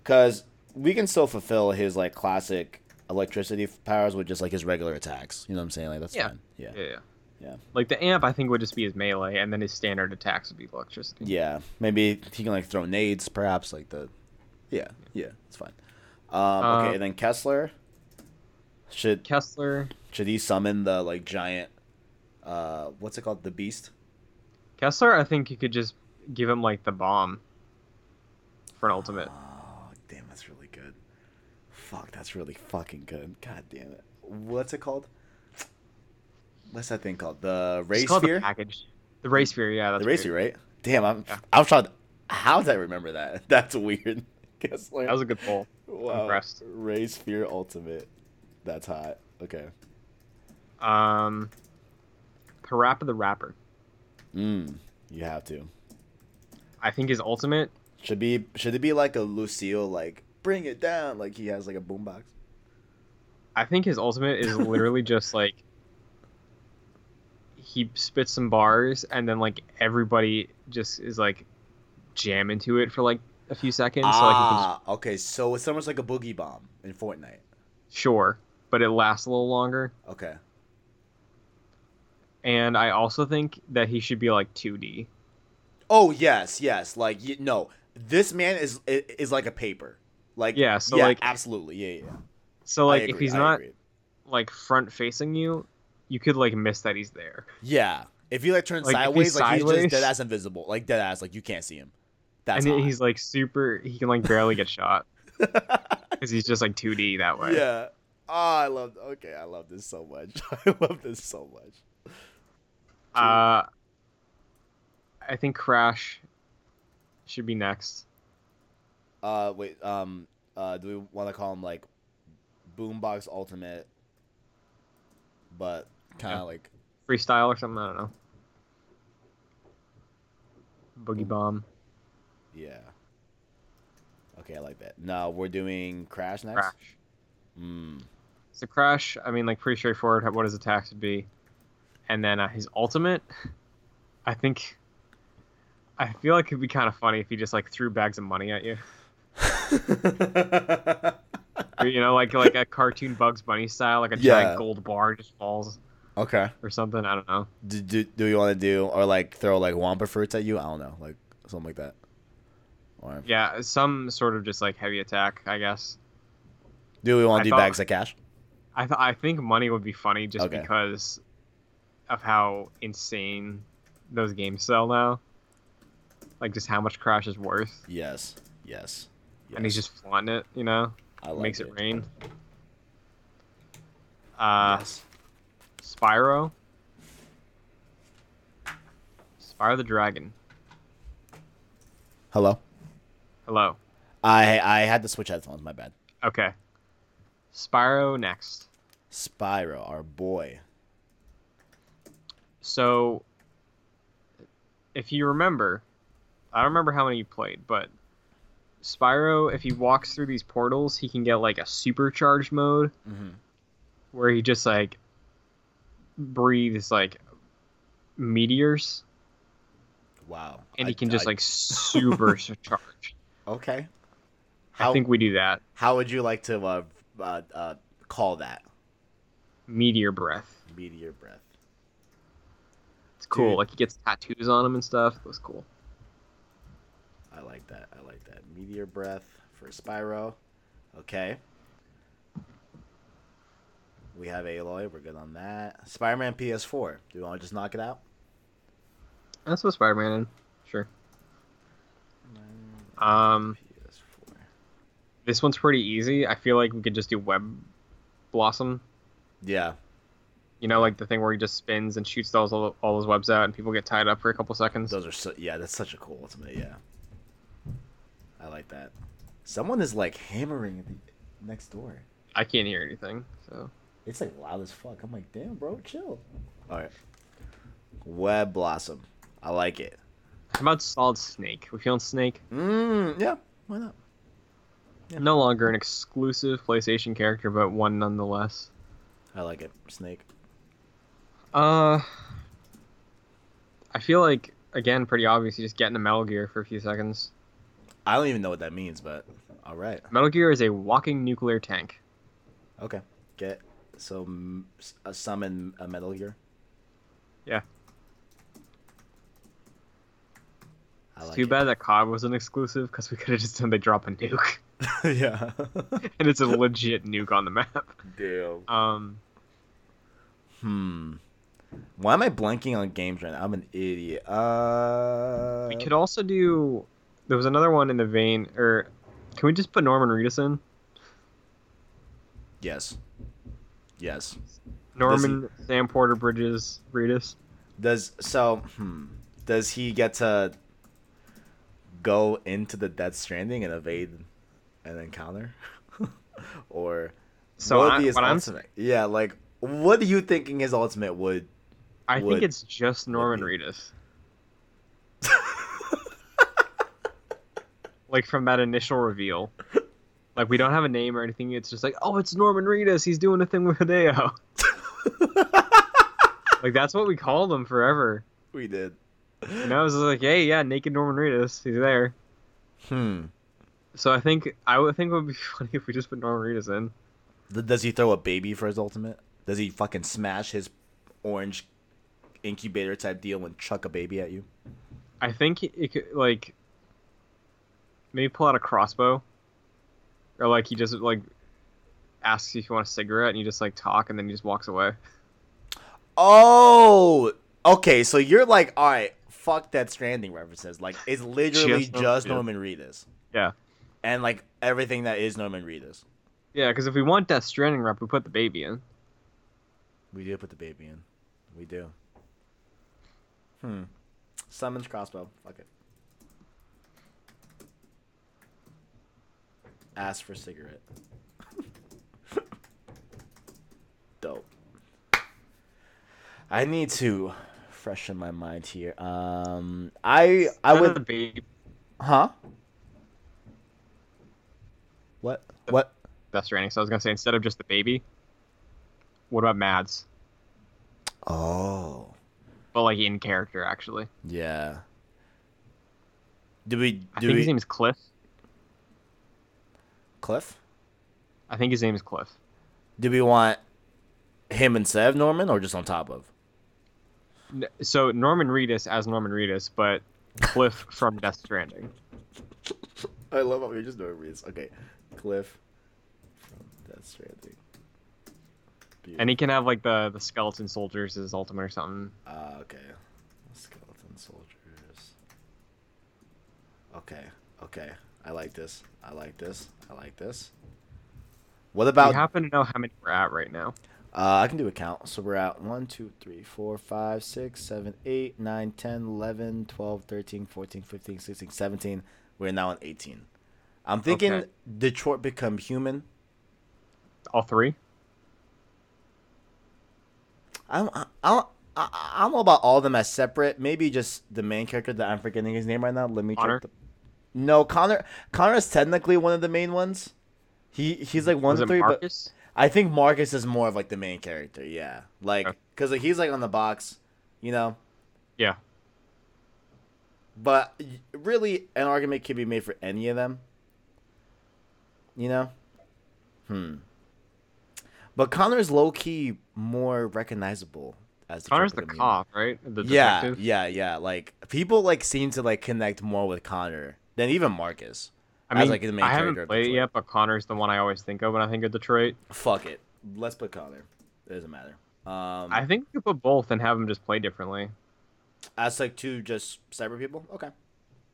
[SPEAKER 2] Because we can still fulfill his like classic electricity f- powers with just like his regular attacks. You know what I'm saying? Like that's
[SPEAKER 3] Yeah.
[SPEAKER 2] fine. Yeah.
[SPEAKER 3] Yeah, yeah.
[SPEAKER 2] Yeah.
[SPEAKER 3] Like the amp, I think would just be his melee, and then his standard attacks would be electricity.
[SPEAKER 2] Yeah. Maybe he can like throw nades, perhaps like the. Yeah. Yeah. It's fine. Um, okay,
[SPEAKER 3] Uh,
[SPEAKER 2] and then Kessler. Should
[SPEAKER 3] Kessler,
[SPEAKER 2] Should he summon the like giant uh, what's it called? The Beast.
[SPEAKER 3] Kessler, I think you could just give him like the bomb for an ultimate.
[SPEAKER 2] Oh, damn, that's really good. Fuck, that's really fucking good. God damn it. What's it called? What's that thing called? The
[SPEAKER 3] It's
[SPEAKER 2] race
[SPEAKER 3] called
[SPEAKER 2] sphere.
[SPEAKER 3] the package. The race sphere, yeah. That's
[SPEAKER 2] The race
[SPEAKER 3] weird.
[SPEAKER 2] sphere, right? Damn, I'm
[SPEAKER 3] Yeah.
[SPEAKER 2] I'm trying. How did I remember that? That's weird. Kessler.
[SPEAKER 3] That was a good poll. impressed.
[SPEAKER 2] Ray Spear Ultimate. That's hot. Okay.
[SPEAKER 3] Um, Parappa the Rapper.
[SPEAKER 2] Mm, you have to.
[SPEAKER 3] I think his ultimate.
[SPEAKER 2] Should be should it be like a Lucille like bring it down like he has like a boombox.
[SPEAKER 3] I think his ultimate is literally just like he spits some bars and then like everybody just is like jam into it for like a few seconds. So like you can
[SPEAKER 2] ah, okay. So it's almost like a boogie bomb in Fortnite.
[SPEAKER 3] just, sure, but it lasts a little longer.
[SPEAKER 2] Okay.
[SPEAKER 3] And I also think that he should be like 2D.
[SPEAKER 2] Oh yes, yes. Like y no, this man is i- is like a paper. Like
[SPEAKER 3] Yeah, so, like-
[SPEAKER 2] absolutely. Yeah, yeah. yeah.
[SPEAKER 3] So
[SPEAKER 2] I
[SPEAKER 3] like if
[SPEAKER 2] agree,
[SPEAKER 3] he's
[SPEAKER 2] I
[SPEAKER 3] not
[SPEAKER 2] agree.
[SPEAKER 3] like front facing you, you could like miss that he's there.
[SPEAKER 2] Yeah. If he like turns
[SPEAKER 3] Like, if he's
[SPEAKER 2] sideways, like he's
[SPEAKER 3] sideways-
[SPEAKER 2] just dead ass invisible. Like dead ass, like you can't see him. That's
[SPEAKER 3] and
[SPEAKER 2] hot.
[SPEAKER 3] he's like super. He can like barely get shot because he's just like 2D that way.
[SPEAKER 2] Yeah. Oh, I love. Okay, I love this so much. I love this so much.
[SPEAKER 3] Uh, I think Crash should be next.
[SPEAKER 2] Uh, wait. Um. Uh, do we want to call him like Boombox Ultimate? But kind of
[SPEAKER 3] Yeah.
[SPEAKER 2] like
[SPEAKER 3] Freestyle or something. I don't know. Boogie Bomb.
[SPEAKER 2] yeah. Okay, I like that. No, we're doing Crash next.
[SPEAKER 3] Crash.
[SPEAKER 2] Mm.
[SPEAKER 3] So Crash. I mean, like pretty straightforward. What his attacks would be, and then uh, his ultimate. I think. I feel like it'd be kind of funny if he just like threw bags of money at you. Or, you know, like like a cartoon Bugs Bunny style, like a
[SPEAKER 2] Yeah.
[SPEAKER 3] giant gold bar just falls
[SPEAKER 2] okay.
[SPEAKER 3] or something. I don't know.
[SPEAKER 2] Do, do do you want to do or like throw like Wampa fruits at you? I don't know, like something like that. Or
[SPEAKER 3] Yeah, some sort of just like heavy attack, I guess.
[SPEAKER 2] do we want to
[SPEAKER 3] I
[SPEAKER 2] do
[SPEAKER 3] thought-
[SPEAKER 2] bags of cash?
[SPEAKER 3] I th- I think money would be funny just
[SPEAKER 2] Okay.
[SPEAKER 3] because of how insane those games sell now. Like just how much Crash is worth,
[SPEAKER 2] Yes. Yes.
[SPEAKER 3] and he's
[SPEAKER 2] yes.
[SPEAKER 3] just flaunting it. You know,
[SPEAKER 2] I like
[SPEAKER 3] makes it, rain. Uh,
[SPEAKER 2] Yes.
[SPEAKER 3] Spyro. Spyro the Dragon.
[SPEAKER 2] Hello.
[SPEAKER 3] Hello.
[SPEAKER 2] I I had to switch headphones. My bad.
[SPEAKER 3] Okay. Spyro next.
[SPEAKER 2] Spyro, our boy.
[SPEAKER 3] So, if you remember, I don't remember how many you played, but Spyro, if he walks through these portals, he can get like a supercharged mode where he just like breathes like meteors
[SPEAKER 2] Wow.
[SPEAKER 3] and
[SPEAKER 2] I-
[SPEAKER 3] he can just
[SPEAKER 2] I-
[SPEAKER 3] like supercharge.
[SPEAKER 2] okay. How
[SPEAKER 3] I think we do that.
[SPEAKER 2] how would you like to uh, uh, uh, call that
[SPEAKER 3] Meteor breath.
[SPEAKER 2] meteor breath?
[SPEAKER 3] It's cool.
[SPEAKER 2] Dude.
[SPEAKER 3] Like he gets tattoos on him and stuff. It was cool.
[SPEAKER 2] I like that. I like that meteor breath for Spyro. Okay. We have Aloy. We're good on that. Spider-Man PS4. Do you want to just knock it out?
[SPEAKER 3] That's what Spider Man in. Sure. Um,
[SPEAKER 2] PS4.
[SPEAKER 3] This one's pretty easy. I feel like we could just do Web Blossom.
[SPEAKER 2] Yeah.
[SPEAKER 3] You know, like the thing where he just spins and shoots those all, all those webs out, and people get tied up for a couple seconds.
[SPEAKER 2] Those are so yeah, that's such a cool ultimate, yeah. I like that. Someone is like hammering at the next door.
[SPEAKER 3] I can't hear anything. So
[SPEAKER 2] It's like loud as fuck. I'm like, damn bro, chill. Alright. Web blossom. I like it.
[SPEAKER 3] how about Solid Snake? We feeling Snake?
[SPEAKER 2] Mmm, yeah, why not? Yeah.
[SPEAKER 3] No longer an exclusive PlayStation character, but one nonetheless.
[SPEAKER 2] I like it. Snake.
[SPEAKER 3] Uh, I feel like again, pretty obvious. You just get into Metal Gear for a few seconds.
[SPEAKER 2] I don't even know what that means, but alright.
[SPEAKER 3] Metal Gear is a walking nuclear tank.
[SPEAKER 2] Okay. Get so m- s- uh, summon a metal gear.
[SPEAKER 3] Yeah.
[SPEAKER 2] I
[SPEAKER 3] It's
[SPEAKER 2] like
[SPEAKER 3] Too
[SPEAKER 2] it.
[SPEAKER 3] bad that COD was an exclusive because we could have just done they drop a nuke,
[SPEAKER 2] yeah.
[SPEAKER 3] and it's a legit nuke on the map.
[SPEAKER 2] Damn.
[SPEAKER 3] Um,
[SPEAKER 2] Hmm. Why am I blanking on games right now? I'm an idiot. Uh,
[SPEAKER 3] We could also do. There was another one in the vein, or can we just put Norman Reedus in?
[SPEAKER 2] yes, yes.
[SPEAKER 3] Norman, Sam Porter Bridges, Reedus.
[SPEAKER 2] Does so? Hmm, does he get to go into the Death Stranding and evade an encounter, or
[SPEAKER 3] So
[SPEAKER 2] what would
[SPEAKER 3] I,
[SPEAKER 2] be his
[SPEAKER 3] what I'm,
[SPEAKER 2] ultimate? yeah, like what are you thinking his ultimate would?
[SPEAKER 3] I think
[SPEAKER 2] would-
[SPEAKER 3] it's just Norman Reedus. like from that initial reveal, like we don't have a name or anything. It's just like, oh, it's Norman Reedus. He's doing a thing with Hideo. like that's what we called him forever.
[SPEAKER 2] we did.
[SPEAKER 3] And I was like, hey, yeah, naked Norman Reedus. He's there.
[SPEAKER 2] Hmm.
[SPEAKER 3] So I think I would think it would be funny if we just put Norman Reedus in.
[SPEAKER 2] Th- Does he throw a baby for his ultimate? Does he fucking smash his orange incubator type deal and chuck a baby at you?
[SPEAKER 3] I think it could like maybe pull out a crossbow, or like he just like asks you if you want a cigarette, and you just like talk, and then he just walks away.
[SPEAKER 2] Oh, okay. So you're like, all right, fuck that Stranding references. Like, it's literally
[SPEAKER 3] Just
[SPEAKER 2] just
[SPEAKER 3] Norman Reedus.
[SPEAKER 2] Norman Reedus.
[SPEAKER 3] Yeah.
[SPEAKER 2] And like everything that is Norman Reedus,
[SPEAKER 3] Yeah, because if we want Death Stranding rep, we put the baby in.
[SPEAKER 2] we do put the baby in. We do. Hmm. Summons crossbow. Fuck it. Ask for cigarette. Dope. I need to freshen my mind here. Um, I I
[SPEAKER 3] None of
[SPEAKER 2] would
[SPEAKER 3] the baby
[SPEAKER 2] Huh? What? What?
[SPEAKER 3] Death Stranding. So I was gonna say instead of just the baby, what about Mads?
[SPEAKER 2] Oh,
[SPEAKER 3] But like in character, actually.
[SPEAKER 2] yeah. Do we?
[SPEAKER 3] I
[SPEAKER 2] Do
[SPEAKER 3] think
[SPEAKER 2] we?
[SPEAKER 3] his name is Cliff.
[SPEAKER 2] Cliff?
[SPEAKER 3] I think his name is Cliff.
[SPEAKER 2] Do we want him instead of Norman, or just on top of?
[SPEAKER 3] N- So Norman Reedus as Norman Reedus, but Cliff from Death Stranding.
[SPEAKER 2] I love how we're just doing reads. Okay, Cliff from Death Stranding.
[SPEAKER 3] And he can have like the the skeleton soldiers as his ultimate or something.
[SPEAKER 2] Ah, okay. Skeleton soldiers. Okay, okay. I like this. I like this. I like this. What
[SPEAKER 3] Do
[SPEAKER 2] about
[SPEAKER 3] you happen to know how many we're at right now?
[SPEAKER 2] Uh, I can do a count. So we're at 1, 2, 3, 4, 5, 6, 7, 8, 9, 10, 11, 12, 13, 14, 15, 16, 17. We're now on 18. I'm thinking
[SPEAKER 3] Okay.
[SPEAKER 2] Detroit Become Human.
[SPEAKER 3] All three?
[SPEAKER 2] I'm, I, I, I, I don't know about all of them as separate. Maybe just the main character that I'm forgetting his name right now. Let me
[SPEAKER 3] Connor?
[SPEAKER 2] check. The... No, Connor. Connor is technically one of the main ones. He he's like one
[SPEAKER 3] Was
[SPEAKER 2] of
[SPEAKER 3] it
[SPEAKER 2] three, but
[SPEAKER 3] Marcus?
[SPEAKER 2] I think Marcus is more of like the main character. Yeah, like
[SPEAKER 3] Okay.
[SPEAKER 2] because like, he's like on the box, you know.
[SPEAKER 3] Yeah.
[SPEAKER 2] But y- really, an argument can be made for any of them. You know? Hmm. But Connor's low key more recognizable as
[SPEAKER 3] Connor's the
[SPEAKER 2] Tropic Amino.
[SPEAKER 3] cop, right? The
[SPEAKER 2] Yeah,
[SPEAKER 3] detective.
[SPEAKER 2] yeah, yeah. Like people like seem to like connect more with Connor than even Marcus.
[SPEAKER 3] I
[SPEAKER 2] as,
[SPEAKER 3] mean,
[SPEAKER 2] like, the main
[SPEAKER 3] I haven't
[SPEAKER 2] character of
[SPEAKER 3] played it
[SPEAKER 2] Detroit.
[SPEAKER 3] yet, but Connor's the one I always think of when I think of Detroit.
[SPEAKER 2] Fuck it. Let's put Connor. It doesn't matter. Um,
[SPEAKER 3] I think we could put both and have them just play differently.
[SPEAKER 2] as like two just cyber people. Okay.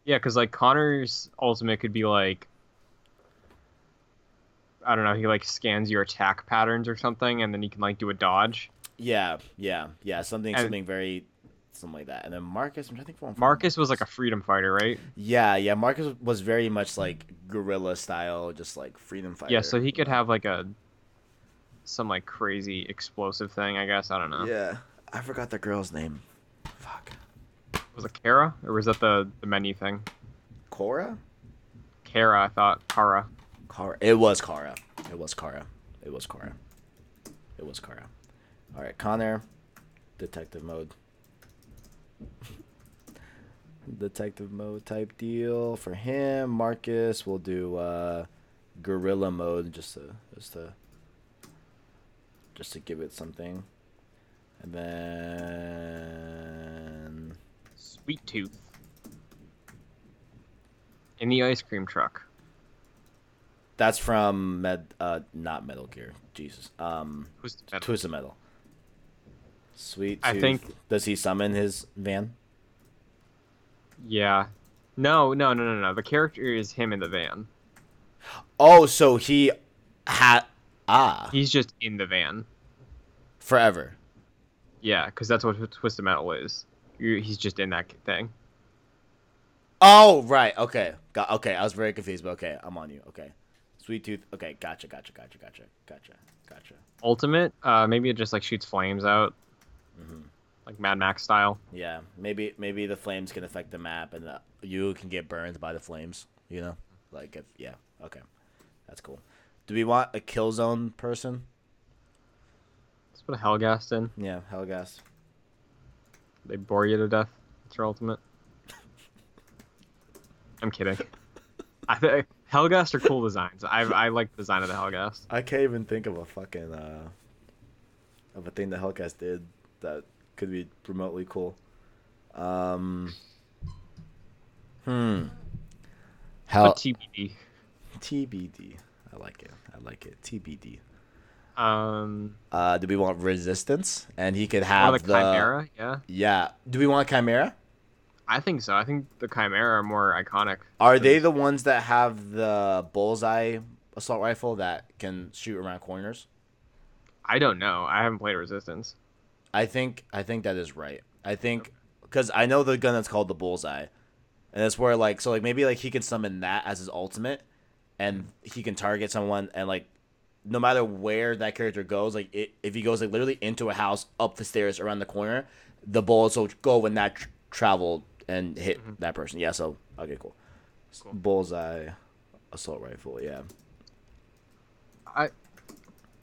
[SPEAKER 3] Yeah, because like Connor's ultimate could be like, I don't know, he like scans your attack patterns or something, and then he can like do a dodge.
[SPEAKER 2] Yeah, yeah, yeah. Something,
[SPEAKER 3] And-
[SPEAKER 2] something very, something like that. And then Marcus, I'm trying to think. of one from
[SPEAKER 3] Marcus was like a freedom fighter, right?
[SPEAKER 2] Yeah, yeah. Marcus was very much like guerrilla style, just like freedom fighter.
[SPEAKER 3] Yeah, so he could have like a some like crazy explosive thing, I guess. I don't know.
[SPEAKER 2] Yeah, I forgot the girl's name. Fuck.
[SPEAKER 3] Was it Kara? Or was that the, the menu thing?
[SPEAKER 2] Cora.
[SPEAKER 3] Kara, I thought. Kara.
[SPEAKER 2] Kara. It was Kara. It was Kara. It was Kara. It was Kara. All right, Connor, detective mode. detective mode type deal for him. Marcus will do uh, gorilla mode just to just to just to give it something, and then
[SPEAKER 3] Sweet Tooth. In the ice cream truck.
[SPEAKER 2] that's from med uh not Metal Gear. Jesus. Um.
[SPEAKER 3] Who's the
[SPEAKER 2] Twisted Metal. Sweet.
[SPEAKER 3] I
[SPEAKER 2] tooth.
[SPEAKER 3] think-
[SPEAKER 1] Does he summon his van?
[SPEAKER 3] Yeah. No, no, no, no, no. The character is him in the van.
[SPEAKER 2] Oh, so he had ah
[SPEAKER 3] He's just in the van.
[SPEAKER 2] forever.
[SPEAKER 3] Yeah, because that's what Tw- Twisted Metal is. You- He's just in that thing.
[SPEAKER 2] Oh, right. Okay. Got okay. I was very confused, but okay, I'm on you. Okay. Sweet tooth. Okay, gotcha, gotcha, gotcha, gotcha, gotcha, gotcha.
[SPEAKER 3] Ultimate, uh, maybe it just like shoots flames out, like Mad Max style.
[SPEAKER 2] Yeah, maybe maybe the flames can affect the map, and the, you can get burned by the flames. You know, like if yeah, okay, that's cool. Do we want a kill zone person?
[SPEAKER 3] Let's put a Hellgast in.
[SPEAKER 2] Yeah, Hellgas.
[SPEAKER 3] They bore you to death. It's your ultimate. I'm kidding. I think Hellgast are cool designs. I I like the design of the Hellgast.
[SPEAKER 1] I can't even think of a fucking uh, of a thing that Hellcast did that could be remotely cool. Um, hmm.
[SPEAKER 2] Hell.
[SPEAKER 3] But TBD.
[SPEAKER 1] TBD. I like it. I like it. TBD.
[SPEAKER 3] Um,
[SPEAKER 2] Uh, do we want resistance? And he could
[SPEAKER 3] or
[SPEAKER 2] have
[SPEAKER 3] the
[SPEAKER 2] the.
[SPEAKER 3] Chimera. Yeah,
[SPEAKER 2] Yeah. Do we want Chimera?
[SPEAKER 3] I think so. I think the Chimera are more iconic.
[SPEAKER 2] Are
[SPEAKER 3] than-
[SPEAKER 2] they the ones that have the bullseye assault rifle that can shoot around corners?
[SPEAKER 3] I don't know. I haven't played Resistance.
[SPEAKER 2] I think I think that is right. I think because I know the gun that's called the bullseye, and that's where like so like maybe like he can summon that as his ultimate, and he can target someone and like no matter where that character goes, like it, if he goes like literally into a house, up the stairs, around the corner, the bullets will go in that tr- travel and hit that person. Yeah. So okay, cool. S-
[SPEAKER 3] Cool.
[SPEAKER 2] Bullseye assault rifle. Yeah.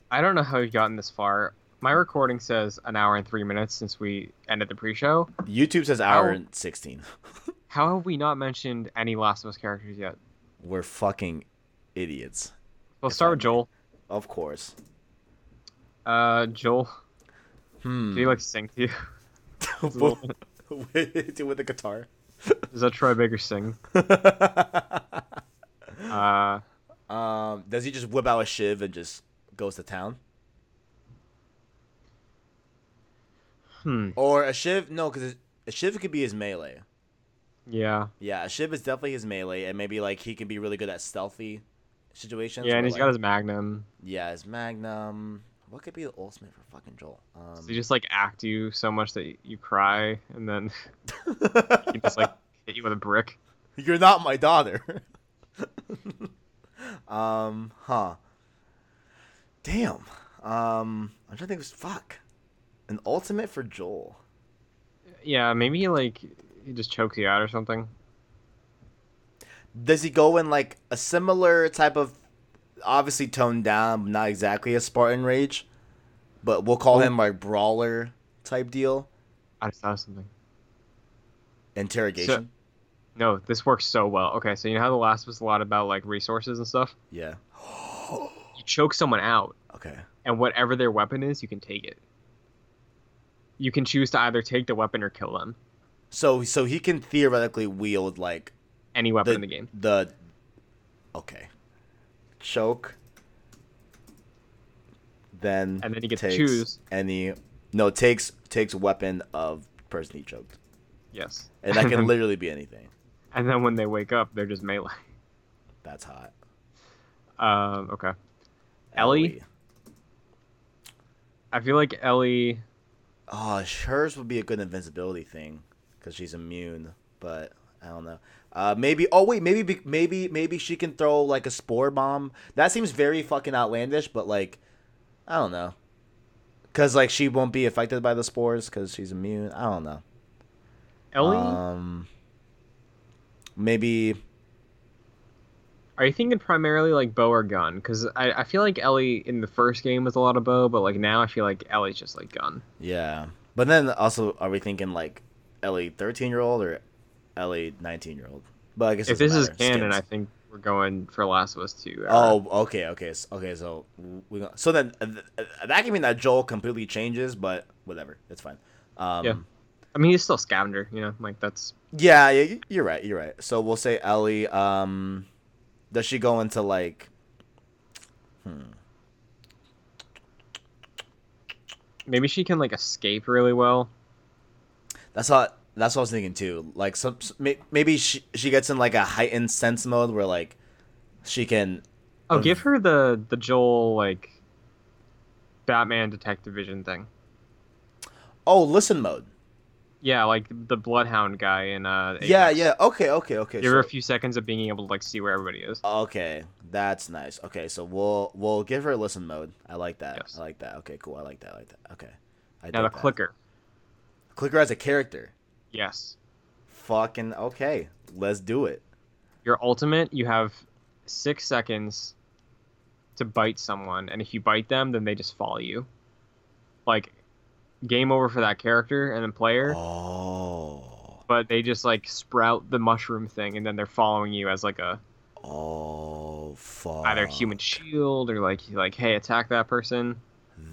[SPEAKER 3] I don't know how we've gotten this far. My recording says an hour and three minutes since we ended the pre-show.
[SPEAKER 2] YouTube says hour
[SPEAKER 3] Ow.
[SPEAKER 2] and sixteen.
[SPEAKER 3] How have we not mentioned any Last of Us characters yet?
[SPEAKER 2] We're fucking idiots.
[SPEAKER 3] We'll start with Joel.
[SPEAKER 2] Of course.
[SPEAKER 3] Uh, Joel,
[SPEAKER 2] Hmm.
[SPEAKER 3] do you like to sing to you?
[SPEAKER 2] with, with the guitar.
[SPEAKER 3] Is that Troy Baker sing? Uh,
[SPEAKER 2] um, does he just whip out a shiv and just goes to town?
[SPEAKER 3] hmm.
[SPEAKER 2] Or a shiv? No, because a shiv could be his melee.
[SPEAKER 3] Yeah.
[SPEAKER 2] Yeah, a shiv is definitely his melee, and maybe like he can be really good at stealthy situations.
[SPEAKER 3] Yeah,
[SPEAKER 2] where,
[SPEAKER 3] and he's
[SPEAKER 2] like,
[SPEAKER 3] got his Magnum.
[SPEAKER 2] yeah his magnum. What could be the ultimate for fucking Joel? Um,
[SPEAKER 3] So you just like act you so much that y- you cry, and then he just like hit you with a brick.
[SPEAKER 2] You're not my daughter. um, huh. Damn. Um, I'm trying to think. Of, fuck. An ultimate for Joel.
[SPEAKER 3] Yeah, maybe he like he just chokes you out or something.
[SPEAKER 2] Does he go in like a similar type of, obviously toned down, not exactly a Spartan rage, but we'll call him like brawler type deal
[SPEAKER 3] I just thought of something.
[SPEAKER 2] interrogation.
[SPEAKER 3] No, this works so well. Okay, so you know how the last was a lot about like resources and stuff.
[SPEAKER 2] yeah.
[SPEAKER 3] You choke someone out,
[SPEAKER 2] Okay.
[SPEAKER 3] and whatever their weapon is, you can take it. You can choose to either take the weapon or kill them.
[SPEAKER 2] So so he can theoretically wield like
[SPEAKER 3] Any weapon
[SPEAKER 2] the
[SPEAKER 3] in the game.
[SPEAKER 2] The okay, choke. Then
[SPEAKER 3] And then he gets to
[SPEAKER 2] takes
[SPEAKER 3] choose.
[SPEAKER 2] any no takes takes weapon of person he choked,
[SPEAKER 3] Yes.
[SPEAKER 2] and that can
[SPEAKER 3] then,
[SPEAKER 2] literally be anything.
[SPEAKER 3] and then when they wake up, they're just melee.
[SPEAKER 2] That's hot.
[SPEAKER 3] Um, okay. Ellie? I feel like Ellie.
[SPEAKER 2] Oh, hers would be a good invincibility thing because she's immune. But I don't know. Uh, maybe. Oh wait, maybe be- maybe maybe she can throw like a spore bomb. That seems very fucking outlandish, but like, I don't know. Cause like she won't be affected by the spores because she's immune. I don't know.
[SPEAKER 3] Ellie?
[SPEAKER 2] Um. Maybe.
[SPEAKER 3] Are you thinking primarily like bow or gun? Because I, I feel like Ellie in the first game was a lot of bow, but like now I feel like Ellie's just like gun.
[SPEAKER 2] Yeah. But then also, are we thinking like Ellie thirteen year old or Ellie nineteen year old? But I guess
[SPEAKER 3] If
[SPEAKER 2] doesn't
[SPEAKER 3] this is
[SPEAKER 2] matter.
[SPEAKER 3] canon,
[SPEAKER 2] Skins.
[SPEAKER 3] I think we're going for Last of Us 2. era.
[SPEAKER 2] Oh, okay, okay, s- okay. So we gon- so then uh, th- uh, that can mean that Joel completely changes, but whatever, it's fine. Um,
[SPEAKER 3] Yeah. I mean, he's still scavenger, you know? Like that's.
[SPEAKER 2] yeah, yeah, y- you're right, you're right. So we'll say Ellie. Um, does she go into like? Hmm.
[SPEAKER 3] Maybe she can like escape really well.
[SPEAKER 2] That's all. That's what I was thinking too. Like some, may- maybe she she gets in like a heightened sense mode where like she can.
[SPEAKER 3] Oh,
[SPEAKER 2] Mm.
[SPEAKER 3] give her the the Joel like Batman Detective Vision thing.
[SPEAKER 2] Oh, listen mode.
[SPEAKER 3] Yeah, like the Bloodhound guy in uh.
[SPEAKER 2] Yeah,
[SPEAKER 3] Apex.
[SPEAKER 2] yeah. Okay, okay, okay.
[SPEAKER 3] Give her
[SPEAKER 2] sure.
[SPEAKER 3] a few seconds of being able to like see where everybody is.
[SPEAKER 2] Okay, that's nice. Okay, so we'll we'll give her listen mode. I like that.
[SPEAKER 3] Yes.
[SPEAKER 2] I like that. Okay, cool. I like that. I like that. Okay. I
[SPEAKER 3] now the
[SPEAKER 2] dig that.
[SPEAKER 3] clicker.
[SPEAKER 2] Clicker as a character.
[SPEAKER 3] Yes.
[SPEAKER 2] Fucking okay. Let's do it.
[SPEAKER 3] Your ultimate, you have six seconds to bite someone, and if you bite them, then they just follow you. Like, game over for that character and the player,
[SPEAKER 2] Oh.
[SPEAKER 3] but they just like sprout the mushroom thing, and then they're following you as like a
[SPEAKER 2] Oh fuck.
[SPEAKER 3] either human shield or like like hey attack that person.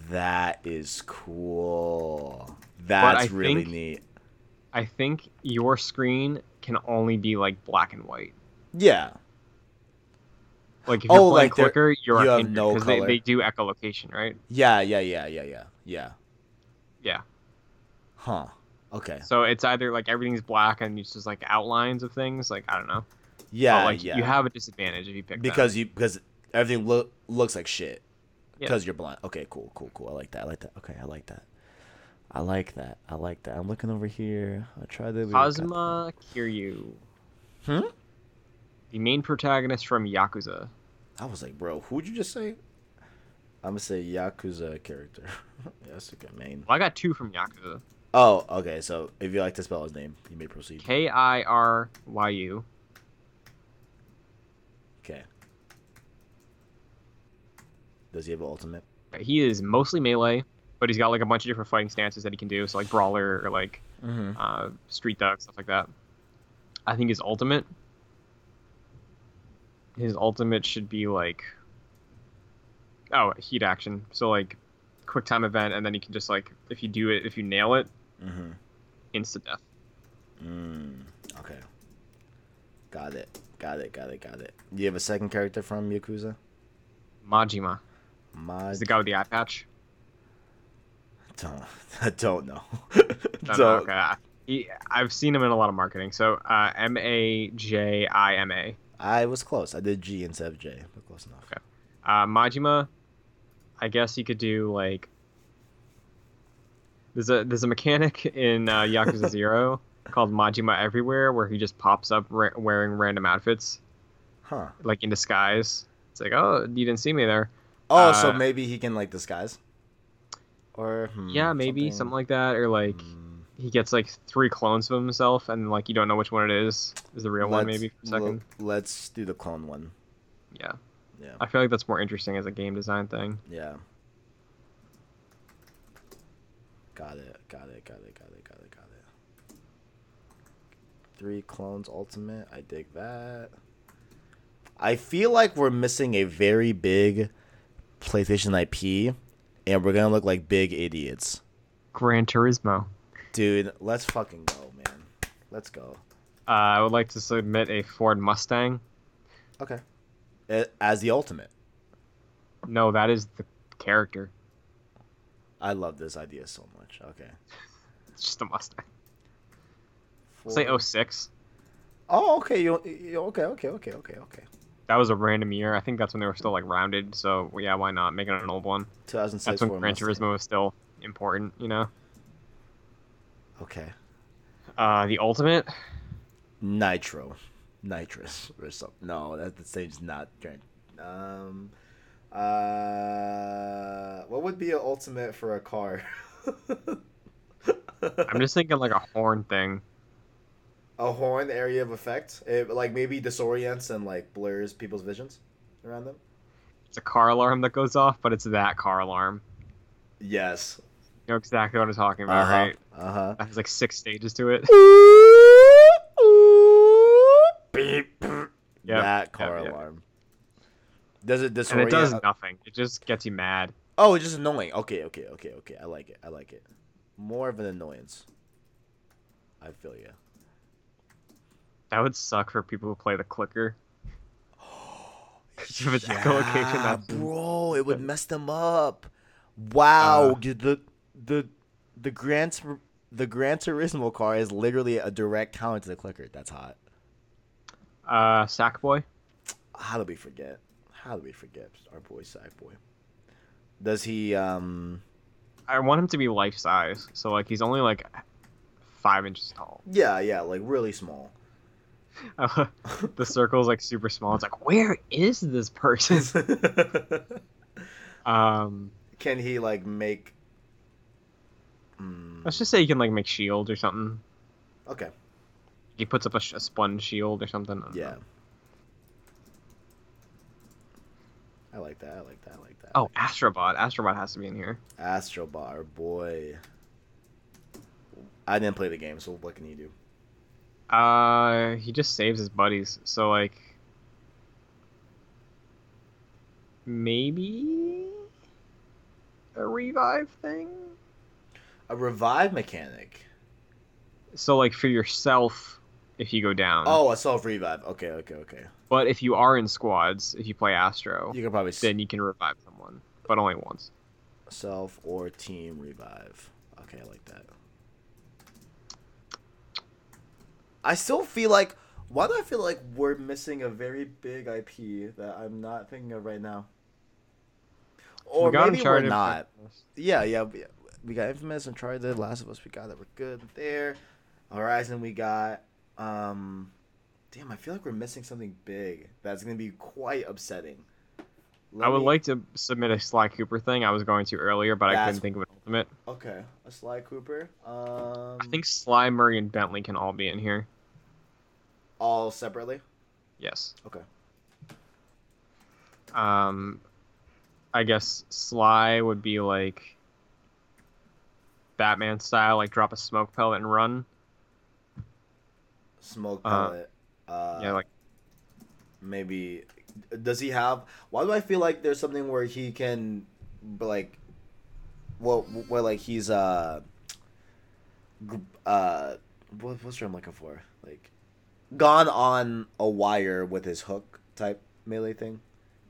[SPEAKER 2] That is cool. That's
[SPEAKER 3] I
[SPEAKER 2] really
[SPEAKER 3] think-
[SPEAKER 2] neat.
[SPEAKER 3] I think your screen can only be like black and white.
[SPEAKER 2] Yeah.
[SPEAKER 3] Like if
[SPEAKER 2] Oh,
[SPEAKER 3] you're playing
[SPEAKER 2] like they're-
[SPEAKER 3] quicker, you're
[SPEAKER 2] you have
[SPEAKER 3] hindered,
[SPEAKER 2] no
[SPEAKER 3] 'cause
[SPEAKER 2] color.
[SPEAKER 3] They, they do echolocation, right?
[SPEAKER 2] Yeah, yeah, yeah, yeah, yeah. Yeah.
[SPEAKER 3] Yeah.
[SPEAKER 2] Huh. Okay.
[SPEAKER 3] So it's either like everything's black and it's just like outlines of things. Like I don't know. But,
[SPEAKER 2] Yeah,
[SPEAKER 3] like,
[SPEAKER 2] yeah.
[SPEAKER 3] You have a disadvantage if you pick that.
[SPEAKER 2] because you because everything loo- looks like shit
[SPEAKER 3] Yeah.
[SPEAKER 2] because you're blind. Okay, cool, cool, cool. I like that. I like that. Okay, I like that. I like that. I like that. I'm looking over here. I try the
[SPEAKER 3] Kazuma Kiryu,
[SPEAKER 2] Hmm?
[SPEAKER 3] the main protagonist from Yakuza.
[SPEAKER 2] I was like, bro, who'd you just say?
[SPEAKER 1] I'm gonna say Yakuza character. That's a good name.
[SPEAKER 3] Well, I got two from Yakuza.
[SPEAKER 2] Oh, okay. So if you like to spell his name, you may proceed.
[SPEAKER 3] K I R Y U.
[SPEAKER 2] Okay. Does he have an ultimate?
[SPEAKER 3] He is mostly melee, but he's got like a bunch of different fighting stances that he can do. So like brawler or like
[SPEAKER 1] Mm-hmm.
[SPEAKER 3] uh, street dog stuff like that. I think his ultimate. His ultimate should be like. Oh, heat action. So like, quick time event, and then you can just like, if you do it, if you nail it,
[SPEAKER 1] Mm-hmm.
[SPEAKER 3] insta death.
[SPEAKER 2] Mm, okay.
[SPEAKER 1] Got it. Got it. Got it. Got it. You have a second character from Yakuza?
[SPEAKER 3] Majima
[SPEAKER 1] My
[SPEAKER 3] is the guy with the eye patch.
[SPEAKER 1] don't. I don't know.
[SPEAKER 3] No, no,
[SPEAKER 1] Don't-
[SPEAKER 3] okay. I- He, I've seen him in a lot of marketing. So uh, M A J I M A.
[SPEAKER 1] I was close. I did G instead of J, but close enough.
[SPEAKER 3] Okay. Uh, Majima, I guess you could do like. There's a there's a mechanic in uh, Yakuza Zero called Majima Everywhere where he just pops up ra- wearing random outfits
[SPEAKER 1] Huh.
[SPEAKER 3] like in disguise. It's like oh you didn't see me there.
[SPEAKER 1] Oh, so
[SPEAKER 3] Uh,
[SPEAKER 1] maybe he can like disguise. Or hmm,
[SPEAKER 3] yeah maybe something, like that or like
[SPEAKER 1] Hmm,
[SPEAKER 3] he gets like three clones of himself and like you don't know which one it is is the real one
[SPEAKER 1] let's-
[SPEAKER 3] maybe for a second.
[SPEAKER 1] l- let's do the clone one.
[SPEAKER 3] Yeah.
[SPEAKER 1] Yeah.
[SPEAKER 3] I feel like that's more interesting as a game design thing.
[SPEAKER 1] Yeah. Got it. Got it. Got it. Got it. Got it. Got it. Three clones ultimate. I dig that.
[SPEAKER 2] I feel like we're missing a very big PlayStation IP, and we're gonna look like big idiots.
[SPEAKER 3] Gran Turismo.
[SPEAKER 1] Dude, let's fucking go, man. Let's go.
[SPEAKER 3] Uh, I would like to submit a Ford Mustang.
[SPEAKER 1] Okay.
[SPEAKER 2] A- As the ultimate,
[SPEAKER 3] No, that is the character.
[SPEAKER 1] I love this idea so much. Okay.
[SPEAKER 3] It's just a Mustang. Say
[SPEAKER 1] Four-
[SPEAKER 3] 06.
[SPEAKER 1] Oh, okay. You, you okay? Okay. Okay. Okay. Okay.
[SPEAKER 3] That was a random year. I think that's when they were still like rounded. So yeah, why not make it an old one?
[SPEAKER 1] 2006.
[SPEAKER 3] That's when
[SPEAKER 1] Ford
[SPEAKER 3] Gran
[SPEAKER 1] Mustang.
[SPEAKER 3] Turismo was still important. You know.
[SPEAKER 1] Okay.
[SPEAKER 3] Uh, the ultimate.
[SPEAKER 1] Nitro, nitrous or something. No, that the same's not drink. Um, uh, what would be an ultimate for a car?
[SPEAKER 3] I'm just thinking like a horn thing.
[SPEAKER 1] a horn area of effect. It like maybe disorients and like blurs people's visions around them.
[SPEAKER 3] It's a car alarm that goes off, but it's that car alarm.
[SPEAKER 1] Yes.
[SPEAKER 3] You know exactly what I'm talking about,
[SPEAKER 2] Uh-huh.
[SPEAKER 3] right?
[SPEAKER 1] Uh huh.
[SPEAKER 3] That has like six stages to it. Yep,
[SPEAKER 2] that car
[SPEAKER 3] yep, yep.
[SPEAKER 2] alarm. Does it disorient?
[SPEAKER 3] And it does nothing. It just gets you mad.
[SPEAKER 2] Oh, it's just annoying. Okay, okay, okay, okay. I like it. I like it.
[SPEAKER 1] More of an annoyance. I feel you.
[SPEAKER 3] That would suck for people who play the clicker. if it's echolocation, that's
[SPEAKER 2] bro, it would mess them up. Wow,
[SPEAKER 3] Uh,
[SPEAKER 2] dude, the the the Gran Tur- the Gran Turismo car is literally a direct counter to the clicker. That's hot.
[SPEAKER 3] Uh, Sackboy.
[SPEAKER 2] How do we forget? How do we forget our boy Sackboy? Does he um
[SPEAKER 3] I want him to be life size, so like he's only like five inches tall.
[SPEAKER 2] yeah, yeah, like really small.
[SPEAKER 3] the circle's like super small. It's like, where is this person? Um,
[SPEAKER 2] Can he like make Hmm,
[SPEAKER 3] let's just say you can like make shields or something.
[SPEAKER 2] Okay.
[SPEAKER 3] He puts up a, sh- a sponge shield or something. I don't
[SPEAKER 2] Yeah.
[SPEAKER 3] know.
[SPEAKER 2] I like that. I like that. I like that.
[SPEAKER 3] Oh, Astrobot. Astrobot has to be in here.
[SPEAKER 2] Astrobot, our boy. I didn't play the game, so what can you do?
[SPEAKER 3] Uh, he just saves his buddies. So like, maybe a revive thing.
[SPEAKER 2] A revive mechanic.
[SPEAKER 3] So like for yourself, if you go down.
[SPEAKER 2] Oh, a self revive. Okay, okay, okay.
[SPEAKER 3] But if you are in squads, if you play Astro,
[SPEAKER 2] You can probably
[SPEAKER 3] then you can revive someone, but only once.
[SPEAKER 2] self or team revive. Okay, I like that. I still feel like why do I feel like we're missing a very big IP that I'm not thinking of right now? Or
[SPEAKER 3] We got
[SPEAKER 2] maybe we're
[SPEAKER 3] Uncharted.
[SPEAKER 2] not. Yeah, yeah. We, we got Infamous, Uncharted, Last of Us. We got that. We're good there. Horizon. We got. Um, damn, I feel like we're missing something big that's gonna be quite upsetting.
[SPEAKER 3] I
[SPEAKER 2] Let
[SPEAKER 3] would
[SPEAKER 2] me-
[SPEAKER 3] like to submit a Sly Cooper thing. I was going to earlier, but I
[SPEAKER 2] That's-
[SPEAKER 3] couldn't think of an ultimate.
[SPEAKER 2] Okay, a Sly Cooper. Um,
[SPEAKER 3] I think Sly, Murray, and Bentley can all be in here.
[SPEAKER 2] all separately.
[SPEAKER 3] Yes.
[SPEAKER 2] Okay.
[SPEAKER 3] Um, I guess Sly would be like Batman style, like drop a smoke pellet and run.
[SPEAKER 2] Smoke
[SPEAKER 3] Uh,
[SPEAKER 2] pellet. Uh,
[SPEAKER 3] yeah, like
[SPEAKER 2] maybe. Does he have? Why do I feel like there's something where he can, b- like, well, where like he's uh, gr- uh, what, what's the term I'm looking for? Like, gone on a wire with his hook type melee thing.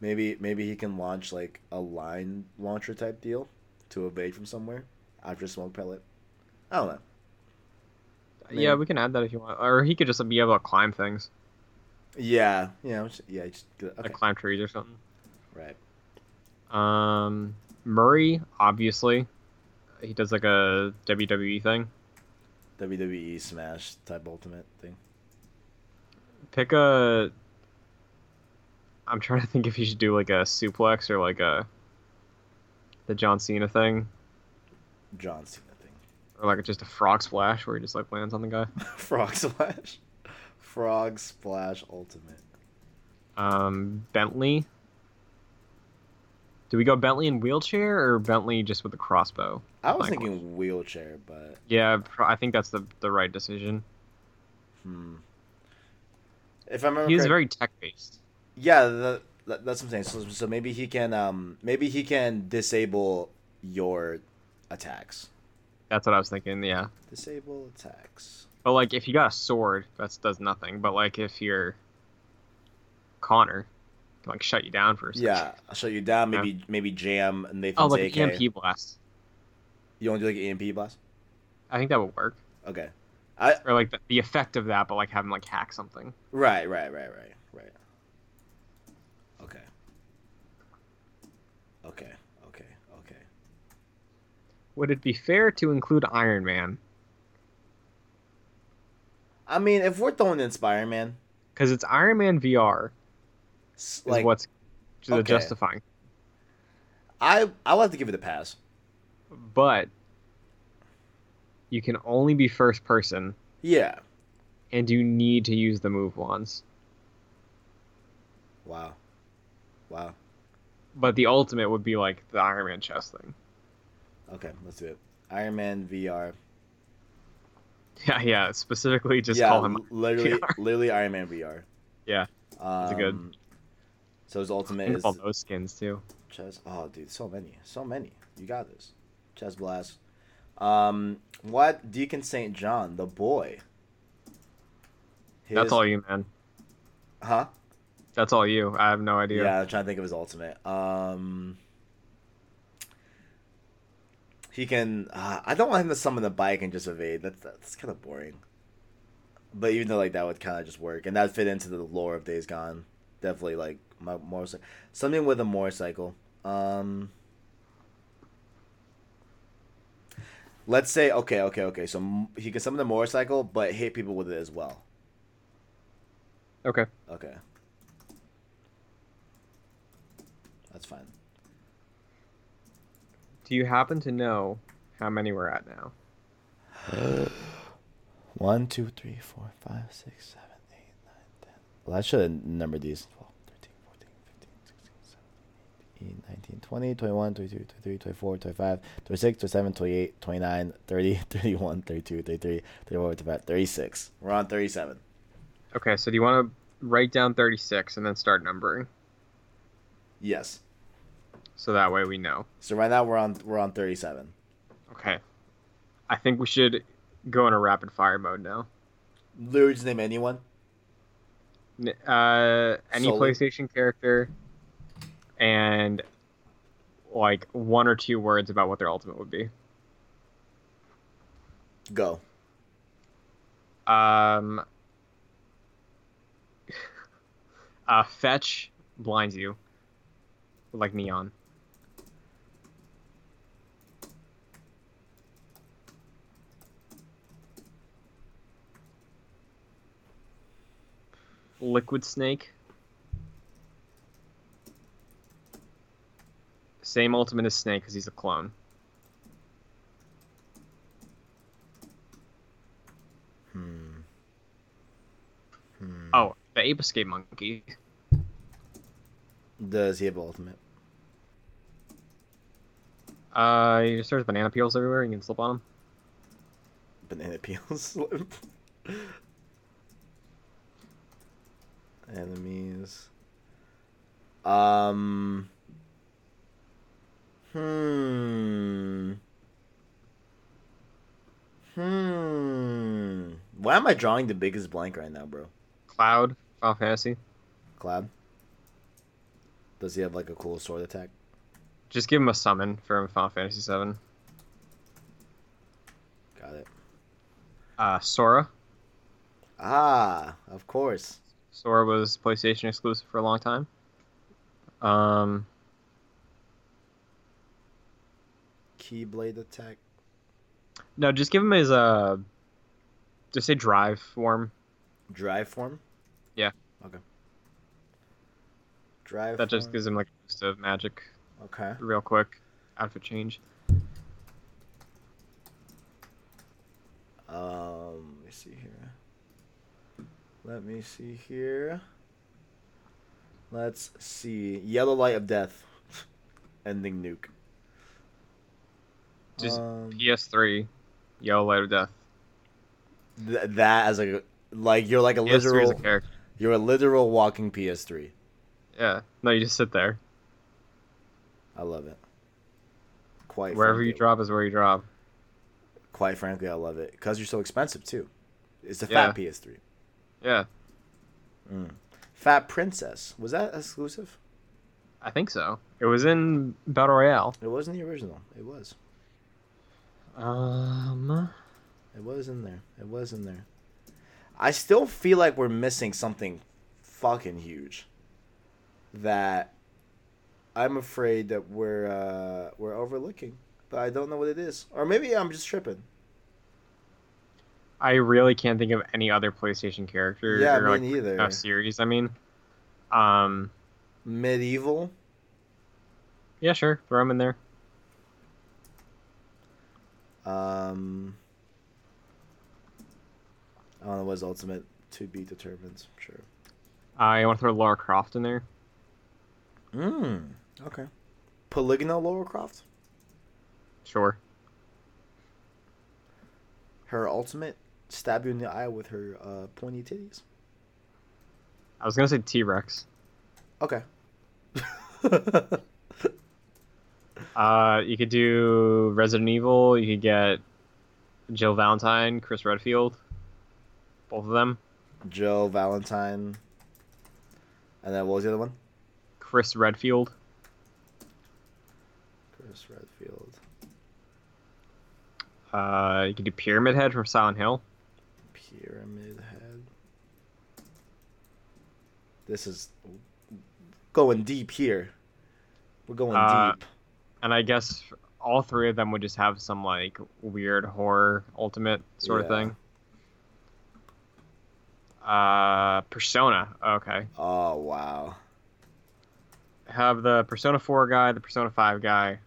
[SPEAKER 2] Maybe maybe he can launch like a line launcher type deal to evade from somewhere after smoke pellet. I don't know.
[SPEAKER 3] yeah,
[SPEAKER 2] maybe.
[SPEAKER 3] we can add that if you want, or he could just be able to climb things,
[SPEAKER 2] Yeah, yeah, I'm just- yeah. Just, okay,
[SPEAKER 3] like climb trees or something.
[SPEAKER 2] right.
[SPEAKER 3] Um, Murray, obviously, he does like a WWE thing.
[SPEAKER 2] WWE E Smash type ultimate thing.
[SPEAKER 3] Pick a. I'm trying to think if you should do like a suplex or like a. The John Cena thing,
[SPEAKER 2] John Cena thing.
[SPEAKER 3] or like just a frog splash where he just like lands on the guy.
[SPEAKER 2] Frog splash. Frog splash ultimate.
[SPEAKER 3] Um, Bentley. Do we go Bentley in wheelchair or Bentley just with a crossbow?
[SPEAKER 2] I was
[SPEAKER 3] Likewise.
[SPEAKER 2] thinking wheelchair, but
[SPEAKER 3] Yeah, pro- I think that's the the right decision.
[SPEAKER 2] hmm. If I remember,
[SPEAKER 3] He's
[SPEAKER 2] correct-
[SPEAKER 3] very tech based.
[SPEAKER 2] yeah, the, that, that's what I'm saying. So, so maybe he can, um, maybe he can disable your attacks.
[SPEAKER 3] That's what I was thinking. Yeah,
[SPEAKER 2] Disable attacks.
[SPEAKER 3] But like, if you got a sword, that does nothing. But like, if you're Connor, can, like shut you down for a second.
[SPEAKER 2] Yeah, I'll shut you down. Maybe maybe jam Nathan's
[SPEAKER 3] Oh, like
[SPEAKER 2] AK.
[SPEAKER 3] an EMP blast.
[SPEAKER 2] You want to do like E an EMP blast?
[SPEAKER 3] I think that would work.
[SPEAKER 2] Okay.
[SPEAKER 3] Or like the, the effect of that, but like having like hack something.
[SPEAKER 2] Right, right, right, right, right. Okay. Okay, okay, okay.
[SPEAKER 3] Would it be fair to include Iron Man?
[SPEAKER 2] I mean, if we're throwing in Spider Man,
[SPEAKER 3] Because it's Iron Man VR is
[SPEAKER 2] like
[SPEAKER 3] what's the
[SPEAKER 2] okay.
[SPEAKER 3] justifying.
[SPEAKER 2] I, I would have to give it a pass.
[SPEAKER 3] But you can only be first person,
[SPEAKER 2] Yeah.
[SPEAKER 3] and you need to use the move wands.
[SPEAKER 2] Wow. Wow.
[SPEAKER 3] But the ultimate would be like the Iron Man chest thing.
[SPEAKER 2] Okay, let's do it. Iron Man VR.
[SPEAKER 3] Yeah, yeah. Specifically, just
[SPEAKER 2] yeah,
[SPEAKER 3] call him
[SPEAKER 2] l- literally,
[SPEAKER 3] VR.
[SPEAKER 2] literally Iron Man VR.
[SPEAKER 3] Yeah,
[SPEAKER 2] Um,
[SPEAKER 3] a good-
[SPEAKER 2] So his ultimate
[SPEAKER 3] Think
[SPEAKER 2] is
[SPEAKER 3] of all those skins too.
[SPEAKER 2] Chess. Oh, dude, so many, so many. You got this. Chess blast. Um, what Deacon Saint John, the boy.
[SPEAKER 3] That's all you, man.
[SPEAKER 2] Huh?
[SPEAKER 3] That's all you. I have no
[SPEAKER 2] Yeah.
[SPEAKER 3] idea.
[SPEAKER 2] I'm trying to think of his ultimate. Um, he can. Uh, I don't want him to summon the bike and just evade. That's that's kind of boring. But even though like that would kind of just work, and that fit into the lore of Days Gone. Definitely like my motorcycle, something with a motorcycle. Um, let's say okay, okay, okay. So m- he can summon the motorcycle, but hit people with it as well.
[SPEAKER 3] Okay.
[SPEAKER 2] Okay. That's fine.
[SPEAKER 3] Do you happen to know how many we're at now?
[SPEAKER 2] One, two, three, four, five, six, seven, eight, nine, ten. Well, I should have numbered these. 12, 13, 14, 15, 16, 17, 18, 19, 20, 21, 22, 23, 24, 25, 26, 27, 28, 29, 30, 31, 32, 33, 34, 35, 36. We're on 37.
[SPEAKER 3] Okay, so do you want to write down 36 and then start numbering
[SPEAKER 2] Yes.
[SPEAKER 3] so that way we know?
[SPEAKER 2] So right now we're on we're on 37.
[SPEAKER 3] Okay. I think we should go into rapid fire mode now.
[SPEAKER 2] Literally just name anyone.
[SPEAKER 3] N- Uh, any
[SPEAKER 2] Sully.
[SPEAKER 3] PlayStation character and like one or two words about what their ultimate would be.
[SPEAKER 2] Go.
[SPEAKER 3] Um, uh, fetch blinds you like neon. Liquid snake. Same ultimate as snake because he's a clone.
[SPEAKER 2] Hmm. Hmm.
[SPEAKER 3] Oh, the ape escape monkey.
[SPEAKER 2] Does he have ultimate?
[SPEAKER 3] Uh, he just throws banana peels everywhere. You can slip on them.
[SPEAKER 2] banana peel slip. Enemies. Um. Hmm. Hmm. Why am I drawing the biggest blank right now, bro?
[SPEAKER 3] Cloud, Final Fantasy.
[SPEAKER 2] Cloud. Does he have like a cool sword attack?
[SPEAKER 3] Just give him a summon from Final Fantasy VII.
[SPEAKER 2] Got it.
[SPEAKER 3] Uh, Sora.
[SPEAKER 2] Ah, of course.
[SPEAKER 3] Sora was PlayStation exclusive for a long time. Um,
[SPEAKER 2] Keyblade attack.
[SPEAKER 3] no, just give him his uh, just say drive form.
[SPEAKER 2] Drive form.
[SPEAKER 3] Yeah.
[SPEAKER 2] Okay. Drive.
[SPEAKER 3] That just
[SPEAKER 2] form.
[SPEAKER 3] gives him like a boost of magic
[SPEAKER 2] Okay.
[SPEAKER 3] real quick, outfit change.
[SPEAKER 2] Um, let me see here. Let me see here. Let's see. Yellow light of death. Ending nuke.
[SPEAKER 3] Just
[SPEAKER 2] Um,
[SPEAKER 3] PS3, Yellow Light of Death.
[SPEAKER 2] th- that as a like you're like a
[SPEAKER 3] PS3 is a
[SPEAKER 2] literal
[SPEAKER 3] character.
[SPEAKER 2] you're a literal walking PS3.
[SPEAKER 3] Yeah. No, you just sit there.
[SPEAKER 2] I love it. Quite
[SPEAKER 3] Wherever you
[SPEAKER 2] frankly-
[SPEAKER 3] drop is where you drop.
[SPEAKER 2] Quite frankly, I love it because you're so expensive too. It's a
[SPEAKER 3] Yeah.
[SPEAKER 2] fat PS3.
[SPEAKER 3] Yeah,
[SPEAKER 2] Fat Princess was that exclusive?
[SPEAKER 3] I think so. It was in Battle Royale.
[SPEAKER 2] It wasn't the original. It was.
[SPEAKER 3] Um.
[SPEAKER 2] It was in there. It was in there. I still feel like we're missing something fucking huge. That I'm afraid that we're uh, we're overlooking, but I don't know what it is. Or maybe I'm just tripping.
[SPEAKER 3] I really can't think of any other PlayStation character
[SPEAKER 2] Yeah,
[SPEAKER 3] or
[SPEAKER 2] me
[SPEAKER 3] like
[SPEAKER 2] neither.
[SPEAKER 3] uh, series. I mean, um,
[SPEAKER 2] Medieval.
[SPEAKER 3] yeah, sure, throw him in there.
[SPEAKER 2] Um, I don't know what's ultimate to be determined. Sure.
[SPEAKER 3] I want to throw Lara Croft in there.
[SPEAKER 2] Mm. Okay. Polygonal Laura Croft.
[SPEAKER 3] Sure.
[SPEAKER 2] Her ultimate stab you in the eye with her uh, pointy titties.
[SPEAKER 3] I was gonna say T Rex.
[SPEAKER 2] Okay.
[SPEAKER 3] Uh, you could do Resident Evil. You could get Jill Valentine, Chris Redfield, both of them.
[SPEAKER 2] Joe Valentine. And then what was the other one?
[SPEAKER 3] Chris Redfield.
[SPEAKER 2] Chris Redfield.
[SPEAKER 3] Uh, you could do Pyramid Head from Silent Hill.
[SPEAKER 2] Pyramid Head. This is going deep here. We're going
[SPEAKER 3] Uh,
[SPEAKER 2] deep.
[SPEAKER 3] and I guess all three of them would just have some like weird horror ultimate sort of
[SPEAKER 2] Yeah.
[SPEAKER 3] thing. Uh, Persona. Okay,
[SPEAKER 2] Oh wow.
[SPEAKER 3] have the Persona Four guy, the Persona Five guy,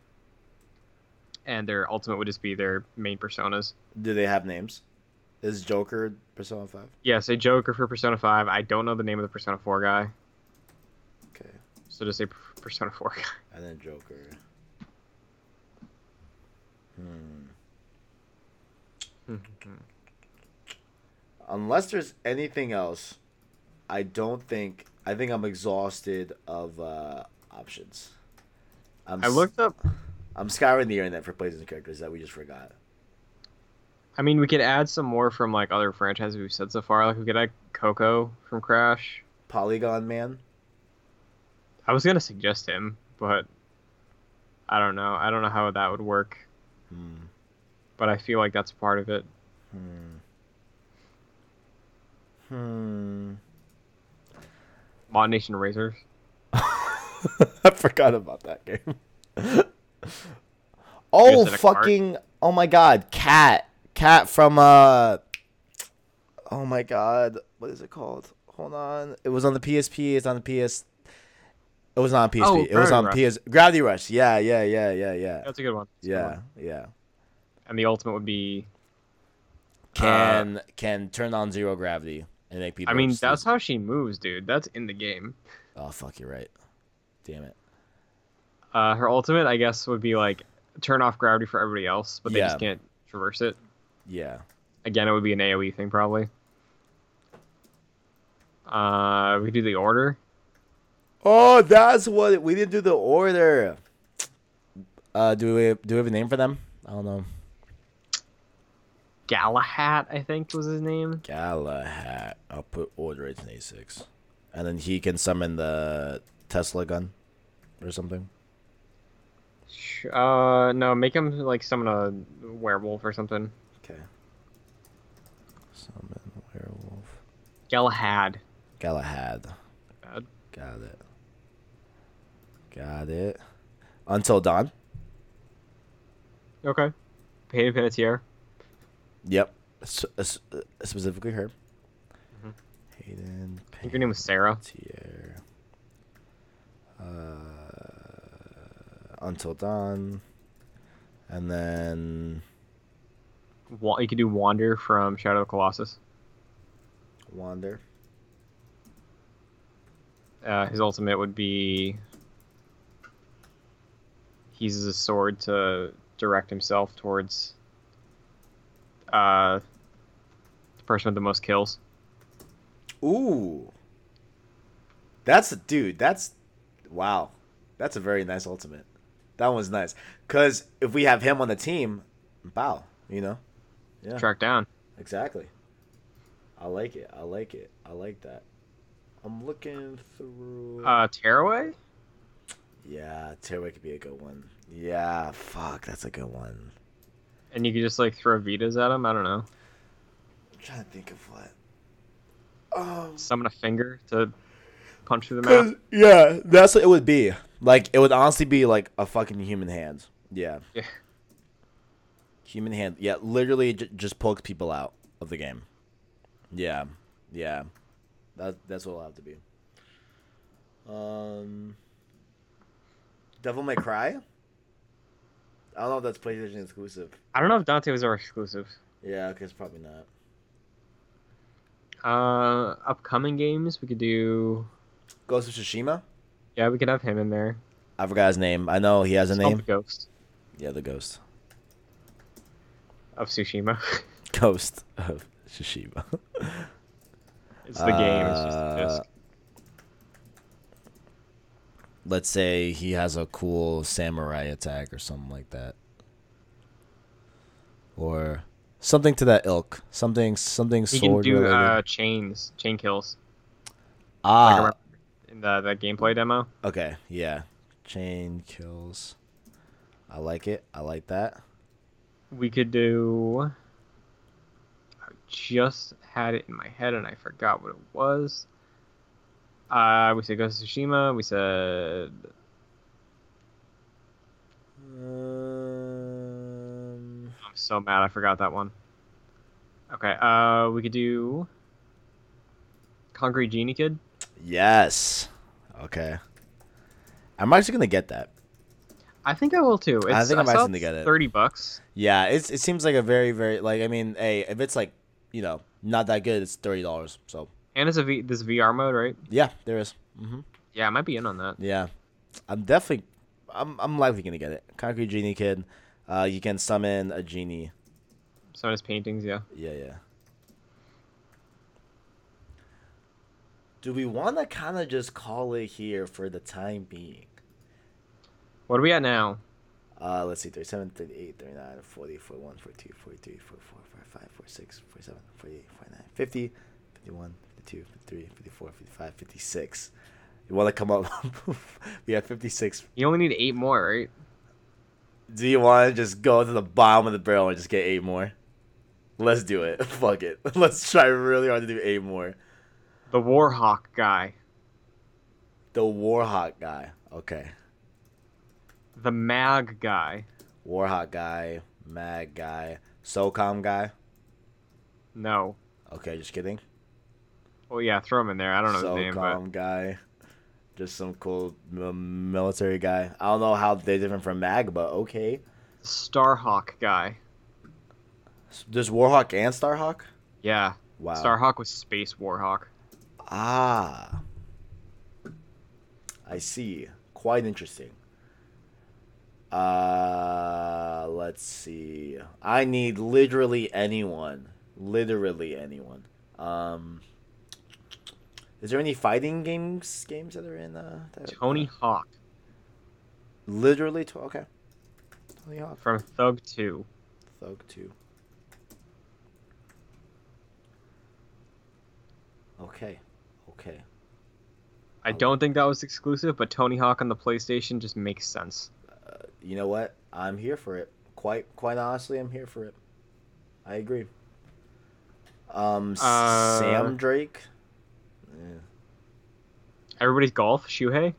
[SPEAKER 3] and their ultimate would just be their main personas.
[SPEAKER 2] Do they have names? Is Joker Persona Five?
[SPEAKER 3] Yeah, say Joker for Persona Five. I don't know the name of the Persona Four guy,
[SPEAKER 2] Okay,
[SPEAKER 3] so just say P- Persona Four guy.
[SPEAKER 2] and then Joker. Hmm. Unless there's anything else, I don't think. I think I'm exhausted of uh, options. I'm
[SPEAKER 3] I
[SPEAKER 2] s-
[SPEAKER 3] looked up.
[SPEAKER 2] I'm scouring the internet for places and characters that we just forgot.
[SPEAKER 3] I mean, we could add some more from like other franchises we've said so far. Like we could add Coco from Crash.
[SPEAKER 2] Polygon Man.
[SPEAKER 3] I was gonna suggest him, but I don't know. I don't know how that would work,
[SPEAKER 2] Hmm.
[SPEAKER 3] but I feel like that's part of it.
[SPEAKER 2] Hmm. Hmm.
[SPEAKER 3] Mod Nation Razors.
[SPEAKER 2] I forgot about that game. oh
[SPEAKER 3] said a cart.
[SPEAKER 2] fucking! Oh my god, cat, cat from uh. Oh my god, what is it called? Hold on, it was on the PSP. It's on the PS. It was not on PSP.
[SPEAKER 3] Oh,
[SPEAKER 2] it was
[SPEAKER 3] Gravity
[SPEAKER 2] on
[SPEAKER 3] Rush.
[SPEAKER 2] PS. Gravity Rush. Yeah, yeah, yeah, yeah, yeah,
[SPEAKER 3] That's a good one. That's a good
[SPEAKER 2] yeah,
[SPEAKER 3] one.
[SPEAKER 2] yeah.
[SPEAKER 3] And the ultimate would be.
[SPEAKER 2] Can can turn on zero gravity and make people.
[SPEAKER 3] Uh, I mean,
[SPEAKER 2] just
[SPEAKER 3] that's
[SPEAKER 2] lose-
[SPEAKER 3] how she moves, dude. That's in the game.
[SPEAKER 2] Oh fuck, you're right. Damn it.
[SPEAKER 3] Uh, her ultimate, I guess, would be like turn off gravity for everybody else, but they
[SPEAKER 2] Yeah.
[SPEAKER 3] just can't traverse it.
[SPEAKER 2] Yeah.
[SPEAKER 3] Again, it would be an AOE thing probably. Uh, we could do the order.
[SPEAKER 2] Oh, that's what it- we didn't do the order. Uh, do we do we have a name for them? I don't know.
[SPEAKER 3] Galahad, I think, was his name.
[SPEAKER 2] Galahad. I'll put order it in A six, and then he can summon the Tesla gun, or something.
[SPEAKER 3] Sh- Uh, no, make him like summon a werewolf or something.
[SPEAKER 2] Okay. Summon werewolf.
[SPEAKER 3] Galahad. Uh,
[SPEAKER 2] Galahad.
[SPEAKER 3] Bad.
[SPEAKER 2] Got it. Got it. Until dawn.
[SPEAKER 3] Okay. Pain Panettiere.
[SPEAKER 2] Yep. S- s- specifically her.
[SPEAKER 3] Mhm.
[SPEAKER 2] Hayden.
[SPEAKER 3] I think her name was Sarah.
[SPEAKER 2] Tier. Uh, Until Dawn. And then
[SPEAKER 3] Wa- You could do Wander from Shadow of the Colossus.
[SPEAKER 2] Wander.
[SPEAKER 3] Uh, his ultimate would be he uses his sword to direct himself towards uh, the person with the most kills.
[SPEAKER 2] Ooh. That's a dude, that's wow. That's a very nice ultimate. That one's nice. Cause if we have him on the team, bow, you know? Yeah.
[SPEAKER 3] Track down.
[SPEAKER 2] Exactly. I like it. I like it. I like that. I'm looking through
[SPEAKER 3] Uh, Tearaway?
[SPEAKER 2] Yeah, Tearaway could be a good one. Yeah, fuck, that's a good one.
[SPEAKER 3] And you could just like throw Vitas at him. I don't know.
[SPEAKER 2] I'm trying to think of what. Um,
[SPEAKER 3] Summon a finger to punch through the mouth.
[SPEAKER 2] 'cause- yeah, that's what it would be. Like it would honestly be like a fucking human hand. Yeah.
[SPEAKER 3] Yeah.
[SPEAKER 2] Human hand. Yeah, literally j- just pokes people out of the game. Yeah, yeah. That that's what it'll have to be. Um, Devil May Cry. I don't know if that's PlayStation exclusive.
[SPEAKER 3] I don't know if Dante was our exclusive.
[SPEAKER 2] Yeah, okay, it's probably not.
[SPEAKER 3] Uh, upcoming games we could do.
[SPEAKER 2] Ghost of Tsushima.
[SPEAKER 3] Yeah, we could have him in there.
[SPEAKER 2] I forgot his name. I know he has a
[SPEAKER 3] It's called
[SPEAKER 2] name.
[SPEAKER 3] The Ghost
[SPEAKER 2] Yeah, the ghost.
[SPEAKER 3] of Tsushima.
[SPEAKER 2] Ghost of Tsushima.
[SPEAKER 3] it's the game. It's just a
[SPEAKER 2] Uh,
[SPEAKER 3] disc.
[SPEAKER 2] Let's say he has a cool samurai attack or something like that. Or something to that ilk. Something something
[SPEAKER 3] You can
[SPEAKER 2] sword
[SPEAKER 3] do
[SPEAKER 2] related.
[SPEAKER 3] uh, chains, chain kills. like
[SPEAKER 2] ah,
[SPEAKER 3] around in the, the gameplay demo.
[SPEAKER 2] okay. Yeah. Chain kills. I like it. I like that.
[SPEAKER 3] We could do. I just had it in my head and I forgot what it was. Uh, we said Ghost of Tsushima. We said.
[SPEAKER 2] Um,
[SPEAKER 3] I'm so mad I forgot that one. Okay. Uh, we could do. Concrete Genie Kid.
[SPEAKER 4] Yes. Okay. I'm actually gonna get that.
[SPEAKER 3] I think I will too. It's, I
[SPEAKER 4] think
[SPEAKER 3] think
[SPEAKER 4] I'm
[SPEAKER 3] I'm
[SPEAKER 4] asking to get it.
[SPEAKER 3] Thirty bucks.
[SPEAKER 4] Yeah, it's it seems like a very very like I mean, hey, if it's like you know not that good, it's thirty dollars. So
[SPEAKER 3] And it's a v- this VR mode, right?
[SPEAKER 4] yeah, there is. Mm-hmm.
[SPEAKER 3] Yeah, I might be in on that.
[SPEAKER 4] Yeah, I'm definitely, I'm I'm likely gonna get it. Concrete genie kid, uh, you can summon a genie.
[SPEAKER 3] So does paintings, yeah.
[SPEAKER 4] Yeah, yeah.
[SPEAKER 2] do we want to kind of just call it here for the time being?
[SPEAKER 3] What are we at now?
[SPEAKER 2] Uh, let's see, 37, 38, 39, 40, 41, 42, 43, 44, 45, 46, 47, 48, 49, 50, 51, 52, 53, 54, 55, 56. You want to come up? we have 56.
[SPEAKER 3] You only need eight more, right?
[SPEAKER 2] Do you want to just go to the bottom of the barrel and just get eight more? Let's do it. Fuck it. Let's try really hard to do eight more.
[SPEAKER 3] The Warhawk guy,
[SPEAKER 2] The Warhawk guy. Okay.
[SPEAKER 3] the Mag guy.
[SPEAKER 2] Warhawk guy, Mag guy, SOCOM guy.
[SPEAKER 3] No.
[SPEAKER 2] Okay, just kidding.
[SPEAKER 3] Well, yeah, throw him in there. I don't know his name,
[SPEAKER 2] SOCOM guy. Just some cool mi- military guy. I don't know how they're different from Mag, but okay.
[SPEAKER 3] but Starhawk guy.
[SPEAKER 2] S- There's Warhawk and Starhawk?
[SPEAKER 3] Yeah,
[SPEAKER 2] Wow.
[SPEAKER 3] Starhawk was Space Warhawk.
[SPEAKER 2] Ah. I see. Quite interesting. Uh, let's see. I need literally anyone. Literally anyone. Um, is there any fighting games games that are in uh that,
[SPEAKER 3] Tony Hawk
[SPEAKER 2] Literally, to- okay. Tony Hawk,
[SPEAKER 3] from Thug Two.
[SPEAKER 2] Thug Two. Okay, okay.
[SPEAKER 3] I don't think that was exclusive, but Tony Hawk on the PlayStation just makes sense.
[SPEAKER 2] you know what? I'm here for it. Quite quite honestly, I'm here for it. I agree. Um, S-
[SPEAKER 3] Uh,
[SPEAKER 2] Sam Drake. Eh,
[SPEAKER 3] Everybody's golf, Shuhei.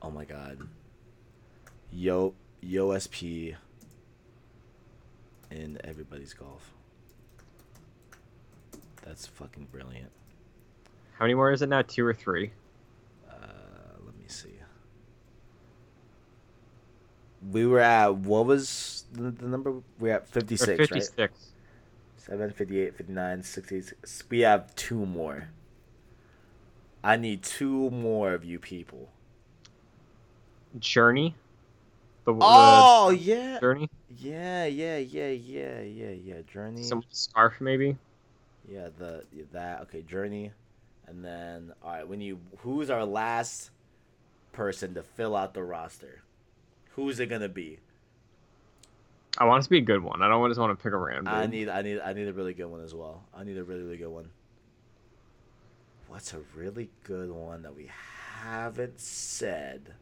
[SPEAKER 2] oh my God. Yo, Yo SP. In everybody's golf. That's fucking brilliant.
[SPEAKER 3] How many more is it now? Two or three?
[SPEAKER 2] Uh, let me see. We were at what was the, the number? We are at fifty
[SPEAKER 3] Or
[SPEAKER 2] six, right?
[SPEAKER 3] fifty-six.
[SPEAKER 2] 7, 58, 59, 66. We have two more. I need two more of you people.
[SPEAKER 3] Journey. The, the
[SPEAKER 2] Oh, yeah.
[SPEAKER 3] Journey.
[SPEAKER 2] Yeah, yeah, yeah, yeah, yeah, yeah. Journey.
[SPEAKER 3] Some scarf maybe.
[SPEAKER 2] Yeah, the yeah, that. Okay, Journey. And then, all right, when you. Who's our last person to fill out the roster? Who's it gonna be?
[SPEAKER 3] I want it to be a good one. I don't just want to pick a random.
[SPEAKER 2] I need, I need, I need a really good one as well. I need a really, really good one. What's a really good one that we haven't said?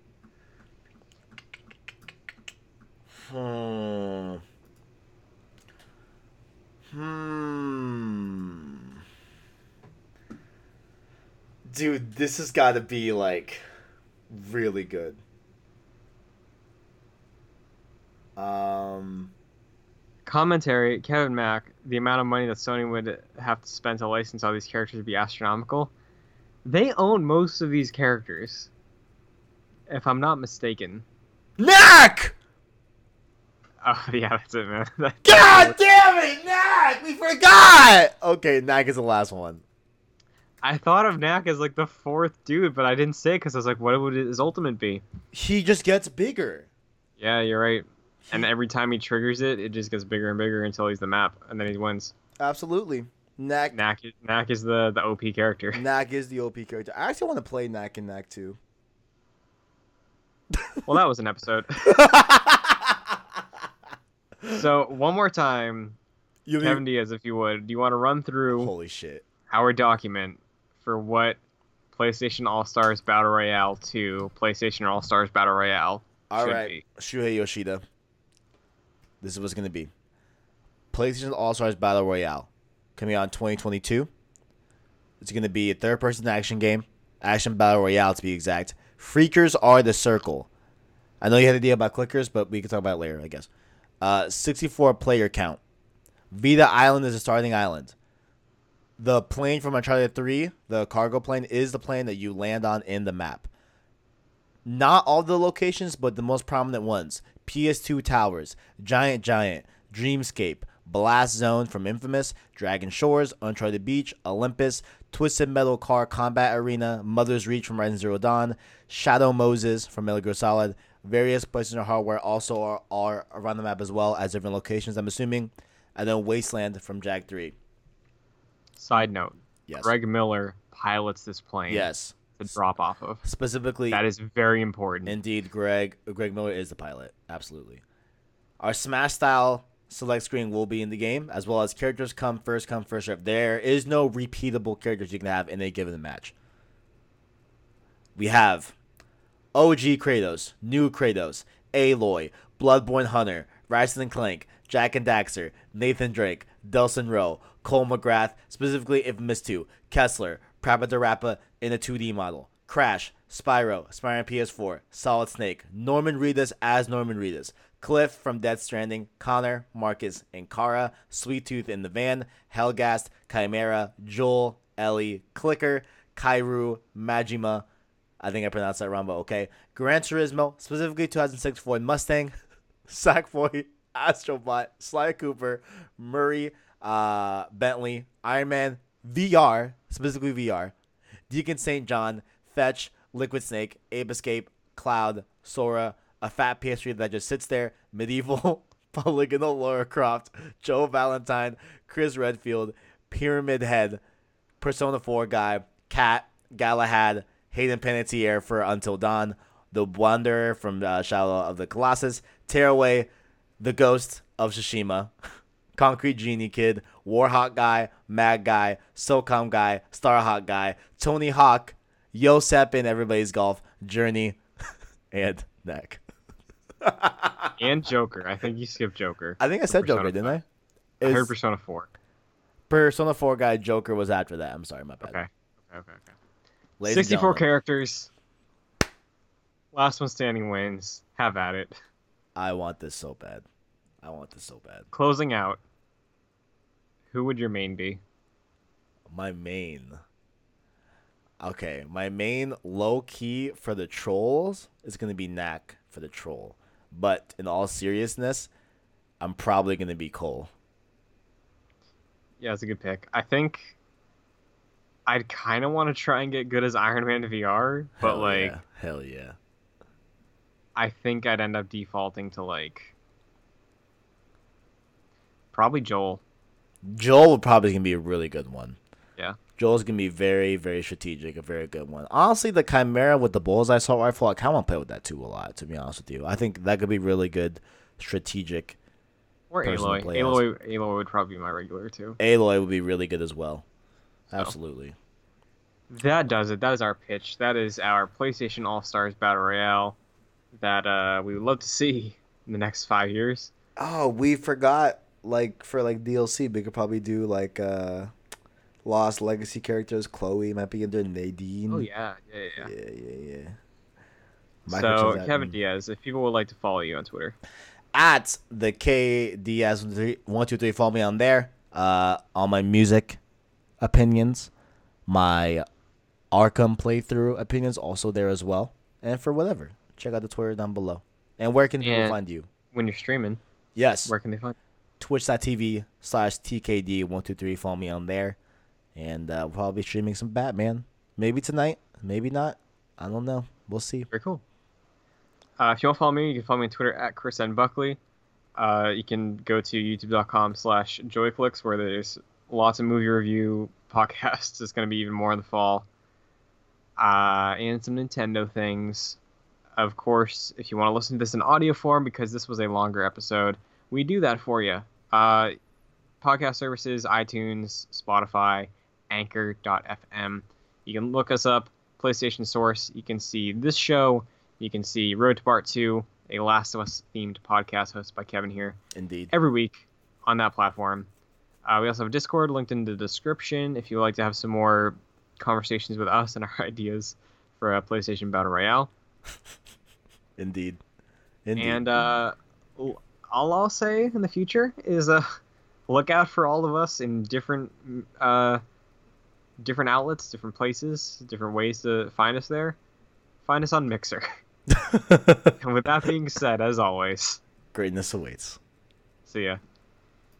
[SPEAKER 2] Hmm. Hmm. Dude, this has got to be like really good. Um.
[SPEAKER 3] commentary, Kevin Mack, the amount of money that Sony would have to spend to license all these characters would be astronomical. They own most of these characters, if I'm not mistaken.
[SPEAKER 2] Knack!
[SPEAKER 3] Oh yeah, that's it, man. That-
[SPEAKER 2] God damn it, Knack! We forgot! Okay, Knack is the last one.
[SPEAKER 3] I thought of Knack as like the fourth dude, but I didn't say because I was like, what would his ultimate be?
[SPEAKER 2] He just gets bigger.
[SPEAKER 3] Yeah, you're right. And every time he triggers it, it just gets bigger and bigger until he's the map, and then he wins.
[SPEAKER 2] Absolutely. Knack
[SPEAKER 3] Knack, Knack is the the OP character.
[SPEAKER 2] Knack is the OP character. I actually want to play Knack in Knack 2.
[SPEAKER 3] Well, that was an episode. so one more time,
[SPEAKER 2] you
[SPEAKER 3] Kevin Diaz, if you would, do you want to run through
[SPEAKER 2] Holy shit.
[SPEAKER 3] our document for what PlayStation All Stars Battle Royale to PlayStation All Stars Battle Royale should
[SPEAKER 2] Alright,
[SPEAKER 3] be.
[SPEAKER 2] Shuhei Yoshida. This is what's gonna be. PlayStation All Stars Battle Royale coming out in 2022. It's gonna be a third-person action game, action battle royale to be exact. Freakers are the circle. I know you had a deal about clickers, but we can talk about it later, I guess. Uh, 64 player count. Vita Island is a starting island. The plane from Uncharted 3, the cargo plane, is the plane that you land on in the map. Not all the locations, but the most prominent ones PS2 Towers, Giant Giant, Dreamscape, Blast Zone from Infamous, Dragon Shores, Uncharted Beach, Olympus, Twisted Metal Car Combat Arena, Mother's Reach from Horizon Zero Dawn, Shadow Moses from Metal Gear Solid. Various places in the hardware also are, are around the map as well as different locations, I'm assuming. And then Wasteland from Jag 3.
[SPEAKER 3] Side note:
[SPEAKER 2] Yes.
[SPEAKER 3] Greg Miller pilots this plane.
[SPEAKER 2] Yes.
[SPEAKER 3] To drop off of.
[SPEAKER 2] Specifically,
[SPEAKER 3] That is very important.
[SPEAKER 2] Indeed, Greg uh, Greg Miller is the pilot. Absolutely. Our Smash style select screen will be in the game, as well as characters come first, come first serve. There is no repeatable characters you can have in a given match. We have OG Kratos, New Kratos, Aloy, Bloodborne Hunter, Ryzen and Clank, Jack and Daxter, Nathan Drake, Delson Rowe, Cole McGrath, specifically Infamous 2, Kessler, Prappa the Rappa in a 2D model, Crash, Spyro, Spyro on PS4, Solid Snake, Norman Reedus as Norman Reedus, Cliff from Dead Stranding, Connor, Marcus, and Kara, Sweet Tooth in the Van, Hellgast, Chimera, Joel, Ellie, Clicker, Kairu, Majima, I think I pronounced that wrong, but okay. Gran Turismo, specifically 2006 Ford Mustang, Sackboy, Astrobot, Sly Cooper, Murray, uh, Bentley, Iron Man, VR, specifically VR, Deacon St. John, Fetch, Liquid Snake, Ape Escape, Cloud, Sora, a fat PS3 that just sits there, Medieval, Polygonal Laura Croft, Joe Valentine, Chris Redfield, Pyramid Head, Persona 4 guy, Cat, Galahad, Hayden Panettiere for Until Dawn, The Wanderer from uh, Shadow of the Colossus, Tearaway, The Ghost of Tsushima, Concrete Genie Kid, Warhawk Guy, Mad Guy, SOCOM Guy, Starhawk Guy, Tony Hawk, Yosep in Everybody's Golf, Journey, and Neck.
[SPEAKER 3] and Joker. I think you skipped Joker.
[SPEAKER 2] I think I said
[SPEAKER 3] Persona
[SPEAKER 2] Joker, didn't I?
[SPEAKER 3] I
[SPEAKER 2] Is
[SPEAKER 3] heard Persona 4.
[SPEAKER 2] Persona 4 guy Joker was after that. I'm sorry, my bad.
[SPEAKER 3] Okay. Okay, okay, okay.
[SPEAKER 2] Ladies and
[SPEAKER 3] 64
[SPEAKER 2] gentlemen,
[SPEAKER 3] characters. Last one standing wins. Have at it.
[SPEAKER 2] I want this so bad. I want this so bad.
[SPEAKER 3] Closing out. Who would your main be?
[SPEAKER 2] My main. Okay, my main low key for the trolls is gonna be Knack for the troll. But in all seriousness, I'm probably gonna be Cole.
[SPEAKER 3] Yeah, it's a good pick. I think I'd kind of want to try and get good as Iron Man VR, but
[SPEAKER 2] Hell
[SPEAKER 3] like
[SPEAKER 2] yeah. hell yeah.
[SPEAKER 3] I think I'd end up defaulting to like probably Joel.
[SPEAKER 2] Joel would probably gonna be a really good one.
[SPEAKER 3] Yeah.
[SPEAKER 2] Joel's gonna be very, very strategic, a very good one. Honestly, the Chimera with the bullseye assault rifle, I kinda wanna play with that too a lot, to be honest with you. I think that could be really good strategic.
[SPEAKER 3] Or
[SPEAKER 2] Person to
[SPEAKER 3] Aloy.
[SPEAKER 2] play as.
[SPEAKER 3] Aloy Aloy would probably be my regular too.
[SPEAKER 2] Aloy would be really good as well.
[SPEAKER 3] Oh.
[SPEAKER 2] Absolutely.
[SPEAKER 3] That does it. That is our pitch. That is our PlayStation All Stars Battle Royale that uh, we would love to see in the next five years.
[SPEAKER 2] Oh, we forgot like for like DLC, we could probably do like uh Lost Legacy characters, Chloe might be in there, Nadine.
[SPEAKER 3] Oh yeah, yeah, yeah.
[SPEAKER 2] Yeah, yeah, yeah.
[SPEAKER 3] So
[SPEAKER 2] Microtransaction.
[SPEAKER 3] Kevin Diaz, if people would like to follow you on Twitter,
[SPEAKER 2] at the K Diaz one two three. Follow me on there. Uh, all my music opinions, my Arkham playthrough opinions also there as well. And for whatever, check out the Twitter down below. And where can people
[SPEAKER 3] And-
[SPEAKER 2] find you?
[SPEAKER 3] when you're streaming,
[SPEAKER 2] Yes,
[SPEAKER 3] where can they find?
[SPEAKER 2] twitch.tv slash TKD123. Follow me on there. And uh, we'll probably be streaming some Batman. Maybe tonight, maybe not. I don't know. We'll see.
[SPEAKER 3] Very cool. Uh, if you want to follow me, you can follow me on Twitter at Chris N Buckley. Uh, you can go to youtube.com slash joyflix where there's lots of movie review podcasts. It's going to be even more in the fall. Uh, and some Nintendo things. Of course, if you want to listen to this in audio form because this was a longer episode, we do that for you. Uh, podcast services, iTunes, Spotify, anchor.fm. You can look us up, PlayStation Source. You can see this show. You can see Road to Part 2 a Last of Us themed podcast hosted by Kevin here
[SPEAKER 1] Indeed.
[SPEAKER 3] every week on that platform. Uh, we also have Discord linked in the description if you would like to have some more conversations with us and our ideas for a PlayStation Battle Royale.
[SPEAKER 1] Indeed. Indeed.
[SPEAKER 3] And uh, all I'll say in the future is uh, look out for all of us in different uh, different outlets, different places, different ways to find us there. Find us on Mixer. and with that being said, as always,
[SPEAKER 1] Greatness awaits.
[SPEAKER 3] see ya.